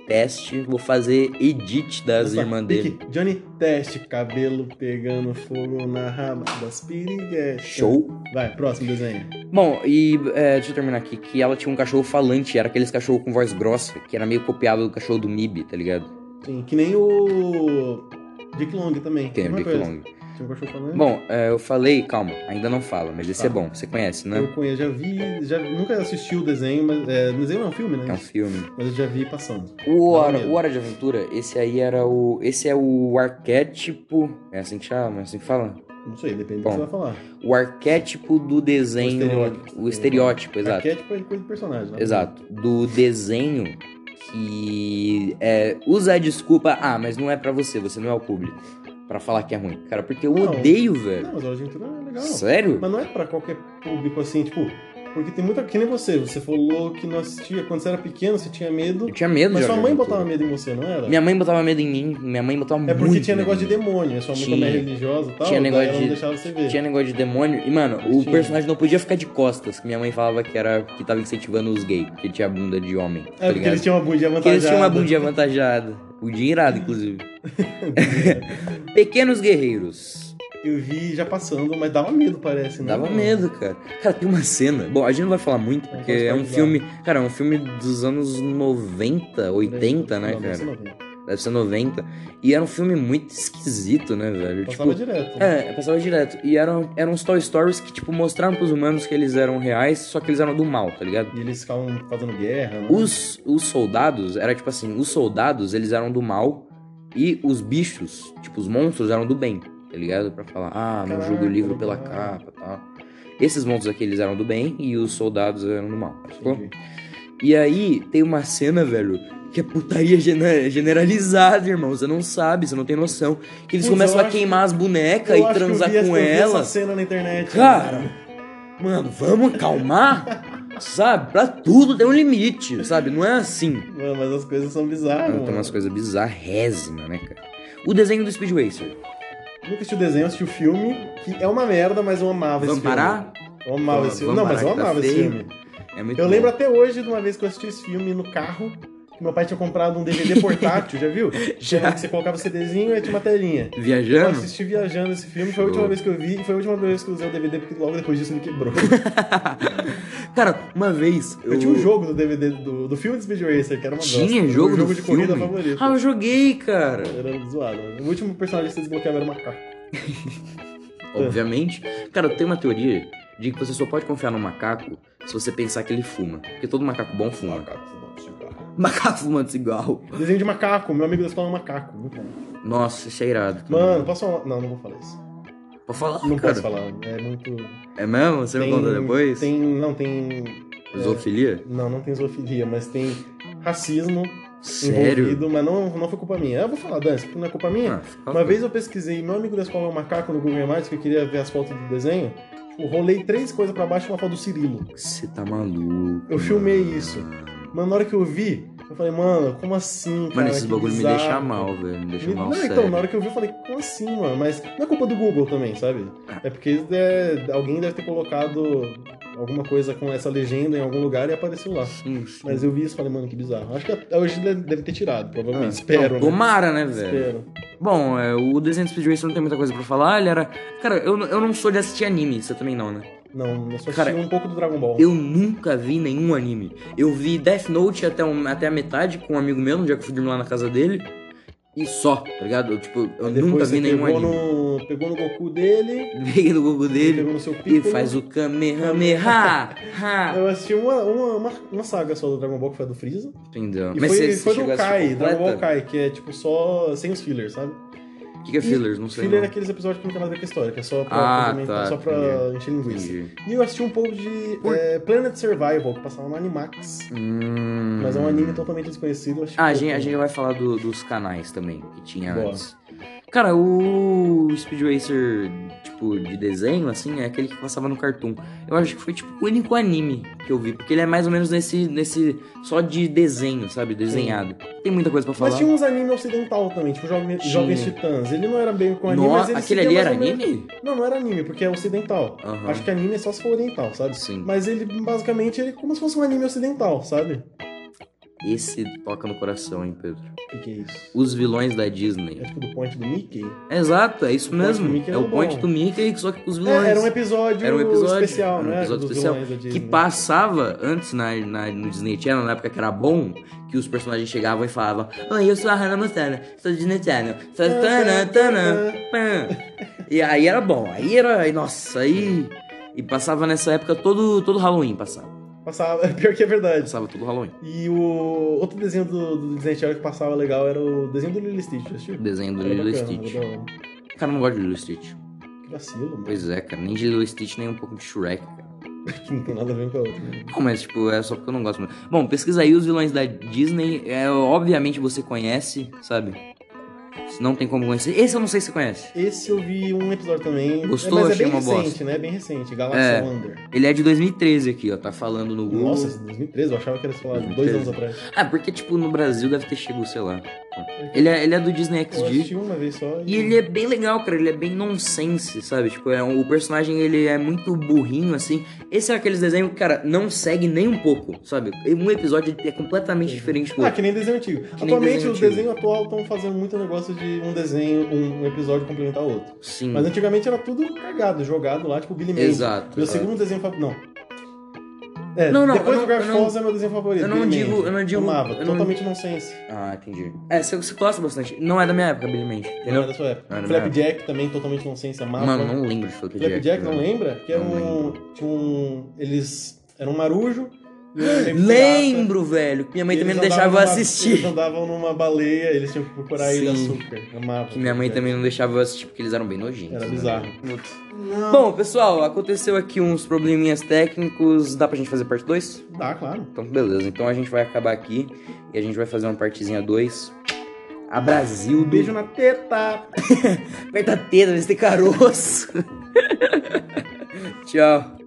[SPEAKER 2] Test, vou fazer edit das
[SPEAKER 1] Nossa,
[SPEAKER 2] irmãs
[SPEAKER 1] Nick,
[SPEAKER 2] dele.
[SPEAKER 1] Johnny Test, cabelo pegando fogo na raba das piriguetas.
[SPEAKER 2] Show.
[SPEAKER 1] Vai, próximo desenho.
[SPEAKER 2] Bom, e é, deixa eu terminar aqui, que ela tinha um cachorro falante, era aqueles cachorro com voz grossa, que era meio copiado do cachorro do Mib, tá ligado?
[SPEAKER 1] Sim, que nem o Dick Long também.
[SPEAKER 2] Tem o
[SPEAKER 1] Mesma
[SPEAKER 2] é Dick
[SPEAKER 1] coisa.
[SPEAKER 2] Long.
[SPEAKER 1] Tinha um cachorro falando.
[SPEAKER 2] Bom, é, eu falei, calma, ainda não fala, mas esse
[SPEAKER 1] Tá.
[SPEAKER 2] é bom, você conhece, né?
[SPEAKER 1] Eu conheço, já vi, já nunca assisti o desenho, mas é, desenho não, filme, né?
[SPEAKER 2] É um filme.
[SPEAKER 1] Mas eu já vi passando.
[SPEAKER 2] O
[SPEAKER 1] Dá
[SPEAKER 2] Hora,
[SPEAKER 1] medo.
[SPEAKER 2] o Hora de Aventura, esse aí era o. Esse é o arquétipo. É assim que chama, é assim que fala?
[SPEAKER 1] Não sei, depende
[SPEAKER 2] Bom,
[SPEAKER 1] do que você vai falar.
[SPEAKER 2] O arquétipo do desenho.
[SPEAKER 1] estereótipo.
[SPEAKER 2] O estereótipo, exato.
[SPEAKER 1] Arquétipo é coisa de personagem, né?
[SPEAKER 2] Exato. Do desenho que é, usa a desculpa, ah, mas não é pra você, você não é o público. Pra falar que é ruim. Cara, porque eu
[SPEAKER 1] Não.
[SPEAKER 2] odeio, velho.
[SPEAKER 1] Não, mas Hora de Aventura é legal.
[SPEAKER 2] Sério?
[SPEAKER 1] Mas não é pra qualquer público assim, tipo. Porque tem muita. Que nem você, você falou que não assistia. Quando você era pequeno, você tinha medo.
[SPEAKER 2] Eu tinha medo
[SPEAKER 1] Mas
[SPEAKER 2] de
[SPEAKER 1] sua
[SPEAKER 2] Hora
[SPEAKER 1] mãe
[SPEAKER 2] de
[SPEAKER 1] botava
[SPEAKER 2] Aventura.
[SPEAKER 1] medo em você, não era?
[SPEAKER 2] Minha mãe botava medo em mim, minha mãe botava
[SPEAKER 1] É
[SPEAKER 2] muito.
[SPEAKER 1] porque tinha
[SPEAKER 2] medo
[SPEAKER 1] negócio de
[SPEAKER 2] em mim.
[SPEAKER 1] demônio, sua mãe
[SPEAKER 2] Tinha.
[SPEAKER 1] também é religiosa e tal,
[SPEAKER 2] Tinha
[SPEAKER 1] daí
[SPEAKER 2] negócio
[SPEAKER 1] ela
[SPEAKER 2] de-
[SPEAKER 1] não deixava você ver. É,
[SPEAKER 2] Tinha negócio de demônio. E, mano, o
[SPEAKER 1] Tinha.
[SPEAKER 2] personagem não podia ficar de costas. Que minha mãe falava que era que tava incentivando os gays, porque tinha bunda de homem.
[SPEAKER 1] É
[SPEAKER 2] Tá
[SPEAKER 1] porque
[SPEAKER 2] ligado?
[SPEAKER 1] eles tinham uma bundinha
[SPEAKER 2] Porque
[SPEAKER 1] avantajada.
[SPEAKER 2] eles tinham uma bundinha avantajada. Bundinha irada, inclusive. Pequenos guerreiros.
[SPEAKER 1] Eu vi já passando, mas dava medo, parece, né?
[SPEAKER 2] Dava medo, cara. Cara, tem uma cena. Bom, a gente não vai falar muito, porque
[SPEAKER 1] pode
[SPEAKER 2] é um
[SPEAKER 1] falar.
[SPEAKER 2] filme. Cara, é um filme dos anos 90, 80, né,
[SPEAKER 1] Não,
[SPEAKER 2] cara? Tipo,
[SPEAKER 1] não, não.
[SPEAKER 2] deve ser 90. E era um filme muito esquisito, né, velho?
[SPEAKER 1] Passava
[SPEAKER 2] tipo,
[SPEAKER 1] direto. né?
[SPEAKER 2] é, passava direto. E eram, eram uns Toy Stories que, tipo, mostraram pros humanos que eles eram reais, só que eles eram do mal, tá ligado?
[SPEAKER 1] E eles ficavam fazendo guerra, né?
[SPEAKER 2] Os, os soldados, era tipo assim, os soldados, eles eram do mal e os bichos, tipo, os monstros eram do bem, tá ligado? Pra falar, ah, não julgo o livro pela
[SPEAKER 1] Caraca.
[SPEAKER 2] capa e tal. Esses monstros aqui, eles eram do bem e os soldados eram do mal, sacou?
[SPEAKER 1] Entendi.
[SPEAKER 2] E aí, tem uma cena, velho, que é putaria gene- generalizada, irmão. Você não sabe, você não tem noção. Que eles
[SPEAKER 1] Putz,
[SPEAKER 2] começam
[SPEAKER 1] eu
[SPEAKER 2] a
[SPEAKER 1] acho-
[SPEAKER 2] queimar as bonecas
[SPEAKER 1] Eu
[SPEAKER 2] e
[SPEAKER 1] acho que eu
[SPEAKER 2] transar
[SPEAKER 1] vi essa-
[SPEAKER 2] com
[SPEAKER 1] eu vi
[SPEAKER 2] elas.
[SPEAKER 1] Essa cena na internet. né?
[SPEAKER 2] Cara, mano, vamos acalmar? sabe? Pra tudo tem um limite, sabe? Não é assim.
[SPEAKER 1] Mano, mas as coisas são bizarras.
[SPEAKER 2] Mano, tem
[SPEAKER 1] mano.
[SPEAKER 2] umas coisas bizarrésimas, né, cara? O desenho do Speed Racer.
[SPEAKER 1] Nunca assisti o desenho, assisti o filme, que é uma merda, mas eu amava
[SPEAKER 2] Vamos
[SPEAKER 1] esse filme.
[SPEAKER 2] parar?
[SPEAKER 1] Eu amava
[SPEAKER 2] Vamos-
[SPEAKER 1] esse filme.
[SPEAKER 2] vamos
[SPEAKER 1] Não, mas eu
[SPEAKER 2] parar que tá
[SPEAKER 1] amava esse
[SPEAKER 2] feio.
[SPEAKER 1] filme.
[SPEAKER 2] É muito
[SPEAKER 1] Eu
[SPEAKER 2] bom.
[SPEAKER 1] lembro até hoje de uma vez que eu assisti esse filme no carro, que meu pai tinha comprado um DVD portátil, já viu?
[SPEAKER 2] Já.
[SPEAKER 1] Era que Você colocava o CDzinho e tinha uma telinha. Eu
[SPEAKER 2] Viajando?
[SPEAKER 1] assisti viajando esse filme, foi a última
[SPEAKER 2] Show.
[SPEAKER 1] vez que eu vi, e foi a última vez que eu usei o DVD, porque logo depois disso me quebrou.
[SPEAKER 2] Cara, uma vez.
[SPEAKER 1] Eu tinha um jogo do DVD do, do filme de Speed Racer, que era uma bosta.
[SPEAKER 2] Tinha
[SPEAKER 1] Era
[SPEAKER 2] jogo
[SPEAKER 1] Meu jogo
[SPEAKER 2] do
[SPEAKER 1] de corrida
[SPEAKER 2] filme?
[SPEAKER 1] favorito.
[SPEAKER 2] Ah, eu joguei, cara.
[SPEAKER 1] Era zoado. né? O último personagem que você desbloqueava era o macaco. É.
[SPEAKER 2] Obviamente. Cara, eu tenho uma teoria de que você só pode confiar no macaco se você pensar que ele fuma. Porque todo macaco bom fuma. Macaco fumando cigarro.
[SPEAKER 1] Desenho de macaco, meu amigo da escola é um macaco. Muito bom.
[SPEAKER 2] Nossa, isso é irado. cara.
[SPEAKER 1] Mano, posso falar? Não, não vou falar isso.
[SPEAKER 2] Pode falar,
[SPEAKER 1] Não
[SPEAKER 2] cara.
[SPEAKER 1] posso falar. É muito.
[SPEAKER 2] É mesmo? Você me conta depois?
[SPEAKER 1] Tem. é, Não, tem.
[SPEAKER 2] Zoofilia?
[SPEAKER 1] Não, não tem zoofilia, mas tem racismo
[SPEAKER 2] Sério?
[SPEAKER 1] envolvido, mas não, não foi culpa minha. Eu vou falar, Dance, porque não é culpa minha.
[SPEAKER 2] Ah, fala.
[SPEAKER 1] Uma vez eu pesquisei, meu amigo da escola é um macaco no Google Images, que eu queria ver as fotos do desenho. Tipo, rolei três coisas pra baixo e uma foto do Cirilo.
[SPEAKER 2] Você tá maluco.
[SPEAKER 1] Eu filmei
[SPEAKER 2] mano.
[SPEAKER 1] isso. Mano, na hora que eu vi, eu falei, mano, como assim, cara?
[SPEAKER 2] Mano, esses
[SPEAKER 1] Que
[SPEAKER 2] bagulho me
[SPEAKER 1] bizarro.
[SPEAKER 2] deixa mal, velho. Me deixa
[SPEAKER 1] Me-
[SPEAKER 2] mal
[SPEAKER 1] Não,
[SPEAKER 2] sério.
[SPEAKER 1] então, na hora que eu vi, eu falei, como assim, mano? Mas não é culpa do Google também, sabe?
[SPEAKER 2] Ah.
[SPEAKER 1] É porque é, alguém deve ter colocado alguma coisa com essa legenda em algum lugar e apareceu lá.
[SPEAKER 2] Sim, sim.
[SPEAKER 1] Mas eu vi isso e falei, mano, que bizarro. Acho que hoje deve deve ter tirado,
[SPEAKER 2] Ah,
[SPEAKER 1] provavelmente. Espero,
[SPEAKER 2] não,
[SPEAKER 1] né?
[SPEAKER 2] Tomara, né, velho?
[SPEAKER 1] Espero.
[SPEAKER 2] Bom, é, o desenho do Speed Racer não tem muita coisa pra falar. Ele era. Cara, eu, eu não sou de assistir anime, você também não, né?
[SPEAKER 1] Não, eu só
[SPEAKER 2] Cara,
[SPEAKER 1] assisti um pouco do Dragon Ball.
[SPEAKER 2] Eu nunca vi nenhum anime. Eu vi Death Note até, um- até a metade com um amigo meu, no dia que eu fui dormir lá na casa dele. E só, tá ligado? Eu, tipo, eu
[SPEAKER 1] Aí depois
[SPEAKER 2] nunca
[SPEAKER 1] você
[SPEAKER 2] vi nenhum
[SPEAKER 1] pegou
[SPEAKER 2] anime.
[SPEAKER 1] No, pegou no Goku dele,
[SPEAKER 2] Peguei no Google dele
[SPEAKER 1] pegou no seu
[SPEAKER 2] e
[SPEAKER 1] Piccolo.
[SPEAKER 2] faz o Kamehameha. Ha.
[SPEAKER 1] Eu assisti uma, uma, uma, uma saga só do Dragon Ball, que foi a do Freeza.
[SPEAKER 2] Entendeu?
[SPEAKER 1] E foi, foi
[SPEAKER 2] chegou
[SPEAKER 1] do
[SPEAKER 2] a assistir
[SPEAKER 1] Kai, Dragon Ball
[SPEAKER 2] completa?
[SPEAKER 1] Kai, que é tipo só sem os fillers, sabe?
[SPEAKER 2] O que, que é fillers? Não sei.
[SPEAKER 1] Filler é
[SPEAKER 2] não.
[SPEAKER 1] aqueles episódios que não tem nada a ver com a história, que é só pra,
[SPEAKER 2] Ah,
[SPEAKER 1] complementar,
[SPEAKER 2] tá,
[SPEAKER 1] só pra
[SPEAKER 2] entendi.
[SPEAKER 1] encher linguiça.
[SPEAKER 2] Entendi.
[SPEAKER 1] E eu assisti um pouco de
[SPEAKER 2] Por-
[SPEAKER 1] eh, Planet Survival, que passava no Animax.
[SPEAKER 2] Hum.
[SPEAKER 1] Mas é um anime totalmente desconhecido. eu achei
[SPEAKER 2] Ah, a
[SPEAKER 1] pouco.
[SPEAKER 2] gente, a gente vai falar do- dos canais também, que tinha
[SPEAKER 1] Boa.
[SPEAKER 2] antes. Cara, o Speed Racer, tipo, de desenho, assim, é aquele que passava no cartoon. Eu acho que foi, tipo, o único anime que eu vi, porque ele é mais ou menos nesse, nesse só de desenho, sabe? Desenhado. Tem muita coisa pra falar.
[SPEAKER 1] Mas tinha um uns animes ocidental também, tipo Jovem,
[SPEAKER 2] Tinha.
[SPEAKER 1] Jovens Titãs. Ele não era bem com anime,
[SPEAKER 2] No-
[SPEAKER 1] mas ele seguia
[SPEAKER 2] aquele ali
[SPEAKER 1] mais
[SPEAKER 2] era
[SPEAKER 1] ou menos-
[SPEAKER 2] anime?
[SPEAKER 1] Não, não era anime, porque é ocidental.
[SPEAKER 2] Aham.
[SPEAKER 1] Acho que anime é só se for oriental, sabe?
[SPEAKER 2] Sim.
[SPEAKER 1] Mas ele, basicamente, ele é como se fosse um anime ocidental, sabe?
[SPEAKER 2] Esse toca no coração, hein, Pedro?
[SPEAKER 1] O que, que é isso?
[SPEAKER 2] Os vilões da
[SPEAKER 1] É
[SPEAKER 2] Disney.
[SPEAKER 1] tipo do Point do Mickey?
[SPEAKER 2] Exato, é isso
[SPEAKER 1] O Point do
[SPEAKER 2] mesmo.
[SPEAKER 1] Mickey
[SPEAKER 2] É
[SPEAKER 1] era
[SPEAKER 2] o Point
[SPEAKER 1] bom.
[SPEAKER 2] do Mickey, só que com os vilões.
[SPEAKER 1] É, era um episódio,
[SPEAKER 2] Era um episódio,
[SPEAKER 1] especial,
[SPEAKER 2] era um
[SPEAKER 1] né?
[SPEAKER 2] episódio
[SPEAKER 1] Dos
[SPEAKER 2] especial
[SPEAKER 1] vilões da
[SPEAKER 2] que
[SPEAKER 1] Disney.
[SPEAKER 2] passava antes na, na- no Disney Channel, na época que era bom, que os personagens chegavam e falavam: Oi, eu sou a Hannah Montana, sou do Disney Channel. Sou tana, tana, pã." E aí era bom, aí era. aí, Nossa, aí. E passava nessa época todo, todo Halloween, passava.
[SPEAKER 1] Passava, pior que é verdade.
[SPEAKER 2] Passava todo Halloween.
[SPEAKER 1] E o outro desenho do, do Disney Channel que passava legal era o desenho do Lilo Stitch, já assistiu?
[SPEAKER 2] O desenho do
[SPEAKER 1] Era
[SPEAKER 2] Lilo
[SPEAKER 1] É bacana,
[SPEAKER 2] Stitch.
[SPEAKER 1] era da hora.
[SPEAKER 2] Cara, eu não gosto de Lilo Stitch.
[SPEAKER 1] Que vacilo, mano.
[SPEAKER 2] Pois é, cara, nem de Lilo Stitch, nem um pouco de Shrek, cara.
[SPEAKER 1] Que não tem nada a ver um com a outra. né?
[SPEAKER 2] Não, mas tipo, é só porque eu não gosto muito. Bom, pesquisa aí os vilões da Disney. É, obviamente você conhece, sabe? Não tem como conhecer. Esse eu não sei se você conhece.
[SPEAKER 1] Esse eu vi um episódio também.
[SPEAKER 2] Gostou?
[SPEAKER 1] Mas é
[SPEAKER 2] Achei
[SPEAKER 1] bem
[SPEAKER 2] uma
[SPEAKER 1] recente,
[SPEAKER 2] bosta.
[SPEAKER 1] né? Bem recente. Galaxy
[SPEAKER 2] É.
[SPEAKER 1] Wonder.
[SPEAKER 2] Ele é de 2013 aqui, ó. Tá falando no Google.
[SPEAKER 1] Nossa, esse é 2013, eu achava que era, sei lá, dois
[SPEAKER 2] 2013.
[SPEAKER 1] anos atrás.
[SPEAKER 2] Ah, porque tipo, no Brasil deve ter chegado, sei lá. Ele é, ele é do Disney
[SPEAKER 1] Eu
[SPEAKER 2] XD.
[SPEAKER 1] assisti uma vez só
[SPEAKER 2] E ele é bem legal, cara. Ele é bem nonsense, sabe? Tipo, é um- o personagem, ele é muito burrinho, assim. Esse é aqueles desenhos que, cara, não segue nem um pouco, sabe? Um episódio é completamente diferente do
[SPEAKER 1] Ah,
[SPEAKER 2] outro.
[SPEAKER 1] que nem desenho antigo.
[SPEAKER 2] tipo, nem
[SPEAKER 1] Atualmente,
[SPEAKER 2] desenho
[SPEAKER 1] os
[SPEAKER 2] antigo.
[SPEAKER 1] desenhos atual estão fazendo muito negócio de um desenho, um, um episódio complementar o outro.
[SPEAKER 2] Sim,
[SPEAKER 1] Mas antigamente era tudo cagado, jogado lá, tipo Billy Mandy.
[SPEAKER 2] Hum. exato.
[SPEAKER 1] Meu
[SPEAKER 2] exato.
[SPEAKER 1] segundo desenho favorito. Não. É,
[SPEAKER 2] Não, não,
[SPEAKER 1] depois do
[SPEAKER 2] eu não-
[SPEAKER 1] Gravity
[SPEAKER 2] eu não-
[SPEAKER 1] Falls é meu desenho favorito.
[SPEAKER 2] eu não
[SPEAKER 1] Billy
[SPEAKER 2] digo-
[SPEAKER 1] Mandy.
[SPEAKER 2] eu não digo-
[SPEAKER 1] Amava,
[SPEAKER 2] eu não-
[SPEAKER 1] totalmente nonsense.
[SPEAKER 2] Ah, entendi. É, você, você gosta bastante. Não é da minha época, Billy Mandy,
[SPEAKER 1] Não é
[SPEAKER 2] entendeu?
[SPEAKER 1] da sua
[SPEAKER 2] Ah, Não
[SPEAKER 1] época.
[SPEAKER 2] era
[SPEAKER 1] Flapjack também, totalmente nonsense, amava.
[SPEAKER 2] Mano, não lembro de Flapjack.
[SPEAKER 1] Flapjack, não
[SPEAKER 2] velho.
[SPEAKER 1] lembra? Que era
[SPEAKER 2] Não
[SPEAKER 1] um. Tinha um. Eles. Era um marujo. e um homem pirata.
[SPEAKER 2] Lembro, velho. que Minha mãe
[SPEAKER 1] E
[SPEAKER 2] também
[SPEAKER 1] eles
[SPEAKER 2] não deixava eu
[SPEAKER 1] andavam numa- Eles
[SPEAKER 2] assistir.
[SPEAKER 1] andavam numa baleia, eles tinham que procurar ele
[SPEAKER 2] Sim.
[SPEAKER 1] açúcar. Amava. É.
[SPEAKER 2] Que minha mãe também não deixava eu assistir porque eles eram bem nojentos.
[SPEAKER 1] Era
[SPEAKER 2] né?
[SPEAKER 1] bizarro.
[SPEAKER 2] Bom, pessoal, aconteceu aqui uns probleminhas técnicos. Dá pra gente fazer parte 2?
[SPEAKER 1] Dá, claro.
[SPEAKER 2] Então, beleza. Então a gente vai acabar aqui e a gente vai fazer uma partezinha 2. A Brasil do.
[SPEAKER 1] Um Beijo na teta.
[SPEAKER 2] Aperta a teta, vê se tem caroço. Tchau.